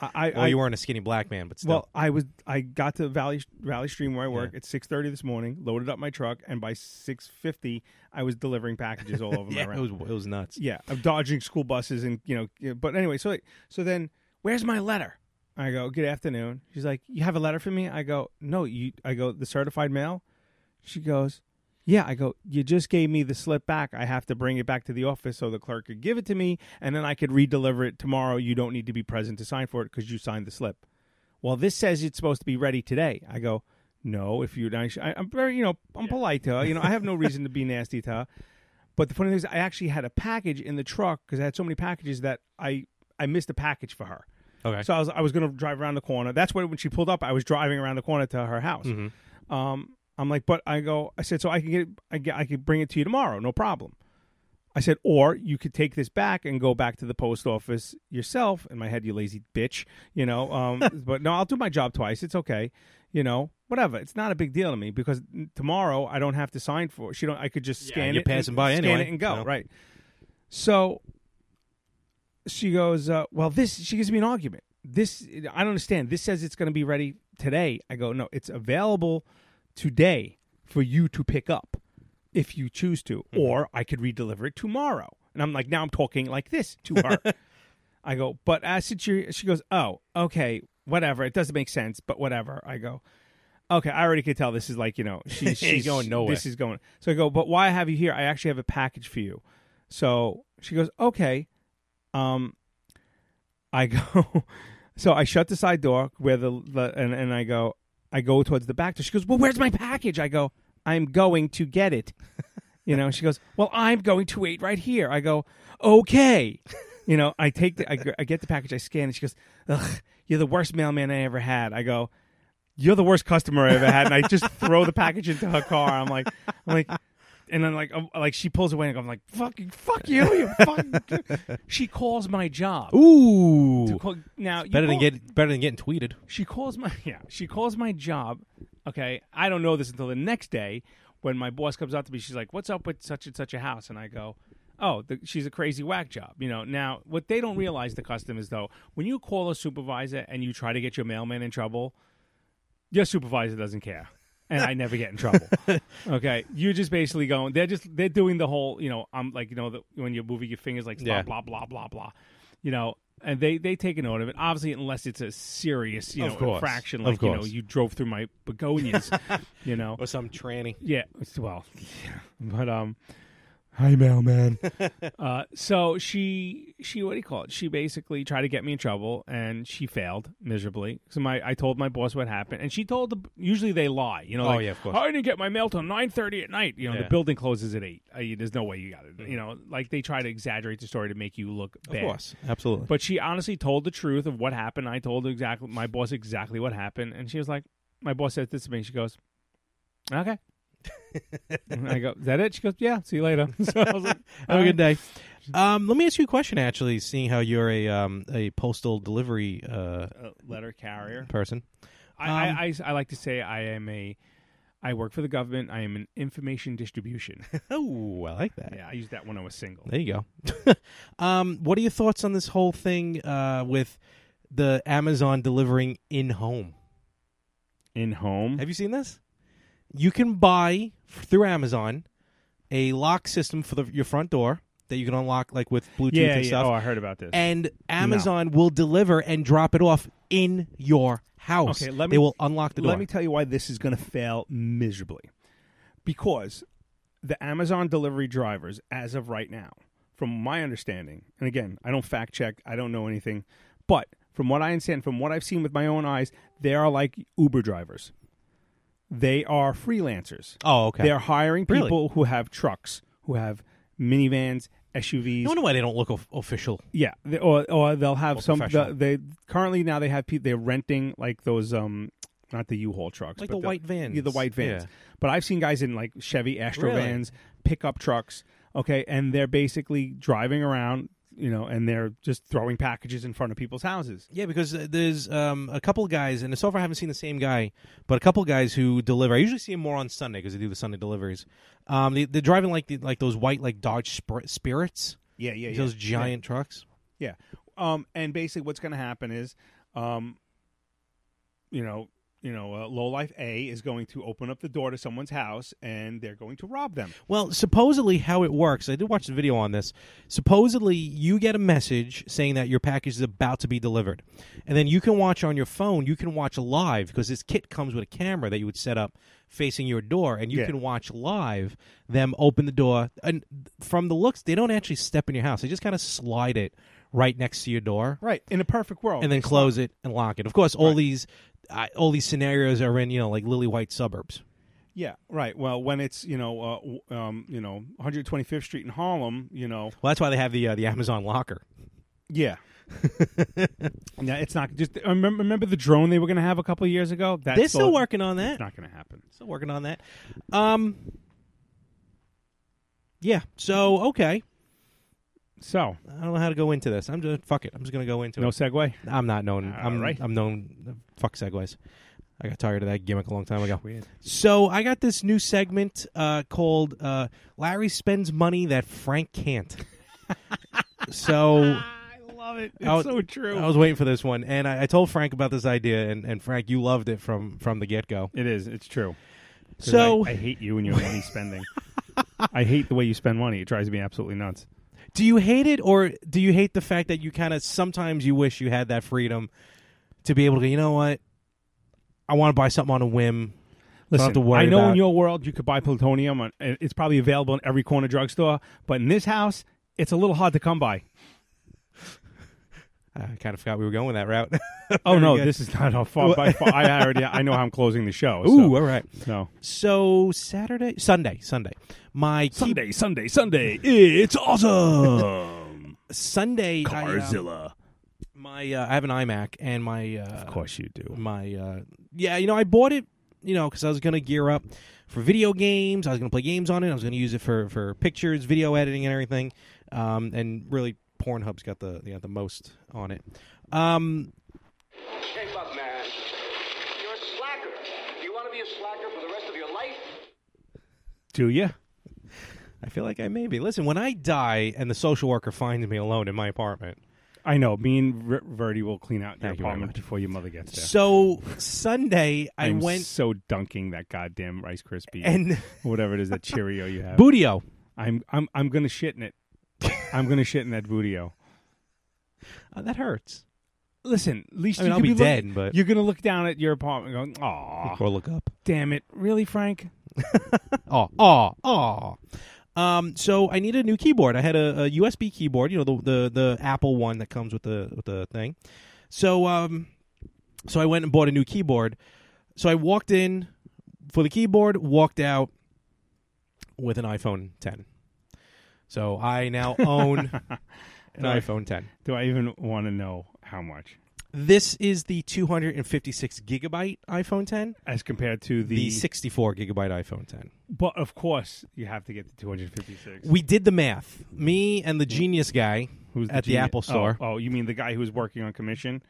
[SPEAKER 4] I, I,
[SPEAKER 3] Well, you weren't a skinny black man, but still.
[SPEAKER 4] Well, I was. I got to Valley Valley Stream where I work at six thirty this morning. Loaded up my truck, and by six fifty, I was delivering packages all over
[SPEAKER 3] Yeah,
[SPEAKER 4] my
[SPEAKER 3] it
[SPEAKER 4] route.
[SPEAKER 3] was- it was nuts.
[SPEAKER 4] Yeah, of dodging school buses and you know. yeah, But anyway, so so then, where's my letter? I go, good afternoon. She's like, you have a letter for me? I go, no. You, I go, the certified mail. She goes, yeah. I go, you just gave me the slip back. I have to bring it back to the office so the clerk could give it to me, and then I could re-deliver it tomorrow. You don't need to be present to sign for it because you signed the slip. Well, this says it's supposed to be ready today. I go, no. If you, I, I'm very, you know, I'm polite to her. You know, I have no reason to be nasty to her. But the funny thing is, I actually had a package in the truck because I had so many packages that I I missed a package for her.
[SPEAKER 3] Okay.
[SPEAKER 4] So I was I was going to drive around the corner. That's why when she pulled up, I was driving around the corner to her house.
[SPEAKER 3] Mhm.
[SPEAKER 4] Um, I'm like, but I go, I said, so I can get, I get, I could bring it to you tomorrow, no problem. I said, or you could take this back and go back to the post office yourself. In my head, you lazy bitch, you know. Um, but no, I'll do my job twice. It's okay, you know. Whatever. It's not a big deal to me because tomorrow I don't have to sign for. She don't. I could just scan
[SPEAKER 3] you're
[SPEAKER 4] it. and-
[SPEAKER 3] passing by
[SPEAKER 4] scan
[SPEAKER 3] anyway,
[SPEAKER 4] it and go
[SPEAKER 3] so.
[SPEAKER 4] right. So she goes, uh, "Well, this." She gives me an argument. This I don't understand. This says it's going to be ready today. I go, "No, it's available today for you to pick up if you choose to, or I could re-deliver it tomorrow." And I'm like, now I'm talking like this to her. I go, "But as since you," she goes, "Oh, okay, whatever. It doesn't make sense, but whatever." I go. Okay, I already could tell this is like you know she, she's
[SPEAKER 3] going nowhere.
[SPEAKER 4] This is going. So I go, but why have you here? I actually have a package for you. So she goes, okay. Um, I go, so I shut the side door where the, the and and I go, I go towards the back door. She goes, well, where's my package? I go, I'm going to get it. You know, she goes, well, I'm going to wait right here. I go, okay. You know, I take the, I, g- I get the package, I scan it. She goes, ugh, you're the worst mailman I ever had. I go, you're the worst customer I ever had, and I just throw the package into her car. I'm like, I'm like, and then like, I'm, like she pulls away, and I'm like, fucking, fuck you, you fucking. She calls my job.
[SPEAKER 3] Ooh.
[SPEAKER 4] To call- now you
[SPEAKER 3] better than
[SPEAKER 4] call-
[SPEAKER 3] get better than getting tweeted.
[SPEAKER 4] She calls my yeah. She calls my job. Okay, I don't know this until the next day when my boss comes out to me. She's like, "What's up with such and such a house?" And I go, "Oh, the, she's a crazy whack job." You know. Now, what they don't realize, the custom is though, when you call a supervisor and you try to get your mailman in trouble, your supervisor doesn't care. And I never get in trouble. okay, you're just basically going. They're just they're doing the whole. You know, I'm like you know the, when you're moving your fingers like blah
[SPEAKER 3] Yeah.
[SPEAKER 4] blah blah blah blah. You know, and they they take a note of it. Obviously, unless it's a serious you
[SPEAKER 3] Of
[SPEAKER 4] know
[SPEAKER 3] course.
[SPEAKER 4] infraction,
[SPEAKER 3] Of
[SPEAKER 4] like you know
[SPEAKER 3] course.
[SPEAKER 4] you drove through my begonias, you know,
[SPEAKER 3] or some tranny.
[SPEAKER 4] Yeah, well, yeah. but um, hi mailman. uh, so she she what do you call it? She basically tried to get me in trouble, and she failed miserably. So my I told my boss what happened, and she told the usually they lie, you know.
[SPEAKER 3] Oh,
[SPEAKER 4] like,
[SPEAKER 3] yeah, of course.
[SPEAKER 4] I didn't get my mail till nine thirty at night. You know,
[SPEAKER 3] Yeah. Mm.
[SPEAKER 4] the building closes at eight. Uh, you- there's no way you got it. You know, like they try to exaggerate the story to make you look
[SPEAKER 3] Of
[SPEAKER 4] bad.
[SPEAKER 3] course. Absolutely.
[SPEAKER 4] But she honestly told the truth of what happened. I told exactly my boss exactly what happened, and she was like, "My boss said this to me." She goes, "Okay." And I go, "Is that it?" She goes, "Yeah." See you later. So I was like,
[SPEAKER 3] Have a good
[SPEAKER 4] "All right."
[SPEAKER 3] day. Um, let me ask you a question. Actually, seeing how you're a um, a postal delivery uh,
[SPEAKER 4] A letter carrier.
[SPEAKER 3] person, Um,
[SPEAKER 4] I, I, I, I like to say I am a. I work for the government. I am an information distribution.
[SPEAKER 3] oh, I like that.
[SPEAKER 4] Yeah, I used that when I was single.
[SPEAKER 3] There you go. um, what are your thoughts on this whole thing uh, with the Amazon delivering in home?
[SPEAKER 4] In home?
[SPEAKER 3] Have you seen this? You can buy f- through Amazon a lock system for the, your front door that you can unlock like with Bluetooth
[SPEAKER 4] Yeah,
[SPEAKER 3] and
[SPEAKER 4] yeah.
[SPEAKER 3] stuff.
[SPEAKER 4] Oh, I heard about this.
[SPEAKER 3] And
[SPEAKER 4] No.
[SPEAKER 3] Amazon will deliver and drop it off in your house.
[SPEAKER 4] Okay, let me.
[SPEAKER 3] they will unlock the door.
[SPEAKER 4] Let me tell you why this is going to fail miserably, because the Amazon delivery drivers, as of right now, from my understanding, and again, I don't fact check, I don't know anything, but from what I understand, from what I've seen with my own eyes, they are like Uber drivers. They are freelancers.
[SPEAKER 3] Oh, okay.
[SPEAKER 4] They're hiring
[SPEAKER 3] Really?
[SPEAKER 4] people who have trucks, who have minivans, SUVs.
[SPEAKER 3] I wonder why they don't look of- official.
[SPEAKER 4] Yeah, they, or or they'll have
[SPEAKER 3] Or
[SPEAKER 4] some.
[SPEAKER 3] professional.
[SPEAKER 4] The, they currently now they have pe- they're renting like those um not the U-Haul trucks,
[SPEAKER 3] Like
[SPEAKER 4] but
[SPEAKER 3] the white vans.
[SPEAKER 4] Yeah, the white vans.
[SPEAKER 3] Yeah.
[SPEAKER 4] But I've seen guys in like Chevy Astro
[SPEAKER 3] Really?
[SPEAKER 4] vans, pickup trucks. Okay, and they're basically driving around, you know, and they're just throwing packages in front of people's houses.
[SPEAKER 3] Yeah, because uh, there's um, a couple guys, and so far I haven't seen the same guy, but a couple guys who deliver. I usually see them more on Sunday because they do the Sunday deliveries. Um, they, they're driving like the, like those white like Dodge Spir- Spirits.
[SPEAKER 4] Yeah, yeah, yeah.
[SPEAKER 3] Those giant
[SPEAKER 4] Yeah.
[SPEAKER 3] trucks.
[SPEAKER 4] Yeah. Um, and basically, what's going to happen is, um, you know, you know, uh, low life A is going to open up the door to someone's house, and they're going to rob them.
[SPEAKER 3] Well, supposedly how it works, I did watch the video on this. Supposedly you get a message saying that your package is about to be delivered. And then you can watch on your phone, you can watch live because this kit comes with a camera that you would set up facing your door and you
[SPEAKER 4] Yeah.
[SPEAKER 3] can watch live them open the door and from the looks they don't actually step in your house. They just kind of slide it right next to your door
[SPEAKER 4] Right. In a perfect world,
[SPEAKER 3] and then close it and lock it. Of course, all these I all these scenarios are in, you know, like lily white suburbs.
[SPEAKER 4] Yeah, right. Well, when it's you know, uh, w- um, you know, 125th Street in Harlem, you know,
[SPEAKER 3] Well, that's why they have the uh, the Amazon locker.
[SPEAKER 4] yeah. yeah, it's not just. I Remember, remember the drone they were going to have a couple of years ago. That's
[SPEAKER 3] They're still working on that.
[SPEAKER 4] It's not going to happen.
[SPEAKER 3] Still working on that. Um. Yeah. So okay.
[SPEAKER 4] So
[SPEAKER 3] I don't know how to go into this. I'm just fuck it. I'm just gonna go into
[SPEAKER 4] No
[SPEAKER 3] it.
[SPEAKER 4] segue?
[SPEAKER 3] I'm not known. I'm
[SPEAKER 4] Alright.
[SPEAKER 3] I'm known. uh, Fuck segues. I got tired of that gimmick a long time ago.
[SPEAKER 4] Weird.
[SPEAKER 3] So I got this new segment uh, called uh, "Larry Spends Money That Frank Can't." so
[SPEAKER 4] I love it.
[SPEAKER 3] I was- I was waiting for this one, and I, I told Frank about this idea, and, and Frank, you loved it from from the get go.
[SPEAKER 4] It is. It's true. 'Cause
[SPEAKER 3] So
[SPEAKER 4] I, I hate you and your money spending. I hate the way you spend money. It drives me absolutely nuts.
[SPEAKER 3] Do you hate it, or do you hate the fact that you kind of sometimes you wish you had that freedom to be able to? go, You know what? I want to buy something on a whim. so I don't have to worry
[SPEAKER 4] I know
[SPEAKER 3] about
[SPEAKER 4] in your world you could buy plutonium. On, and it's probably available in every corner drugstore, but in this house, it's a little hard to come by.
[SPEAKER 3] I kind of forgot we were going that route.
[SPEAKER 4] Oh
[SPEAKER 3] Very
[SPEAKER 4] no,
[SPEAKER 3] good.
[SPEAKER 4] this is not how far by far. I already I know how I'm closing the show.
[SPEAKER 3] Ooh,
[SPEAKER 4] so.
[SPEAKER 3] all right.
[SPEAKER 4] No.
[SPEAKER 3] So Saturday, Sunday, Sunday. My Sunday,
[SPEAKER 4] Sunday, Sunday. It's awesome.
[SPEAKER 3] Sunday, I, um,
[SPEAKER 4] Carzilla.
[SPEAKER 3] my uh, I have an iMac and my uh, of
[SPEAKER 4] course you do
[SPEAKER 3] my uh, yeah you know I bought it you know because I was gonna gear up for video games I was gonna play games on it I was gonna use it for for pictures video editing and everything um, and really Pornhub's got the they got the most on it um,
[SPEAKER 5] Shape up, man. You're a slacker. Do you want to be a slacker for the rest of your life?
[SPEAKER 4] Do you?
[SPEAKER 3] I feel like I may be listen when I die and the social worker finds me alone in my apartment
[SPEAKER 4] I know. Me and R- Verdi will clean out your
[SPEAKER 3] Thank you very
[SPEAKER 4] apartment before your mother gets there.
[SPEAKER 3] so Sunday I
[SPEAKER 4] I'm
[SPEAKER 3] went
[SPEAKER 4] so dunking that goddamn Rice Krispie
[SPEAKER 3] And-
[SPEAKER 4] whatever it is that Cheerio you have.
[SPEAKER 3] Bootio.
[SPEAKER 4] I'm I'm I'm gonna shit in it. I'm gonna shit in that bootio.
[SPEAKER 3] Uh, that hurts
[SPEAKER 4] Listen, at least
[SPEAKER 3] I mean,
[SPEAKER 4] you
[SPEAKER 3] I'll
[SPEAKER 4] could
[SPEAKER 3] be
[SPEAKER 4] look-
[SPEAKER 3] dead, but-
[SPEAKER 4] you're gonna look down at your apartment, going, "Aw,
[SPEAKER 3] or look up
[SPEAKER 4] damn it, really, Frank?
[SPEAKER 3] Oh, oh, oh. Um, so I needed a new keyboard. I had a, a USB keyboard, you know, the, the the Apple one that comes with the with the thing. So um, so I went and bought a new keyboard. So I walked in for the keyboard, walked out with an iPhone 10. So I now own an
[SPEAKER 4] I-
[SPEAKER 3] iPhone 10.
[SPEAKER 4] Do I even want to know how much?"
[SPEAKER 3] This is the 256 gigabyte iPhone 10,
[SPEAKER 4] As compared to the,
[SPEAKER 3] the 64 gigabyte iPhone 10.
[SPEAKER 4] but of course you have to get the 256.
[SPEAKER 3] We did the math. Me and the genius guy
[SPEAKER 4] Who's
[SPEAKER 3] at the
[SPEAKER 4] genius-
[SPEAKER 3] Apple Store.
[SPEAKER 4] Oh, oh, you mean the guy who was working on commission?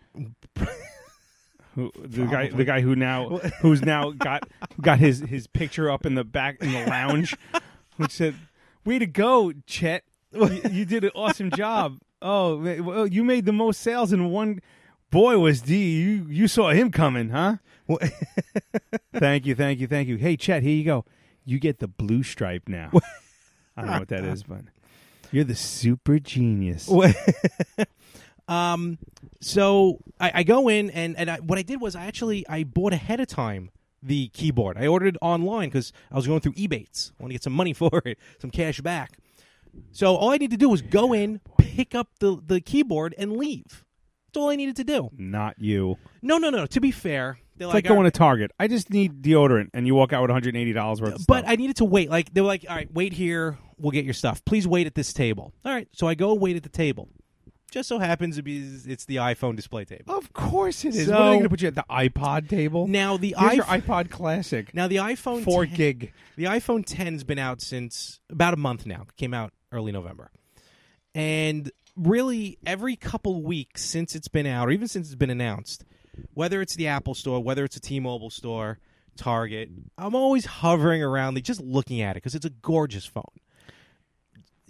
[SPEAKER 4] Who, the guy, the guy who now, who's now got got his his picture up in the back in the lounge, which said, "Way to go, Chet! You, you did an awesome job. Oh, ma- well, you made the most sales in one. Boy, was D you you saw him coming, huh? thank you, thank you, thank you. Hey, Chet, here you go. You get the blue stripe now. I don't know what that is, but you're the super genius.
[SPEAKER 3] um, so I, I go in and and I, what I did was I actually I bought ahead of time the keyboard. I ordered it online because I was going through Ebates. I want to get some money for it, some cash back. So all I need to do was go in, pick up the the keyboard, and leave. That's all I needed to do.
[SPEAKER 4] Not you.
[SPEAKER 3] No, no, no. To be fair, they're
[SPEAKER 4] It's like,
[SPEAKER 3] "All
[SPEAKER 4] going
[SPEAKER 3] right,
[SPEAKER 4] to Target. I just need deodorant, and you walk out with $180 worth. Of
[SPEAKER 3] But
[SPEAKER 4] stuff.
[SPEAKER 3] I needed to wait. Like they were like, "All right, wait here. We'll get your stuff. Please wait at this table." All right, so I go wait at the table. Just so happens to be it's the iPhone display table.
[SPEAKER 4] of course it is.
[SPEAKER 3] So-
[SPEAKER 4] what are they going to put you at the iPod table?
[SPEAKER 3] Now the
[SPEAKER 4] Here's your
[SPEAKER 3] iPh-
[SPEAKER 4] iPod Classic.
[SPEAKER 3] Now the iPhone
[SPEAKER 4] Four
[SPEAKER 3] 10
[SPEAKER 4] gig.
[SPEAKER 3] The iPhone 10's been out since about a month now. It came out early November, and really every couple weeks since it's been out, or even since it's been announced, whether it's the Apple Store, whether it's a T-Mobile store, Target, I'm always hovering around, the, just looking at it because it's a gorgeous phone.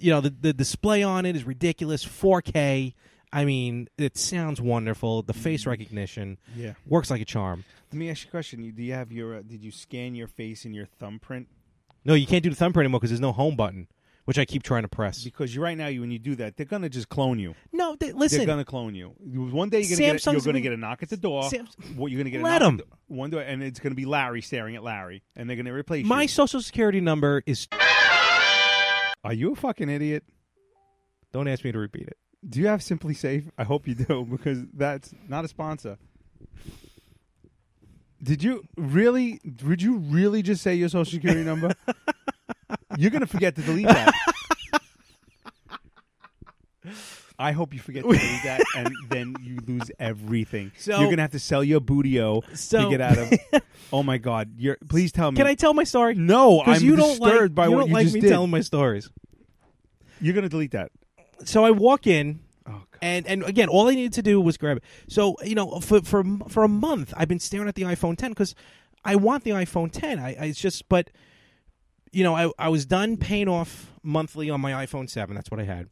[SPEAKER 3] You know the the display on it is ridiculous, 4K. I mean, it sounds wonderful. The face recognition
[SPEAKER 4] Yeah.
[SPEAKER 3] works like a charm.
[SPEAKER 4] Let me ask you a question. You- Do you have your? Uh, did you scan your face and your thumbprint?
[SPEAKER 3] No, you can't do the thumbprint anymore because there's no home button, which I keep trying to press.
[SPEAKER 4] Because you, right now, you when you do that, they're gonna just clone you.
[SPEAKER 3] No, they, listen.
[SPEAKER 4] They're gonna clone you. You- One day you're gonna get a, you're
[SPEAKER 3] Samsung's
[SPEAKER 4] gonna
[SPEAKER 3] been-
[SPEAKER 4] get a knock at the door.
[SPEAKER 3] Sam's-
[SPEAKER 4] what you're gonna get?
[SPEAKER 3] Let
[SPEAKER 4] a
[SPEAKER 3] 'em.
[SPEAKER 4] knock at the- One day, and it's gonna be Larry staring at Larry, and they're gonna replace
[SPEAKER 3] My
[SPEAKER 4] you.
[SPEAKER 3] social security number is.
[SPEAKER 4] Are you a fucking idiot?
[SPEAKER 3] Don't ask me to repeat it.
[SPEAKER 4] Do you have Simply Safe? I hope you do because that's not a sponsor. Did you really? Did you really just say your social security number? You're gonna forget to delete that. I hope you forget to delete that, and then you lose everything.
[SPEAKER 3] So-
[SPEAKER 4] You're gonna have to sell your bootio
[SPEAKER 3] So-
[SPEAKER 4] to get out of. oh my god! You're please tell me.
[SPEAKER 3] Can I tell my story?
[SPEAKER 4] No,
[SPEAKER 3] because
[SPEAKER 4] Oh, I'm
[SPEAKER 3] you don't
[SPEAKER 4] disturbed
[SPEAKER 3] like,
[SPEAKER 4] by
[SPEAKER 3] you
[SPEAKER 4] what
[SPEAKER 3] don't
[SPEAKER 4] you
[SPEAKER 3] like
[SPEAKER 4] just
[SPEAKER 3] me
[SPEAKER 4] did.
[SPEAKER 3] telling my stories.
[SPEAKER 4] You're gonna delete that.
[SPEAKER 3] so I walk in,
[SPEAKER 4] Oh,
[SPEAKER 3] and and again, all I needed to do was grab it. So you know, for for for a month, I've been staring at the iPhone 10 because I want the iPhone 10. I, I it's just, but you know, I I was done paying off monthly on my iPhone 7. That's what I had,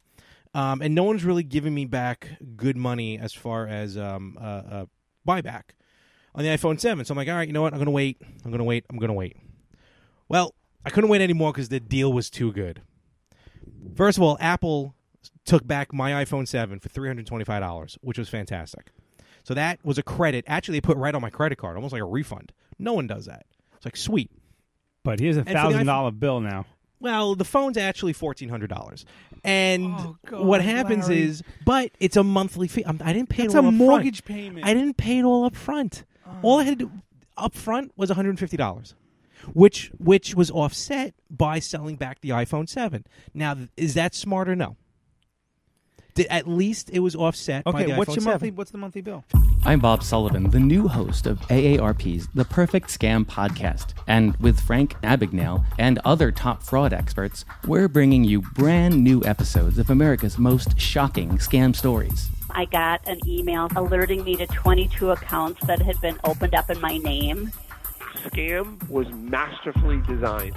[SPEAKER 3] um, and no one's really giving me back good money as far as um uh, uh buyback on the iPhone 7. So I'm like, all right, you know what? I'm gonna wait. I'm gonna wait. I'm gonna wait. Well, I couldn't wait anymore because the deal was too good. First of all, Apple took back my iPhone 7 for $325, which was fantastic. So that was a credit. Actually, they put right on my credit card, almost like a refund. No one does that. It's like, sweet.
[SPEAKER 4] But here's a
[SPEAKER 3] And for the iPhone-
[SPEAKER 4] thousand dollar bill now.
[SPEAKER 3] Well, the phone's actually $1,400. And what happens
[SPEAKER 4] Oh, Larry.
[SPEAKER 3] is, but it's a monthly fee. I'm, I didn't pay
[SPEAKER 4] That's
[SPEAKER 3] it all
[SPEAKER 4] a
[SPEAKER 3] up
[SPEAKER 4] mortgage
[SPEAKER 3] front.
[SPEAKER 4] payment. Oh.
[SPEAKER 3] I didn't pay it all up front. All I had to do up front was $150. Which which was offset by selling back the iPhone 7. Now, th- is that smart or no? Did, at least it was offset by the
[SPEAKER 4] Okay, what's
[SPEAKER 3] iPhone
[SPEAKER 4] your
[SPEAKER 3] 7.
[SPEAKER 4] monthly? What's the monthly bill?
[SPEAKER 6] I'm Bob Sullivan, the new host of AARP's The Perfect Scam Podcast. And with Frank Abagnale and other top fraud experts, we're bringing you brand new episodes of America's most shocking scam stories.
[SPEAKER 7] I got an email alerting me to 22 accounts that had been opened up in my name.
[SPEAKER 8] Scam was masterfully designed.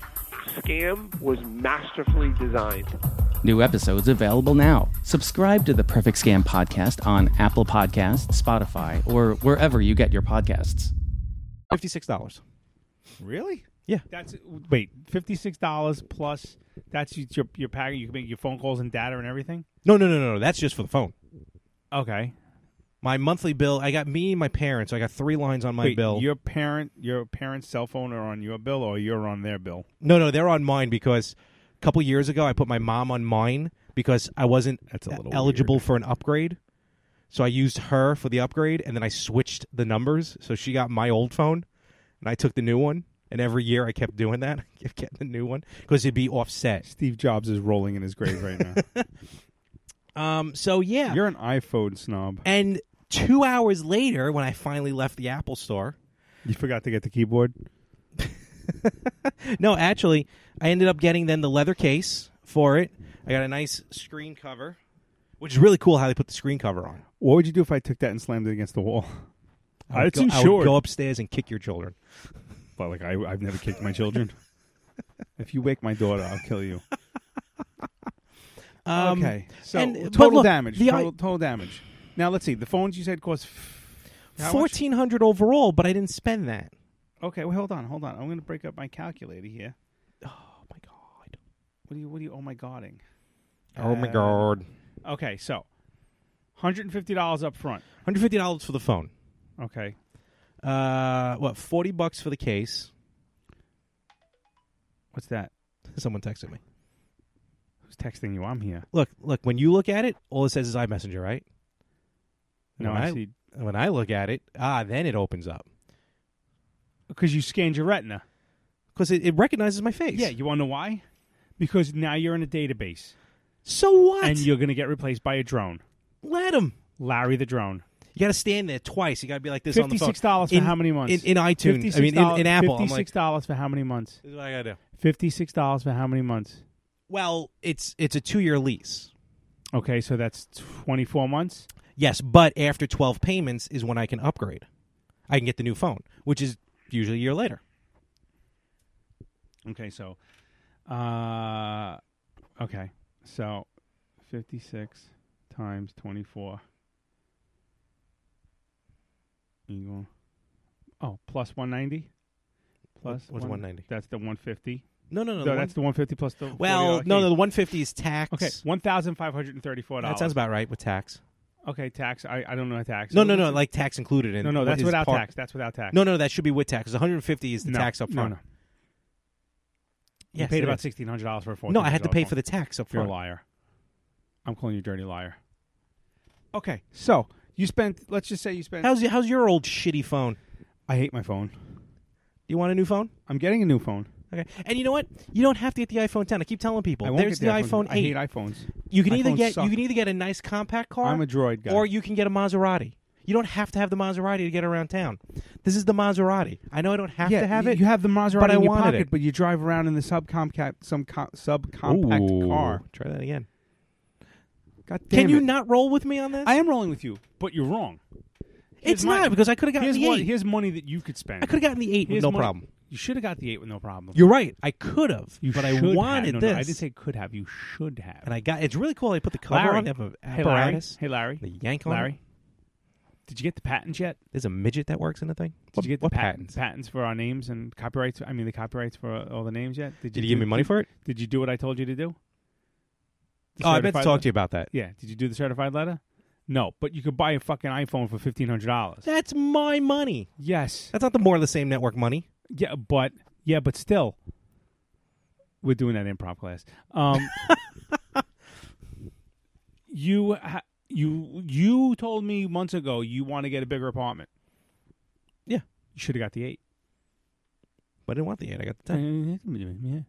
[SPEAKER 8] Scam was masterfully designed.
[SPEAKER 6] New episodes available now. Subscribe to The Perfect Scam Podcast on Apple Podcasts, Spotify, or wherever you get your podcasts.
[SPEAKER 3] $56.
[SPEAKER 4] Really?
[SPEAKER 3] Yeah.
[SPEAKER 4] That's uh, wait, fifty six dollars plus. That's y- your your package. You can make your phone calls and data and everything.
[SPEAKER 3] No, no, no, no, no. That's just for the phone.
[SPEAKER 4] Okay.
[SPEAKER 3] My monthly bill. I got me and my parents. So I got three lines on my
[SPEAKER 4] Wait,
[SPEAKER 3] bill.
[SPEAKER 4] Your parent, your parents' cell phone are on your bill, or you're on their bill.
[SPEAKER 3] No, no, they're on mine because a couple years ago I put my mom on mine because I wasn't eligible for an upgrade. So I used her for the upgrade, and then I switched the numbers. So she got my old phone, and I took the new one. And every year I kept doing that. I kept getting the new one because it'd be offset.
[SPEAKER 4] Steve Jobs is rolling in his grave right now.
[SPEAKER 3] Um. So yeah,
[SPEAKER 4] you're an iPhone snob.
[SPEAKER 3] and two hours later, when I finally left the Apple store,
[SPEAKER 4] You forgot to get the keyboard.
[SPEAKER 3] no, actually, I ended up getting then the leather case for it. I got a nice screen cover, which is really cool how they put the screen cover on.
[SPEAKER 4] What would you do if I took that and slammed it against the wall?
[SPEAKER 3] I would
[SPEAKER 4] it's
[SPEAKER 3] go, I would
[SPEAKER 4] insured.
[SPEAKER 3] go upstairs and kick your children.
[SPEAKER 4] But like I, I've never kicked my children. if you wake my daughter, I'll kill you.
[SPEAKER 3] Um,
[SPEAKER 4] okay, so
[SPEAKER 3] and- but
[SPEAKER 4] total
[SPEAKER 3] look,
[SPEAKER 4] damage.
[SPEAKER 3] the i-
[SPEAKER 4] Total, total damage. Now let's see. The phones you said cost f- how much?
[SPEAKER 3] Fourteen hundred overall, but I didn't spend that.
[SPEAKER 4] Okay, well, hold on, hold on. I'm going to break up my calculator here.
[SPEAKER 3] Oh my god!
[SPEAKER 4] What do you? What do you? Oh my godding.
[SPEAKER 3] Oh my
[SPEAKER 4] Uh,
[SPEAKER 3] god!
[SPEAKER 4] Okay, so, hundred and fifty dollars up front.
[SPEAKER 3] One hundred fifty dollars for the phone.
[SPEAKER 4] Okay,
[SPEAKER 3] Uh, what? Forty bucks for the case.
[SPEAKER 4] what's that?
[SPEAKER 3] Someone texted me.
[SPEAKER 4] Who's texting you? I'm here.
[SPEAKER 3] Look, look. When you look at it, all it says is iMessenger, right?
[SPEAKER 4] No,
[SPEAKER 3] when
[SPEAKER 4] I see.
[SPEAKER 3] When I look at it, ah, then it opens up
[SPEAKER 4] Because you scanned your retina.
[SPEAKER 3] because it, it recognizes my face.
[SPEAKER 4] Yeah, you want to know why? Because now you're in a database,
[SPEAKER 3] So what?
[SPEAKER 4] and you're going to get replaced by a drone,
[SPEAKER 3] Let him.
[SPEAKER 4] Larry the drone.
[SPEAKER 3] got to stand there twice. You got to be like this on the phone.
[SPEAKER 4] Fifty-six dollars for
[SPEAKER 3] In-
[SPEAKER 4] how many months?
[SPEAKER 3] In, in iTunes. I mean, in, in Apple. I'm like,
[SPEAKER 4] Fifty-six dollars for how many months?
[SPEAKER 3] This is what I gotta do.
[SPEAKER 4] Fifty-six dollars for how many months?
[SPEAKER 3] well, it's it's a two year lease.
[SPEAKER 4] Okay, so that's twenty-four months.
[SPEAKER 3] Yes, but after 12 payments is when I can upgrade. I can get the new phone, which is usually a year later.
[SPEAKER 4] Okay, so, uh, okay, so fifty-six times twenty-four equal. Oh, plus one ninety. Plus
[SPEAKER 3] What's 190?
[SPEAKER 4] That's the one fifty.
[SPEAKER 3] No, no, no.
[SPEAKER 4] No, that's the one fifty plus the.
[SPEAKER 3] Well,
[SPEAKER 4] $40
[SPEAKER 3] no, no, the
[SPEAKER 4] key.
[SPEAKER 3] 150 is tax.
[SPEAKER 4] Okay, one thousand five hundred and thirty-four dollars.
[SPEAKER 3] That sounds about right with tax.
[SPEAKER 4] Okay, tax. I, I don't know tax.
[SPEAKER 3] No, no, no, like tax included in
[SPEAKER 4] No, no,
[SPEAKER 3] what
[SPEAKER 4] that's
[SPEAKER 3] his
[SPEAKER 4] without
[SPEAKER 3] part-
[SPEAKER 4] tax. That's without tax.
[SPEAKER 3] No, no, that should be with tax. 150 is the
[SPEAKER 4] No,
[SPEAKER 3] tax up
[SPEAKER 4] no,
[SPEAKER 3] front.
[SPEAKER 4] no. You
[SPEAKER 3] Yes,
[SPEAKER 4] paid
[SPEAKER 3] it
[SPEAKER 4] about
[SPEAKER 3] is.
[SPEAKER 4] sixteen hundred dollars for a phone.
[SPEAKER 3] No, I had to pay for the tax up
[SPEAKER 4] You're a
[SPEAKER 3] front.
[SPEAKER 4] liar. I'm calling you a dirty liar. Okay, so you spent. Let's just say you spent.
[SPEAKER 3] How's how's your old shitty phone?
[SPEAKER 4] I hate my phone.
[SPEAKER 3] Do you want a new phone?
[SPEAKER 4] I'm getting a new phone.
[SPEAKER 3] Okay. And you know what? You don't have to get the iPhone 10. I keep telling people.
[SPEAKER 4] I won't
[SPEAKER 3] There's
[SPEAKER 4] get the
[SPEAKER 3] iPhone 8.
[SPEAKER 4] iPhone. I hate iPhones.
[SPEAKER 3] You can either
[SPEAKER 4] iPhones
[SPEAKER 3] get
[SPEAKER 4] suck.
[SPEAKER 3] you can either get a nice compact car.
[SPEAKER 4] I'm a droid guy.
[SPEAKER 3] Or you can get a Maserati. You don't have to have the Maserati to get around town. This is the Maserati. I know I don't have
[SPEAKER 4] yeah,
[SPEAKER 3] to have
[SPEAKER 4] you-
[SPEAKER 3] it.
[SPEAKER 4] You have the Maserati
[SPEAKER 3] but I
[SPEAKER 4] in your
[SPEAKER 3] wanted
[SPEAKER 4] pocket,
[SPEAKER 3] it.
[SPEAKER 4] but you drive around in the subcompact, some co- subcompact
[SPEAKER 3] Ooh,
[SPEAKER 4] car.
[SPEAKER 3] Try that again.
[SPEAKER 4] God damn
[SPEAKER 3] Can you
[SPEAKER 4] it.
[SPEAKER 3] not roll with me on this?
[SPEAKER 4] I am rolling with you, but you're wrong.
[SPEAKER 3] It's not, because I coulda gotten
[SPEAKER 4] here's
[SPEAKER 3] the
[SPEAKER 4] one-
[SPEAKER 3] eight.
[SPEAKER 4] Here's money that you could spend.
[SPEAKER 3] I coulda gotten the eight with
[SPEAKER 4] Here's
[SPEAKER 3] no
[SPEAKER 4] money-
[SPEAKER 3] problem.
[SPEAKER 4] You should have got the eight with no problem.
[SPEAKER 3] You're right. I could have,
[SPEAKER 4] You
[SPEAKER 3] but I
[SPEAKER 4] should have.
[SPEAKER 3] wanted
[SPEAKER 4] No, no,
[SPEAKER 3] this.
[SPEAKER 4] I didn't say could have. You should have.
[SPEAKER 3] and I got. It's really cool. I put the cover
[SPEAKER 4] Larry.
[SPEAKER 3] on. They have a
[SPEAKER 4] Hey, Larry.
[SPEAKER 3] apparatus.
[SPEAKER 4] Hey, Larry.
[SPEAKER 3] The yank on. it.
[SPEAKER 4] Larry. Did you get the patent yet?
[SPEAKER 3] There's a midget that works in the thing.
[SPEAKER 4] Did you get the
[SPEAKER 3] what
[SPEAKER 4] patents? Patents for our names and copyrights. I mean, the copyrights for uh, all the names yet.
[SPEAKER 3] Did he give
[SPEAKER 4] do-
[SPEAKER 3] me money for it?
[SPEAKER 4] Did you do what I told you to do? The
[SPEAKER 3] Oh, I meant to
[SPEAKER 4] certified
[SPEAKER 3] talk
[SPEAKER 4] letter?
[SPEAKER 3] to you about that.
[SPEAKER 4] Yeah. Did you do the certified letter? No, but you could buy a fucking iPhone for fifteen hundred dollars.
[SPEAKER 3] That's my money.
[SPEAKER 4] Yes.
[SPEAKER 3] That's not the more of the same network money.
[SPEAKER 4] Yeah, but yeah, but still, we're doing that improv class. Um, you ha- you you told me months ago you want to get a bigger apartment.
[SPEAKER 3] Yeah.
[SPEAKER 4] you should have got the eight.
[SPEAKER 3] But I didn't want the eight. I got the ten.
[SPEAKER 4] Yeah.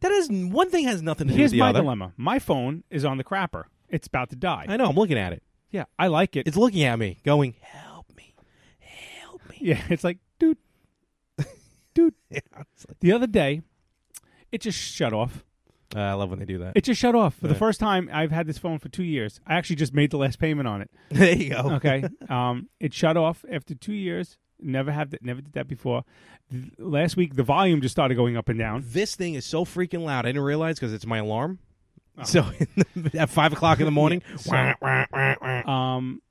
[SPEAKER 3] That is one thing has nothing to do
[SPEAKER 4] Here's
[SPEAKER 3] with the
[SPEAKER 4] my
[SPEAKER 3] other.
[SPEAKER 4] dilemma. My phone is on the crapper. It's about to die.
[SPEAKER 3] I know. I'm looking at it.
[SPEAKER 4] Yeah, I like it.
[SPEAKER 3] It's looking at me, going, "Help me, help me."
[SPEAKER 4] yeah, it's like, dude, dude.
[SPEAKER 3] It's like-
[SPEAKER 4] The other day, it just shut off.
[SPEAKER 3] Uh, I love when they do that.
[SPEAKER 4] It just shut off for the
[SPEAKER 3] Right.
[SPEAKER 4] first time. I've had this phone for two years. I actually just made the last payment on it.
[SPEAKER 3] there you go.
[SPEAKER 4] okay. Um, it shut off after two years. Never have that. Never did that before. Th- last week, the volume just started going up and down.
[SPEAKER 3] This thing is so freaking loud. I didn't realize because it's my alarm. So at five o'clock in the morning,
[SPEAKER 4] Oh. So- Um,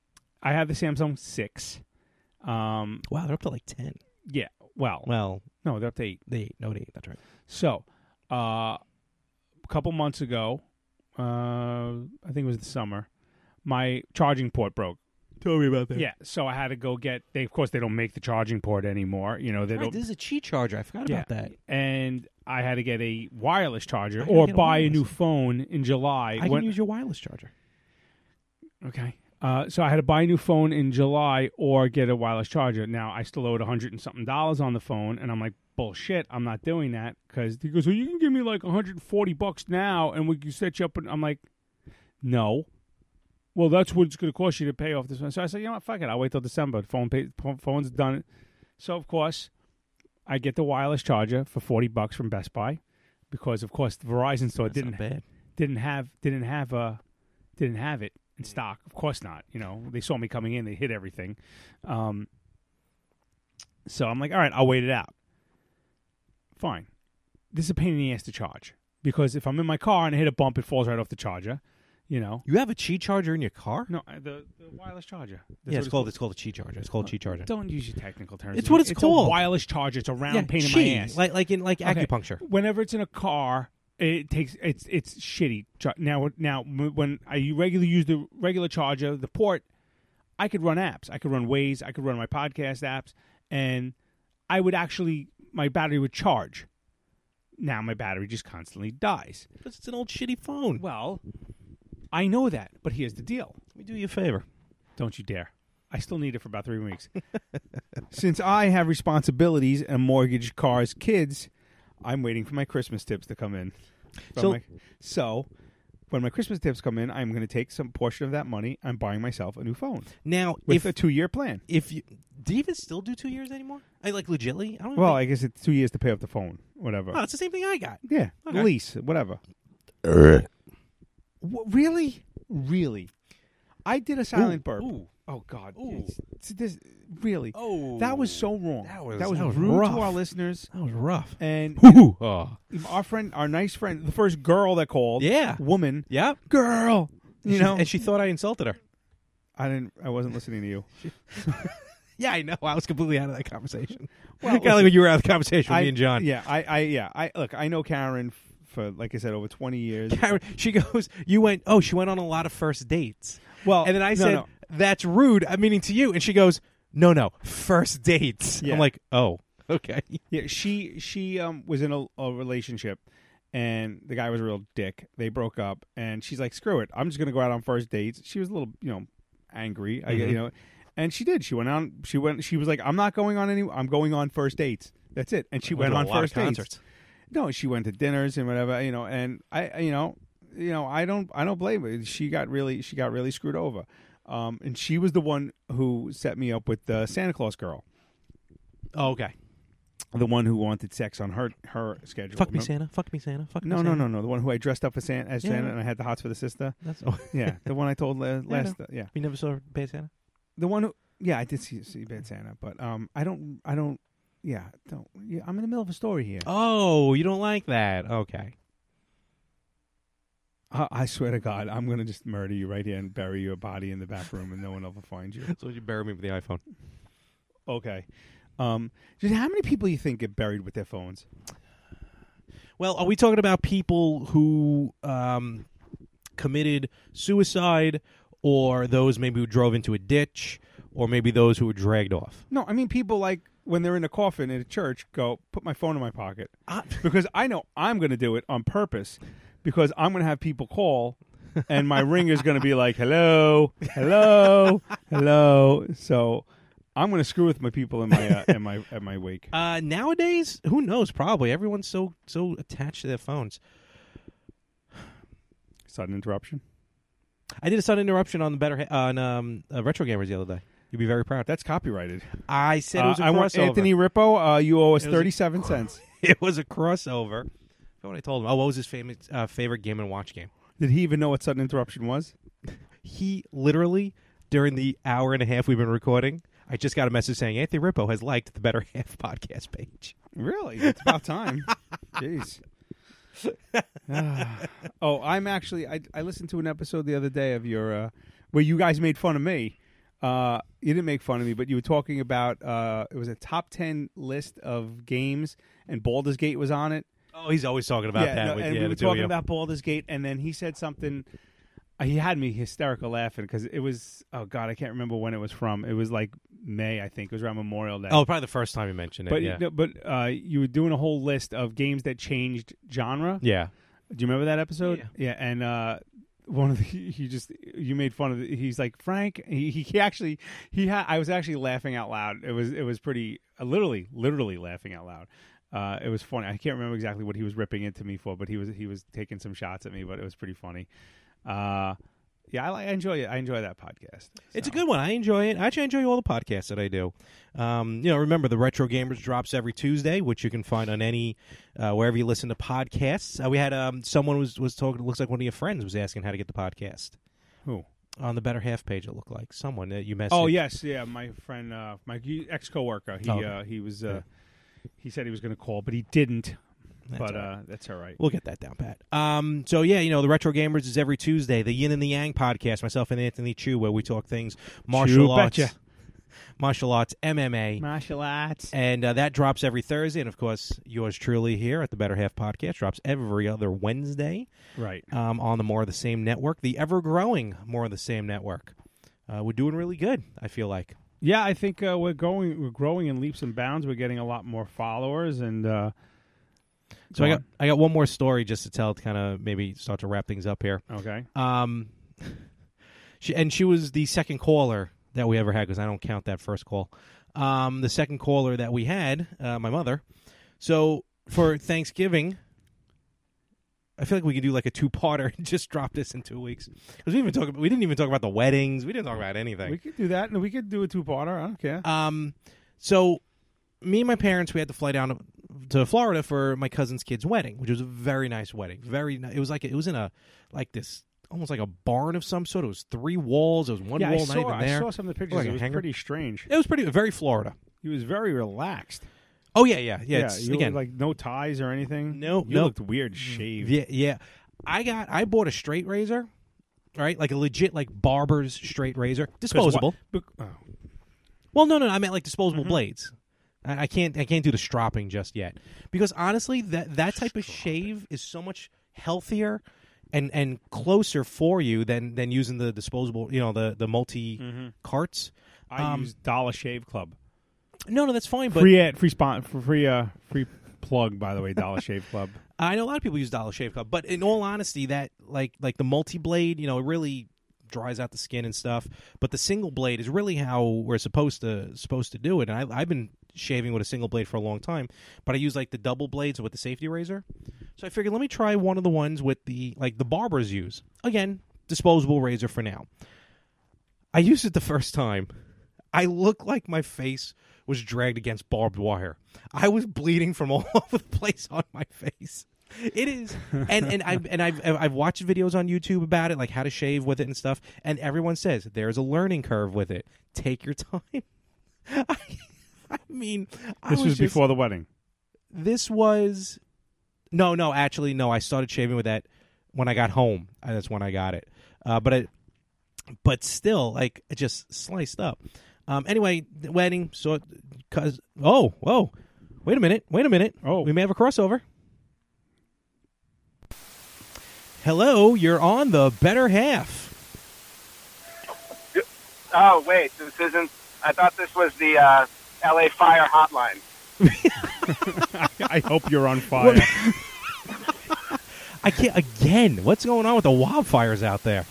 [SPEAKER 4] I have the Samsung six. Um,
[SPEAKER 3] wow, they're up to like ten.
[SPEAKER 4] yeah. Well,
[SPEAKER 3] Well,
[SPEAKER 4] no, they're up to eight.
[SPEAKER 3] they no, they that's right.
[SPEAKER 4] So, uh, a couple months ago, uh, I think it was the summer, my charging port broke.
[SPEAKER 3] Tell me about that.
[SPEAKER 4] Yeah, so I had to go get. They of course they don't make the charging port anymore. You know they
[SPEAKER 3] Right,
[SPEAKER 4] don't.
[SPEAKER 3] this is a Qi charger. I forgot about
[SPEAKER 4] Yeah.
[SPEAKER 3] that.
[SPEAKER 4] and I had to get a wireless charger
[SPEAKER 3] I gotta
[SPEAKER 4] or
[SPEAKER 3] get a
[SPEAKER 4] buy a
[SPEAKER 3] wireless.
[SPEAKER 4] new phone in July.
[SPEAKER 3] I can
[SPEAKER 4] when-
[SPEAKER 3] use your wireless charger.
[SPEAKER 4] okay. Uh, so I had to buy a new phone in July or get a wireless charger. Now I still owed a hundred and something dollars on the phone, and I'm like, bullshit, I'm not doing that because he goes, well, you can give me like 140 bucks now, and we can set you up. And I'm like, no. Well, that's what it's going to cost you to pay off this one. So I said, you know what, fuck it, I'll wait till December. The phone pay, pho- phone's done. So of course, I get the wireless charger for 40 bucks from Best Buy because of course the Verizon store
[SPEAKER 3] That's not
[SPEAKER 4] didn't
[SPEAKER 3] bad.
[SPEAKER 4] didn't have didn't have a didn't have it in
[SPEAKER 3] Mm.
[SPEAKER 4] stock. Of course not. You know, they saw me coming in, they hit everything. Um, so I'm like, all right, I'll wait it out. Fine. This is a pain in the ass to charge because if I'm in my car and I hit a bump, it falls right off the charger. You know,
[SPEAKER 3] You have a Qi charger in your car?
[SPEAKER 4] no, I- the, the wireless charger. That's
[SPEAKER 3] yeah,
[SPEAKER 4] what
[SPEAKER 3] it's called. It's called a Qi charger. It's called a Qi charger.
[SPEAKER 4] Don't use your technical terms.
[SPEAKER 3] It's what it's
[SPEAKER 4] A
[SPEAKER 3] called.
[SPEAKER 4] wireless charger. It's a round
[SPEAKER 3] yeah,
[SPEAKER 4] pain
[SPEAKER 3] Qi,
[SPEAKER 4] in my ass.
[SPEAKER 3] Like like in like
[SPEAKER 4] Okay.
[SPEAKER 3] acupuncture.
[SPEAKER 4] Whenever it's in a car, it takes it's it's shitty. Char- Now now m- when I regularly use the regular charger, the port, I could run apps. I could run Waze. I could run my podcast apps, and I would actually my battery would charge. Now my battery just constantly dies.
[SPEAKER 3] Because it's an old shitty phone.
[SPEAKER 4] Well, I know that, but here's the deal.
[SPEAKER 3] Let me do you a favor.
[SPEAKER 4] Don't you dare. I still need it for about three weeks. Since I have responsibilities and mortgage, cars, kids, I'm waiting for my Christmas tips to come in. From
[SPEAKER 3] So-
[SPEAKER 4] my- so when my Christmas tips come in, I'm going to take some portion of that money. I'm buying myself a new phone.
[SPEAKER 3] Now,
[SPEAKER 4] with
[SPEAKER 3] if-
[SPEAKER 4] a two year plan.
[SPEAKER 3] If you do, you even still do two years anymore? I like legitly. I don't. even
[SPEAKER 4] Well,
[SPEAKER 3] think-
[SPEAKER 4] I guess it's two years to pay off the phone, whatever.
[SPEAKER 3] Oh, it's the same thing I got.
[SPEAKER 4] yeah,
[SPEAKER 3] Okay.
[SPEAKER 4] lease, whatever. Wha- really, really, I did a silent burp. Oh God! It's- it's- this- really?
[SPEAKER 3] Oh,
[SPEAKER 4] that was so wrong.
[SPEAKER 3] That was-
[SPEAKER 4] that was,
[SPEAKER 3] that was
[SPEAKER 4] rude
[SPEAKER 3] rough. Oh.
[SPEAKER 4] to our listeners. That
[SPEAKER 3] was rough.
[SPEAKER 4] And
[SPEAKER 3] Whew. Oh.
[SPEAKER 4] our friend, our nice friend, the first girl that called,
[SPEAKER 3] Yeah.
[SPEAKER 4] woman,
[SPEAKER 3] Yep.
[SPEAKER 4] girl,
[SPEAKER 3] She-
[SPEAKER 4] you know,
[SPEAKER 3] and she thought I insulted her.
[SPEAKER 4] I didn't. I wasn't listening to you.
[SPEAKER 3] Yeah, I know. I was completely out of that conversation.
[SPEAKER 4] Well,
[SPEAKER 3] kind of
[SPEAKER 4] listen,
[SPEAKER 3] like when you were out of the conversation with
[SPEAKER 4] I-
[SPEAKER 3] me and John.
[SPEAKER 4] Yeah, I, I, yeah, I look. I know Karen f- for like I said over twenty years.
[SPEAKER 3] Karen, she goes, "You went. Oh, she went on a lot of first dates."
[SPEAKER 4] Well,
[SPEAKER 3] and then I
[SPEAKER 4] no,
[SPEAKER 3] said,
[SPEAKER 4] no.
[SPEAKER 3] "That's rude." I'm meaning to you, and she goes, "No, no, first dates."
[SPEAKER 4] Yeah.
[SPEAKER 3] I'm like, "Oh, okay."
[SPEAKER 4] Yeah, she she um was in a, a relationship, and the guy was a real dick. They broke up, and she's like, "Screw it, I'm just gonna go out on first dates." She was a little, you know, angry. I
[SPEAKER 3] Mhm.
[SPEAKER 4] you know, and she did. She went on. She went. She was like, "I'm not going on any. I'm going on first dates. That's it." And she
[SPEAKER 3] I
[SPEAKER 4] went
[SPEAKER 3] went
[SPEAKER 4] on
[SPEAKER 3] to a lot of
[SPEAKER 4] first dates.
[SPEAKER 3] concerts.
[SPEAKER 4] No, she went to dinners and whatever, you know, and I, I- you know, you know, I don't, I don't blame her. She got really, she got really screwed over, um, and she was the one who set me up with the Santa Claus girl,
[SPEAKER 3] Oh, okay.
[SPEAKER 4] the one who wanted sex on her her schedule.
[SPEAKER 3] Fuck me,
[SPEAKER 4] Remember-
[SPEAKER 3] Santa. Fuck me, Santa. Fuck
[SPEAKER 4] No,
[SPEAKER 3] me,
[SPEAKER 4] no,
[SPEAKER 3] Santa.
[SPEAKER 4] no, no. The one who I dressed up as Santa, as
[SPEAKER 3] Yeah,
[SPEAKER 4] Santa
[SPEAKER 3] yeah.
[SPEAKER 4] and I had the hots for the sister.
[SPEAKER 3] That's oh.
[SPEAKER 4] yeah, the one I told la- last.
[SPEAKER 3] no.
[SPEAKER 4] Yeah,
[SPEAKER 3] You never saw Bad Santa.
[SPEAKER 4] the one who. Yeah, I did see see Bad Santa, but um, I don't, I don't. Yeah, don't. Yeah, I'm in the middle of a story here.
[SPEAKER 3] Oh, you don't like that? Okay.
[SPEAKER 4] I, I swear to God, I'm gonna just murder you right here and bury your body in the back room, and no one will find you.
[SPEAKER 3] So you bury me with the iPhone.
[SPEAKER 4] Okay. Um, just how many people you think get buried with their phones?
[SPEAKER 3] Well, are we talking about people who um, committed suicide, or those maybe who drove into a ditch, or maybe those who were dragged off?
[SPEAKER 4] No, I mean people like when they're in a coffin in a church, go put my phone in my pocket because I know I'm going to do it on purpose because I'm going to have people call and my ringer's going to be like, "Hello, hello, hello." So I'm going to screw with my people in my uh, in my at my wake.
[SPEAKER 3] Uh, nowadays, who knows? Probably everyone's so so attached to their phones.
[SPEAKER 4] Sudden interruption.
[SPEAKER 3] I did a sudden interruption on the better Ha- on um, uh, retro gamers the other day. You'd be very proud.
[SPEAKER 4] That's copyrighted.
[SPEAKER 3] I said it was a
[SPEAKER 4] Uh, I want
[SPEAKER 3] crossover.
[SPEAKER 4] Anthony Rippo. Uh, you owe us
[SPEAKER 3] It was a-
[SPEAKER 4] thirty-seven cents.
[SPEAKER 3] it was a crossover. Forgot What I told him. Oh, what was his famous uh, favorite game and watch game?
[SPEAKER 4] Did he even know what sudden interruption was?
[SPEAKER 3] He literally during the hour and a half we've been recording, I just got a message saying Anthony Rippo has liked the Better Half podcast page.
[SPEAKER 4] Really? It's about time. Jeez. Ah. oh, I'm actually. I, I listened to an episode the other day of your uh, where you guys made fun of me. Uh, you didn't make fun of me, but you were talking about uh, it was a top ten list of games, and Baldur's Gate was on it.
[SPEAKER 3] Oh, he's always talking about that.
[SPEAKER 4] no,
[SPEAKER 3] with,
[SPEAKER 4] and
[SPEAKER 3] yeah,
[SPEAKER 4] we
[SPEAKER 3] the
[SPEAKER 4] were
[SPEAKER 3] two of
[SPEAKER 4] talking
[SPEAKER 3] you.
[SPEAKER 4] about Baldur's Gate, and then he said something. uh, He had me hysterical laughing because it was oh god, I can't remember when it was from. It was like May, I think. It was around Memorial Day.
[SPEAKER 3] Oh, probably the first time he mentioned it.
[SPEAKER 4] But
[SPEAKER 3] yeah.
[SPEAKER 4] no, but uh, you were doing a whole list of games that changed genre.
[SPEAKER 3] Yeah.
[SPEAKER 4] Do you remember that episode? Yeah. and uh, one of the he just you made fun of. The, he's like Frank. He, he actually he ha- I was actually laughing out loud. It was it was pretty uh, literally literally laughing out loud. Uh, it was funny. I can't remember exactly what he was ripping into me for, but he was he was taking some shots at me. But it was pretty funny. Uh, yeah, I, like- I enjoy it. I enjoy that podcast.
[SPEAKER 3] It's a good one. I enjoy it. I actually enjoy all the podcasts that I do. Um, you know, remember the Retro Gamers drops every Tuesday, which you can find on any uh, wherever you listen to podcasts. Uh, we had um, someone was was talking. It looks like one of your friends was asking how to get the podcast
[SPEAKER 4] Who?
[SPEAKER 3] on the Better Half page. It looked like someone that you messaged.
[SPEAKER 4] Oh yes, yeah. My friend, uh, my ex coworker, he
[SPEAKER 3] Oh, okay.
[SPEAKER 4] uh, he was uh, he said he was going to call, but he didn't.
[SPEAKER 3] That's
[SPEAKER 4] but
[SPEAKER 3] all right.
[SPEAKER 4] uh, that's all right.
[SPEAKER 3] We'll get that down pat. Um, so yeah, you know the Retro Gamers is every Tuesday. The Yin and the Yang podcast. Myself and Anthony Chu, where we talk things martial
[SPEAKER 4] Chu
[SPEAKER 3] arts,
[SPEAKER 4] betcha.
[SPEAKER 3] martial arts, MMA,
[SPEAKER 4] Martial arts.
[SPEAKER 3] and uh, that drops every Thursday. And of course, yours truly here at the Better Half Podcast drops every other Wednesday
[SPEAKER 4] Right.
[SPEAKER 3] um, on the More of the Same network, the ever growing More of the Same network. Uh, we're doing really good. I feel like.
[SPEAKER 4] Yeah, I think uh, we're going, we're growing in leaps and bounds. We're getting a lot more followers, and uh,
[SPEAKER 3] So I
[SPEAKER 4] Go
[SPEAKER 3] got I got one more story just to tell to kind of maybe start to wrap things up here.
[SPEAKER 4] okay,
[SPEAKER 3] Um, she and she was the second caller that we ever had because I don't count that first call. Um, the second caller that we had, uh, my mother. So for Thanksgiving, I feel like we could do like a two-parter and just drop this in two weeks because we even talk. We didn't even talk about the weddings. We didn't talk about anything.
[SPEAKER 4] We could do that, and we could do a two-parter. I don't care.
[SPEAKER 3] Um, so me and my parents, we had to fly down to Florida for my cousin's kid's wedding, which was a very nice wedding. Very, ni- it was like it was in a like this almost like a barn of some sort. It was three walls. It was one
[SPEAKER 4] yeah,
[SPEAKER 3] wall
[SPEAKER 4] I
[SPEAKER 3] not
[SPEAKER 4] saw,
[SPEAKER 3] even there.
[SPEAKER 4] I saw some of the
[SPEAKER 3] Looked
[SPEAKER 4] pictures.
[SPEAKER 3] like a
[SPEAKER 4] it was
[SPEAKER 3] hangar.
[SPEAKER 4] pretty strange.
[SPEAKER 3] It was pretty very Florida.
[SPEAKER 4] He was very relaxed.
[SPEAKER 3] Oh yeah, yeah, yeah. it's-
[SPEAKER 4] you
[SPEAKER 3] again,
[SPEAKER 4] like no ties or anything.
[SPEAKER 3] No,
[SPEAKER 4] you
[SPEAKER 3] no. Mm.
[SPEAKER 4] looked weird shaved.
[SPEAKER 3] Yeah, yeah. I got I bought a straight razor, right? Like a legit like barber's straight razor, disposable.
[SPEAKER 4] Bec- oh.
[SPEAKER 3] Well, no, no, I meant like disposable blades. I, I can't, I can't do the stropping just yet because honestly, that that type of shave is so much healthier and and closer for you than than using the disposable, you know, the the multi
[SPEAKER 4] Mhm.
[SPEAKER 3] carts.
[SPEAKER 4] I use Dollar Shave Club.
[SPEAKER 3] No, no, that's fine. Um, But
[SPEAKER 4] free ad, free spot, free uh, free plug. By the way, Dollar Shave Club.
[SPEAKER 3] I know a lot of people use Dollar Shave Club, but in all honesty, that like like the multi blade, you know, it really dries out the skin and stuff. But the single blade is really how we're supposed to supposed to do it. And I, I've been shaving with a single blade for a long time, but I use like the double blades with the safety razor. So I figured let me try one of the ones with the like the barbers use again, disposable razor for now. I used it the first time. I looked like my face was dragged against barbed wire. I was bleeding from all over the place on my face. It is, and and I and I've I've watched videos on YouTube about it, like how to shave with it and stuff. And everyone says there's a learning curve with it. Take your time. I, I mean, I
[SPEAKER 4] This was,
[SPEAKER 3] just-
[SPEAKER 4] before the wedding.
[SPEAKER 3] this was no no actually no i started shaving with that when i got home Uh, that's when i got it uh, but it but still like it just sliced up um anyway the wedding so cuz oh whoa wait a minute wait a minute oh we may have a crossover hello you're on the better half
[SPEAKER 14] Oh wait, this isn't. I thought this was the uh, L.A. Fire Hotline.
[SPEAKER 4] I hope you're on fire.
[SPEAKER 3] i can't again what's going on with the wildfires out there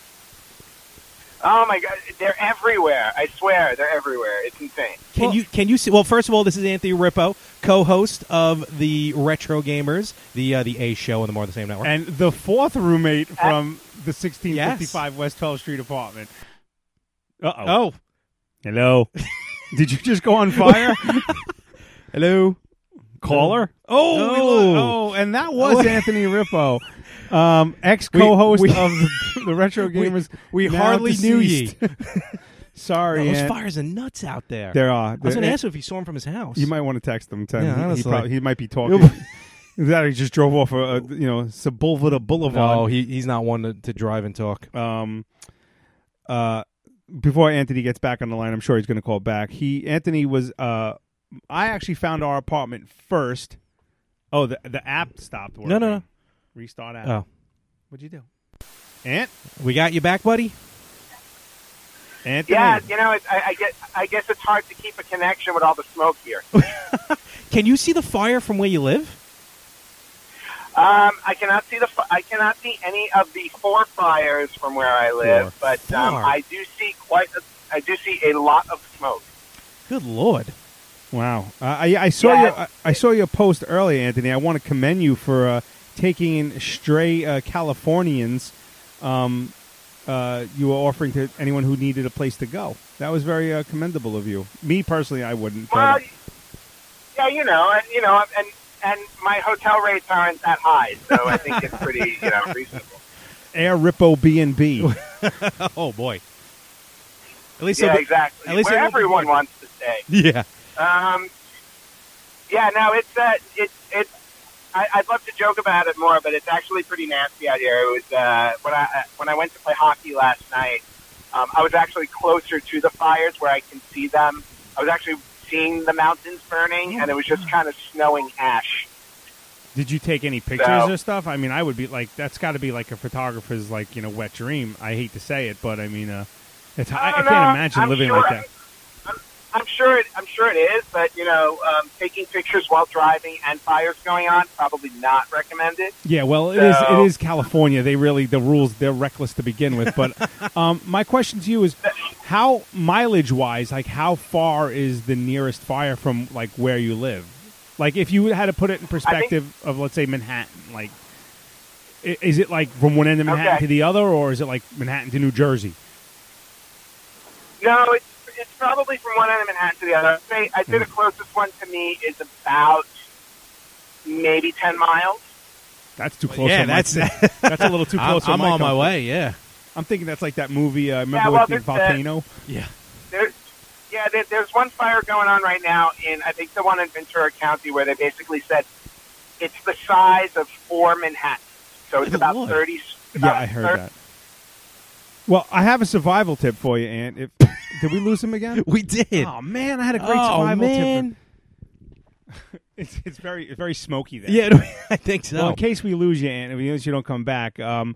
[SPEAKER 14] Oh my God, they're everywhere. I swear, they're everywhere. It's insane.
[SPEAKER 3] Can you can you see? Well, first of all, this is Anthony Rippo, co-host of the Retro Gamers, the uh, the A Show on the More of the Same Network.
[SPEAKER 4] and the fourth roommate from the 1655
[SPEAKER 3] Yes.
[SPEAKER 4] West 12th Street apartment. Uh
[SPEAKER 3] oh,
[SPEAKER 4] hello. Did you just go on fire?
[SPEAKER 3] hello,
[SPEAKER 4] caller. Oh, we
[SPEAKER 3] Oh.
[SPEAKER 4] lo- oh, and that was Anthony Rippo, um, ex
[SPEAKER 3] We-
[SPEAKER 4] co-host
[SPEAKER 3] we-
[SPEAKER 4] of the, the Retro
[SPEAKER 3] We-
[SPEAKER 4] Gamers.
[SPEAKER 3] we
[SPEAKER 4] now
[SPEAKER 3] hardly knew ye.
[SPEAKER 4] deceased. Sorry,
[SPEAKER 3] those
[SPEAKER 4] Ant.
[SPEAKER 3] fires are nuts out there.
[SPEAKER 4] There are.
[SPEAKER 3] I was going to
[SPEAKER 4] There-
[SPEAKER 3] ask him if he saw him from his house.
[SPEAKER 4] You might want to text him. Tell
[SPEAKER 3] Yeah,
[SPEAKER 4] him. He- he,
[SPEAKER 3] honestly.
[SPEAKER 4] prob- he might be talking. that he just drove off a, a you know Sepulveda Boulevard.
[SPEAKER 3] No, Oh, he, he's not one to, to drive and talk.
[SPEAKER 4] Um, uh, before Anthony gets back on the line, I'm sure he's going to call back. He Anthony was uh, I actually found our apartment first. Oh, the the app stopped. Working.
[SPEAKER 3] No, no, no.
[SPEAKER 4] Restart app.
[SPEAKER 3] Oh,
[SPEAKER 4] What'd you do? Ant,
[SPEAKER 3] we got you back, buddy.
[SPEAKER 4] Anthony,
[SPEAKER 14] Yeah, you know, it, I, I guess I guess it's hard to keep a connection with all the smoke here.
[SPEAKER 3] can you see the fire from where you live?
[SPEAKER 14] Um, I cannot see the fi- I cannot see any of the four fires from where I live, but um,
[SPEAKER 3] Four.
[SPEAKER 14] I do see quite. A, I do see a lot of smoke.
[SPEAKER 3] Good lord.
[SPEAKER 4] Wow, I, I- I saw
[SPEAKER 14] Yeah.
[SPEAKER 4] your I, I saw your post earlier, Anthony. I want to commend you for uh, taking in stray uh, Californians. Um, uh, you were offering to anyone who needed a place to go. That was very uh, commendable of you. Me personally, I wouldn't. but-
[SPEAKER 14] Well, yeah, you know, and you know, and and my hotel rates aren't that high, so I think it's pretty, you know, reasonable.
[SPEAKER 4] Air Rippo B and B.
[SPEAKER 3] oh boy. At least
[SPEAKER 14] yeah,
[SPEAKER 3] they'll be-
[SPEAKER 14] exactly.
[SPEAKER 3] At least
[SPEAKER 14] Where
[SPEAKER 3] they'll be-
[SPEAKER 14] everyone wants to stay.
[SPEAKER 3] Yeah.
[SPEAKER 14] Um, yeah, no, it's uh, it it. I, I'd love to joke about it more, but it's actually pretty nasty out here. It was uh, when I when I went to play hockey last night. Um, I was actually closer to the fires where I can see them. I was actually seeing the mountains burning, and it was just kind of snowing ash.
[SPEAKER 4] Did you take any pictures
[SPEAKER 14] No.
[SPEAKER 4] or stuff? I mean, I would be like, that's got to be like a photographer's like you know wet dream. I hate to say it, but I mean, uh, it's, I, I
[SPEAKER 14] don't
[SPEAKER 4] can't
[SPEAKER 14] know.
[SPEAKER 4] imagine
[SPEAKER 14] I'm
[SPEAKER 4] living
[SPEAKER 14] sure
[SPEAKER 4] like
[SPEAKER 14] I-
[SPEAKER 4] that.
[SPEAKER 14] I'm sure it. I'm sure it is, but you know, um, taking pictures while driving and fires going on probably not recommended.
[SPEAKER 4] Yeah, well, it is
[SPEAKER 14] So-
[SPEAKER 4] it is California. They really the rules they're reckless to begin with. But um, my question to you is, how mileage wise, like how far is the nearest fire from like where you live? Like if you had to put it in perspective of let's say Manhattan, like I- Is it like from one end of Manhattan
[SPEAKER 14] Okay.
[SPEAKER 4] to the other, or is it like Manhattan to New Jersey?
[SPEAKER 14] No, it's, it's probably from one end of Manhattan to the other. I'd say, I'd say the
[SPEAKER 4] Hmm.
[SPEAKER 14] closest one to me is about maybe 10 miles.
[SPEAKER 4] That's too close.
[SPEAKER 3] yeah,
[SPEAKER 4] on my-
[SPEAKER 3] that's-
[SPEAKER 4] that's a little too
[SPEAKER 3] I'm-
[SPEAKER 4] close.
[SPEAKER 3] I'm on my
[SPEAKER 4] comfort.
[SPEAKER 3] way, yeah.
[SPEAKER 4] I'm thinking that's like that movie. Uh, remember
[SPEAKER 14] Yeah, well,
[SPEAKER 4] with the
[SPEAKER 14] there's that-
[SPEAKER 4] volcano?
[SPEAKER 3] Yeah.
[SPEAKER 14] There's, yeah, there, there's one fire going on right now in, I think, the one in Ventura County where they basically said it's the size of four Manhattans. So it's about 30.
[SPEAKER 4] Yeah, I heard that. Well, I have a survival tip for you, Ant. If did we lose him again?
[SPEAKER 3] we did.
[SPEAKER 4] Oh man, I had a great
[SPEAKER 3] Oh,
[SPEAKER 4] survival
[SPEAKER 3] man.
[SPEAKER 4] tip. for- it's it's very it's very smoky there.
[SPEAKER 3] Yeah, I think so.
[SPEAKER 4] Well, in case we lose you, Ant, and we lose you don't come back, um,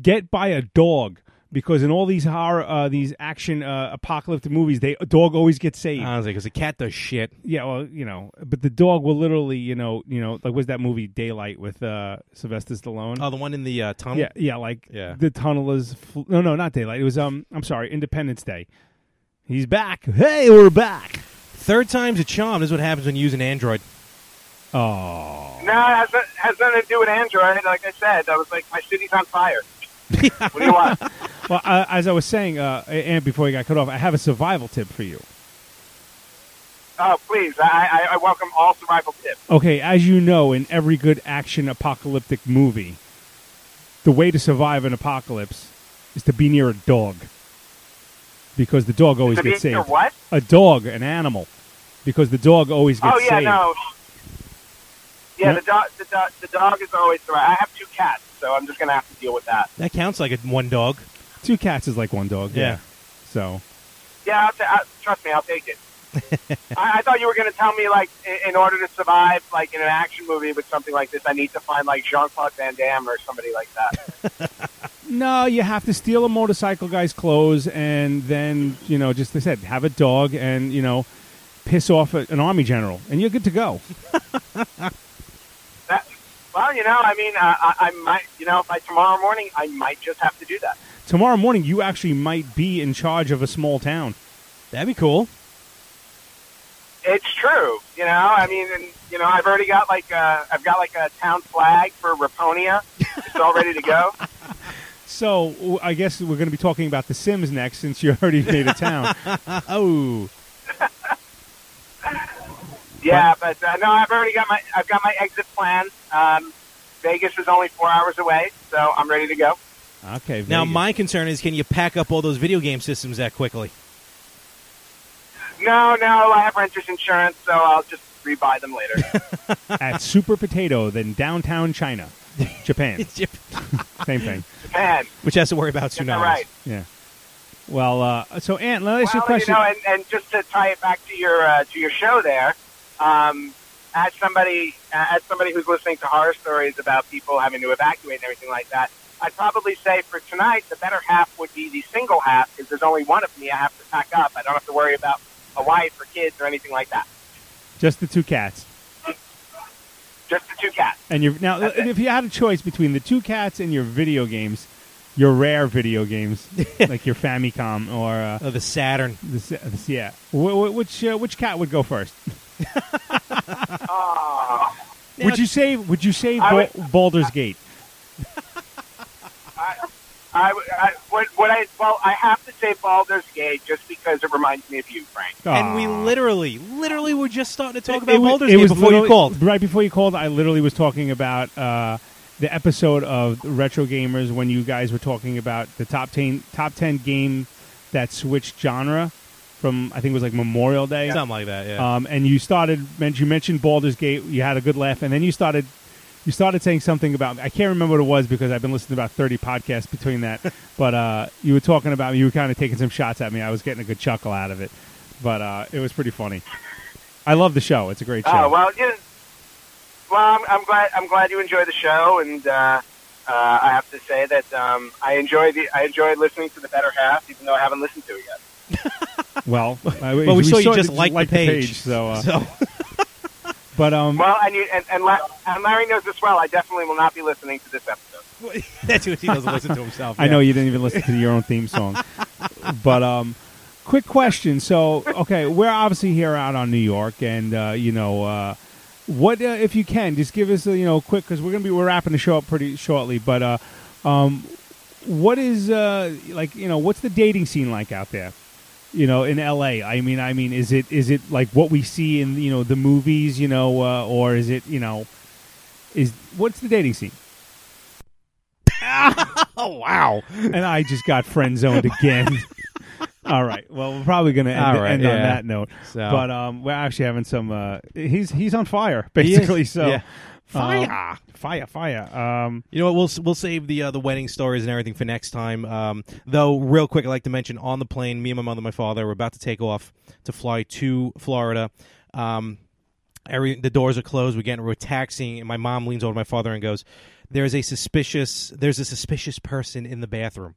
[SPEAKER 4] get by a dog because in all these horror, uh, these action uh, apocalyptic movies, they a dog always gets saved.
[SPEAKER 3] Honestly, because the cat does shit.
[SPEAKER 4] Yeah, well, you know, but the dog will literally, you know, you know, like was that movie Daylight with uh, Sylvester Stallone?
[SPEAKER 3] Oh, the one in the uh, tunnel.
[SPEAKER 4] Yeah, yeah, like
[SPEAKER 3] yeah.
[SPEAKER 4] the tunnel is fl- no, no, not daylight. It was um, I'm sorry, Independence Day. He's back. Hey, we're back.
[SPEAKER 3] Third time's a charm. This is what happens when you use an Android.
[SPEAKER 4] Oh,
[SPEAKER 14] No, it has, no- has nothing to do with Android. Like I said, I was like, my city's on fire. what do you want?
[SPEAKER 4] Well, uh, as I was saying, uh, and before you got cut off, I have a survival tip for you.
[SPEAKER 14] Oh, please. I, I, I welcome all survival tips.
[SPEAKER 4] Okay, as you know, in every good action apocalyptic movie, the way to survive an apocalypse is to be near a dog. Because the dog always
[SPEAKER 14] To be
[SPEAKER 4] gets
[SPEAKER 14] near
[SPEAKER 4] saved.
[SPEAKER 14] what?
[SPEAKER 4] A dog, an animal. Because the dog always gets
[SPEAKER 14] oh, yeah,
[SPEAKER 4] saved.
[SPEAKER 14] no. Yeah, The,
[SPEAKER 4] Yeah.
[SPEAKER 14] dog, the, dog, the dog is always the right. I have two cats, so I'm just going to have to deal with that.
[SPEAKER 3] That counts like a one dog.
[SPEAKER 4] Two cats is like one dog.
[SPEAKER 3] Yeah.
[SPEAKER 4] So
[SPEAKER 14] Yeah, I'll ta- I, trust me, I'll take it. I, I thought you were going to tell me, like, in, in order to survive, like, in an action movie with something like this, I need to find, like, Jean Claude Van Damme or somebody like that.
[SPEAKER 4] No, you have to steal a motorcycle guy's clothes, and then you know, just they said, have a dog, and you know, piss off a, an army general, and you're good to go.
[SPEAKER 14] that well, you know, I mean, uh, I, I might, you know, by tomorrow morning, I might just have to do that.
[SPEAKER 4] Tomorrow morning, you actually might be in charge of a small town.
[SPEAKER 3] That'd be cool.
[SPEAKER 14] It's true, you know. I mean, and, you know, I've already got like a, I've got like a town flag for Raponia. It's all ready to go.
[SPEAKER 4] So w- I guess we're going to be talking about The Sims next, since you already made a town.
[SPEAKER 3] oh,
[SPEAKER 14] Yeah, but uh, no, I've already got my, I've got my exit plan. Um, Vegas is only four hours away, so I'm ready to go.
[SPEAKER 4] okay.
[SPEAKER 3] Now
[SPEAKER 4] Vegas.
[SPEAKER 3] my concern is, can you pack up all those video game systems that quickly?
[SPEAKER 14] No, no, I have renter's insurance, so I'll just rebuy them later.
[SPEAKER 4] at Super Potato, then downtown China, Japan, same thing.
[SPEAKER 14] Japan.
[SPEAKER 3] Which has to worry about tsunamis.
[SPEAKER 14] All right.
[SPEAKER 4] Yeah. Well, uh, so Ant, let me ask you a
[SPEAKER 14] Well,
[SPEAKER 4] question.
[SPEAKER 14] You know, and, and just to tie it back to your uh, to your show there, um, as somebody as somebody who's listening to horror stories about people having to evacuate and everything like that, I'd probably say for tonight the better half would be the single half because there's only one of me I have to pack up. I don't have to worry about a wife or kids or anything like that.
[SPEAKER 4] Just the two cats.
[SPEAKER 14] Just the two cats.
[SPEAKER 4] And you're now, if you had a choice between the two cats and your video games, your rare video games like your Famicom or uh,
[SPEAKER 3] Oh, the Saturn,
[SPEAKER 4] the, Sa- the- yeah, Wh- wh- which uh, which cat would go first? Would you save? Would you save
[SPEAKER 14] Ah. I
[SPEAKER 4] Bal-
[SPEAKER 14] would-
[SPEAKER 4] Baldur's Gate?
[SPEAKER 14] I, w- I- would, would I well I have to say Baldur's Gate just because it reminds me of you, Frank.
[SPEAKER 3] and we
[SPEAKER 4] Aw.
[SPEAKER 3] literally, literally were just starting to talk
[SPEAKER 4] It
[SPEAKER 3] about
[SPEAKER 4] wa-
[SPEAKER 3] Baldur's
[SPEAKER 4] it
[SPEAKER 3] Gate
[SPEAKER 4] was
[SPEAKER 3] before you
[SPEAKER 4] literally-
[SPEAKER 3] called.
[SPEAKER 4] Right before you called, I literally was talking about uh, the episode of Retro Gamers when you guys were talking about the top ten top ten game that switched genre from I think it was like Memorial Day,
[SPEAKER 3] Something like that, yeah.
[SPEAKER 4] Um, and you started men- you mentioned Baldur's Gate. You had a good laugh, and then you started. You started saying something about I can't remember what it was because I've been listening to about thirty podcasts between that. but uh, you were talking about you were kind of taking some shots at me. I was getting a good chuckle out of it, but uh, it was pretty funny. I love the show. It's a great show.
[SPEAKER 14] Oh well, you. Well, I'm, I'm glad. I'm glad you enjoy the show, and uh, uh, I have to say that um, I enjoy the. I enjoy listening to the better half, even though I haven't listened to it yet.
[SPEAKER 4] Well, I-
[SPEAKER 3] Well, we saw you just
[SPEAKER 4] that
[SPEAKER 3] liked the
[SPEAKER 4] liked
[SPEAKER 3] page,
[SPEAKER 4] so, uh,
[SPEAKER 3] so-
[SPEAKER 4] but um,
[SPEAKER 14] Well, and you and and, La- and Larry knows this well. I definitely will not be listening to this episode.
[SPEAKER 3] That's what he doesn't listen to himself.
[SPEAKER 4] I know you didn't even listen to your own theme song, but um, quick question. So, okay, we're obviously here out on New York, and uh, you know, uh, What uh, if you can just give us a, you know a quick because we're gonna be we're wrapping the show up pretty shortly. But uh, um, what is uh, like you know what's the dating scene like out there? You know, in L.A. I mean, I mean, is it is it like what we see in you know the movies? You know, uh, or is it you know is what's the dating scene?
[SPEAKER 3] oh wow!
[SPEAKER 4] And I just got friend zoned again. All right. Well, we're probably going to end,
[SPEAKER 3] All right,
[SPEAKER 4] end on
[SPEAKER 3] yeah.
[SPEAKER 4] that note.
[SPEAKER 3] So-
[SPEAKER 4] But um, we're actually having some. Uh, he's he's on fire basically. So
[SPEAKER 3] yeah.
[SPEAKER 4] um,
[SPEAKER 3] Fire.
[SPEAKER 4] fire, fire. Um,
[SPEAKER 3] you know what? We'll s- we'll save the uh, the wedding stories and everything for next time. Um, though, real quick, I'd like to mention on the plane, me and my mother, and my father, were about to take off to fly to Florida. Um, every the doors are closed. We get in, we're taxiing, and my mom leans over to my father and goes, "There's a suspicious there's a suspicious person in the bathroom."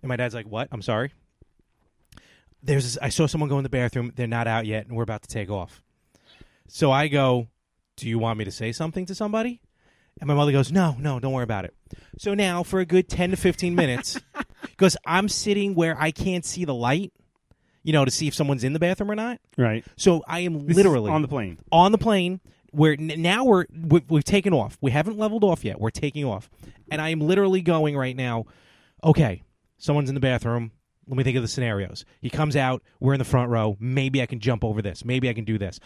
[SPEAKER 3] And my dad's like, "What? I'm sorry." There's I saw someone go in the bathroom. They're not out yet, and we're about to take off. So I go, "Do you want me to say something to somebody?" And my mother goes, "No, no, don't worry about it." So now for a good 10 to 15 minutes, because I'm sitting where I can't see the light, you know, to see if someone's in the bathroom or not.
[SPEAKER 4] Right.
[SPEAKER 3] So I am
[SPEAKER 4] This is
[SPEAKER 3] literally
[SPEAKER 4] on the plane.
[SPEAKER 3] On the plane, where n- now we're we- we've taken off. We haven't leveled off yet. We're taking off, and I am literally going right now. Okay, someone's in the bathroom. Let me think of the scenarios. He comes out. We're in the front row. Maybe I can jump over this. Maybe I can do this.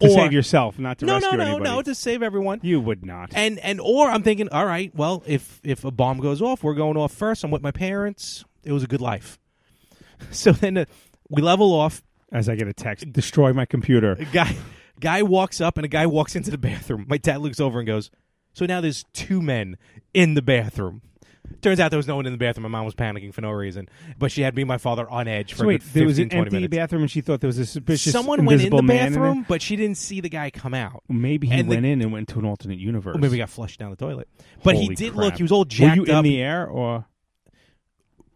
[SPEAKER 4] to
[SPEAKER 3] or,
[SPEAKER 4] save yourself, not to
[SPEAKER 3] no,
[SPEAKER 4] rescue
[SPEAKER 3] no, no,
[SPEAKER 4] anybody.
[SPEAKER 3] no, to save everyone.
[SPEAKER 4] You would not.
[SPEAKER 3] And and or I'm thinking, all right, well, if if a bomb goes off, we're going off first. I'm with my parents. It was a good life. So then uh, we level off.
[SPEAKER 4] As I get a text, destroy my computer.
[SPEAKER 3] A guy guy walks up and a guy walks into the bathroom. My dad looks over and goes, "So now there's two men in the bathroom." Turns out there was no one in the bathroom. My mom was panicking for no reason, but she had me and my father on edge for
[SPEAKER 4] So
[SPEAKER 3] a
[SPEAKER 4] wait,
[SPEAKER 3] good 15,
[SPEAKER 4] there was an
[SPEAKER 3] 20
[SPEAKER 4] empty
[SPEAKER 3] minutes.
[SPEAKER 4] bathroom, and she thought there was a suspicious
[SPEAKER 3] Someone went in
[SPEAKER 4] invisible
[SPEAKER 3] the
[SPEAKER 4] man in there?
[SPEAKER 3] bathroom, but she didn't see the guy come out.
[SPEAKER 4] Maybe he
[SPEAKER 3] And the-
[SPEAKER 4] went in and went to an alternate universe.
[SPEAKER 3] Or maybe he got flushed down the toilet. But he
[SPEAKER 4] Holy
[SPEAKER 3] did
[SPEAKER 4] crap.
[SPEAKER 3] look. He was all
[SPEAKER 4] Were
[SPEAKER 3] jacked
[SPEAKER 4] you in
[SPEAKER 3] up.
[SPEAKER 4] the air, or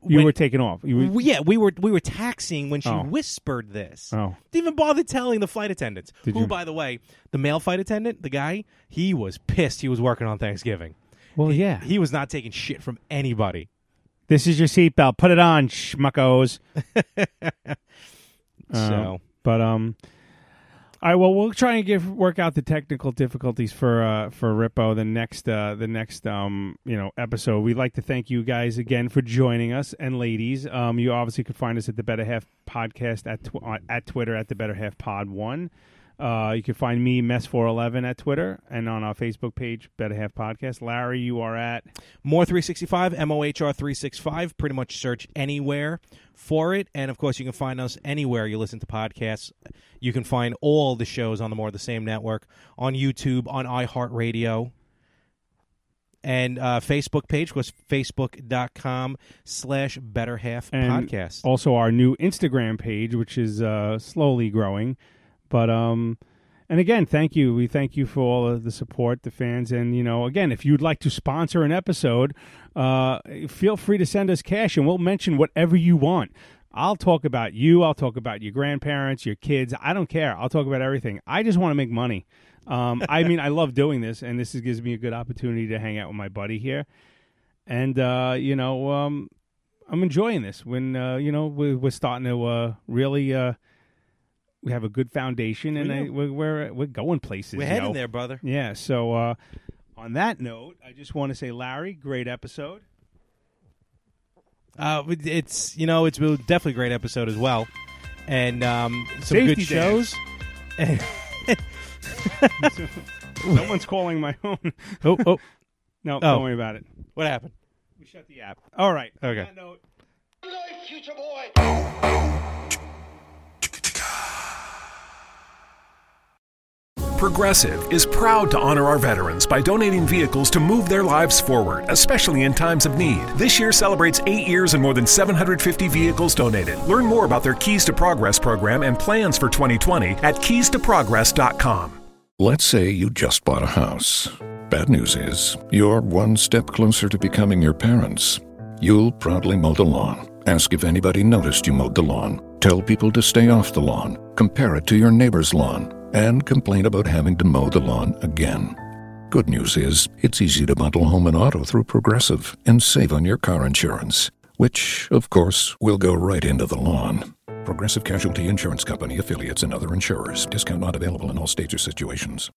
[SPEAKER 4] you
[SPEAKER 3] When-
[SPEAKER 4] were taken off? You were-
[SPEAKER 3] We- yeah, we were we were taxiing when she
[SPEAKER 4] Oh.
[SPEAKER 3] whispered this.
[SPEAKER 4] Oh.
[SPEAKER 3] Didn't even bother telling the flight attendants.
[SPEAKER 4] Did
[SPEAKER 3] who,
[SPEAKER 4] you-
[SPEAKER 3] by the way, the male flight attendant, the guy, he was pissed. He was working on Thanksgiving.
[SPEAKER 4] Well, yeah.
[SPEAKER 3] He was not taking shit from anybody.
[SPEAKER 4] This is your seatbelt. Put it on, schmuckos. Uh,
[SPEAKER 3] So.
[SPEAKER 4] but um, all right. Well, we'll try and give work out the technical difficulties for uh for Rippo the next uh the next um you know episode. We'd like to thank you guys again for joining us and ladies. Um, you obviously can find us at the Better Half Podcast at tw- on- at Twitter at the Better Half Pod One. Uh, you can find me mess four eleven at Twitter and on our Facebook page Better Half Podcast. Larry, you are at
[SPEAKER 3] More 365, MOHR 365. Pretty much search anywhere for it. And of course, you can find us anywhere you listen to podcasts. You can find all the shows on the More of the Same Network, on YouTube, on iHeartRadio, and uh, Facebook page was facebook.com slash better half
[SPEAKER 4] and
[SPEAKER 3] podcast.
[SPEAKER 4] Also, our new Instagram page, which is uh, slowly growing, but um, and again, thank you. We thank you for all of the support, the fans, and you know, again, if you'd like to sponsor an episode, uh, feel free to send us cash, and we'll mention whatever you want. I'll talk about you. I'll talk about your grandparents, your kids. I don't care. I'll talk about everything. I just want to make money. Um, I mean, I love doing this, and this is, gives me a good opportunity to hang out with my buddy here and uh, you know um, I'm enjoying this. When uh, you know we're, we're starting to uh, really uh, we have a good foundation, and
[SPEAKER 3] We
[SPEAKER 4] I,
[SPEAKER 3] do.
[SPEAKER 4] we're, we're we're going places.
[SPEAKER 3] Oh, We're
[SPEAKER 4] yo.
[SPEAKER 3] heading there, brother.
[SPEAKER 4] Yeah. So uh, on that note, I just want to say, Larry, great episode.
[SPEAKER 3] Uh, it's you know it's been definitely a great episode as well, and um, some
[SPEAKER 4] Safety
[SPEAKER 3] good
[SPEAKER 4] dance.
[SPEAKER 3] shows. And
[SPEAKER 4] Someone's calling my phone.
[SPEAKER 3] oh, oh.
[SPEAKER 4] No,
[SPEAKER 3] Oh.
[SPEAKER 4] don't worry about it.
[SPEAKER 3] What happened?
[SPEAKER 4] We shut the app. All right.
[SPEAKER 3] Okay.
[SPEAKER 4] On that note-
[SPEAKER 15] Progressive is proud to honor our veterans by donating vehicles to move their lives forward, especially in times of need. This year celebrates eight years and more than 750 vehicles donated. Learn more about their Keys to Progress program and plans for 2020 at keystoprogress.com.
[SPEAKER 16] Let's say you just bought a house. Bad news is, you're one step closer to becoming your parents. You'll proudly mow the lawn. Ask if anybody noticed you mowed the lawn. Tell people to stay off the lawn. Compare it to your neighbor's lawn. And complain about having to mow the lawn again. Good news is, it's easy to bundle home and auto through Progressive and save on your car insurance, which, of course, will go right into the lawn. Progressive Casualty Insurance Company affiliates and other insurers. Discount not available in all states or situations.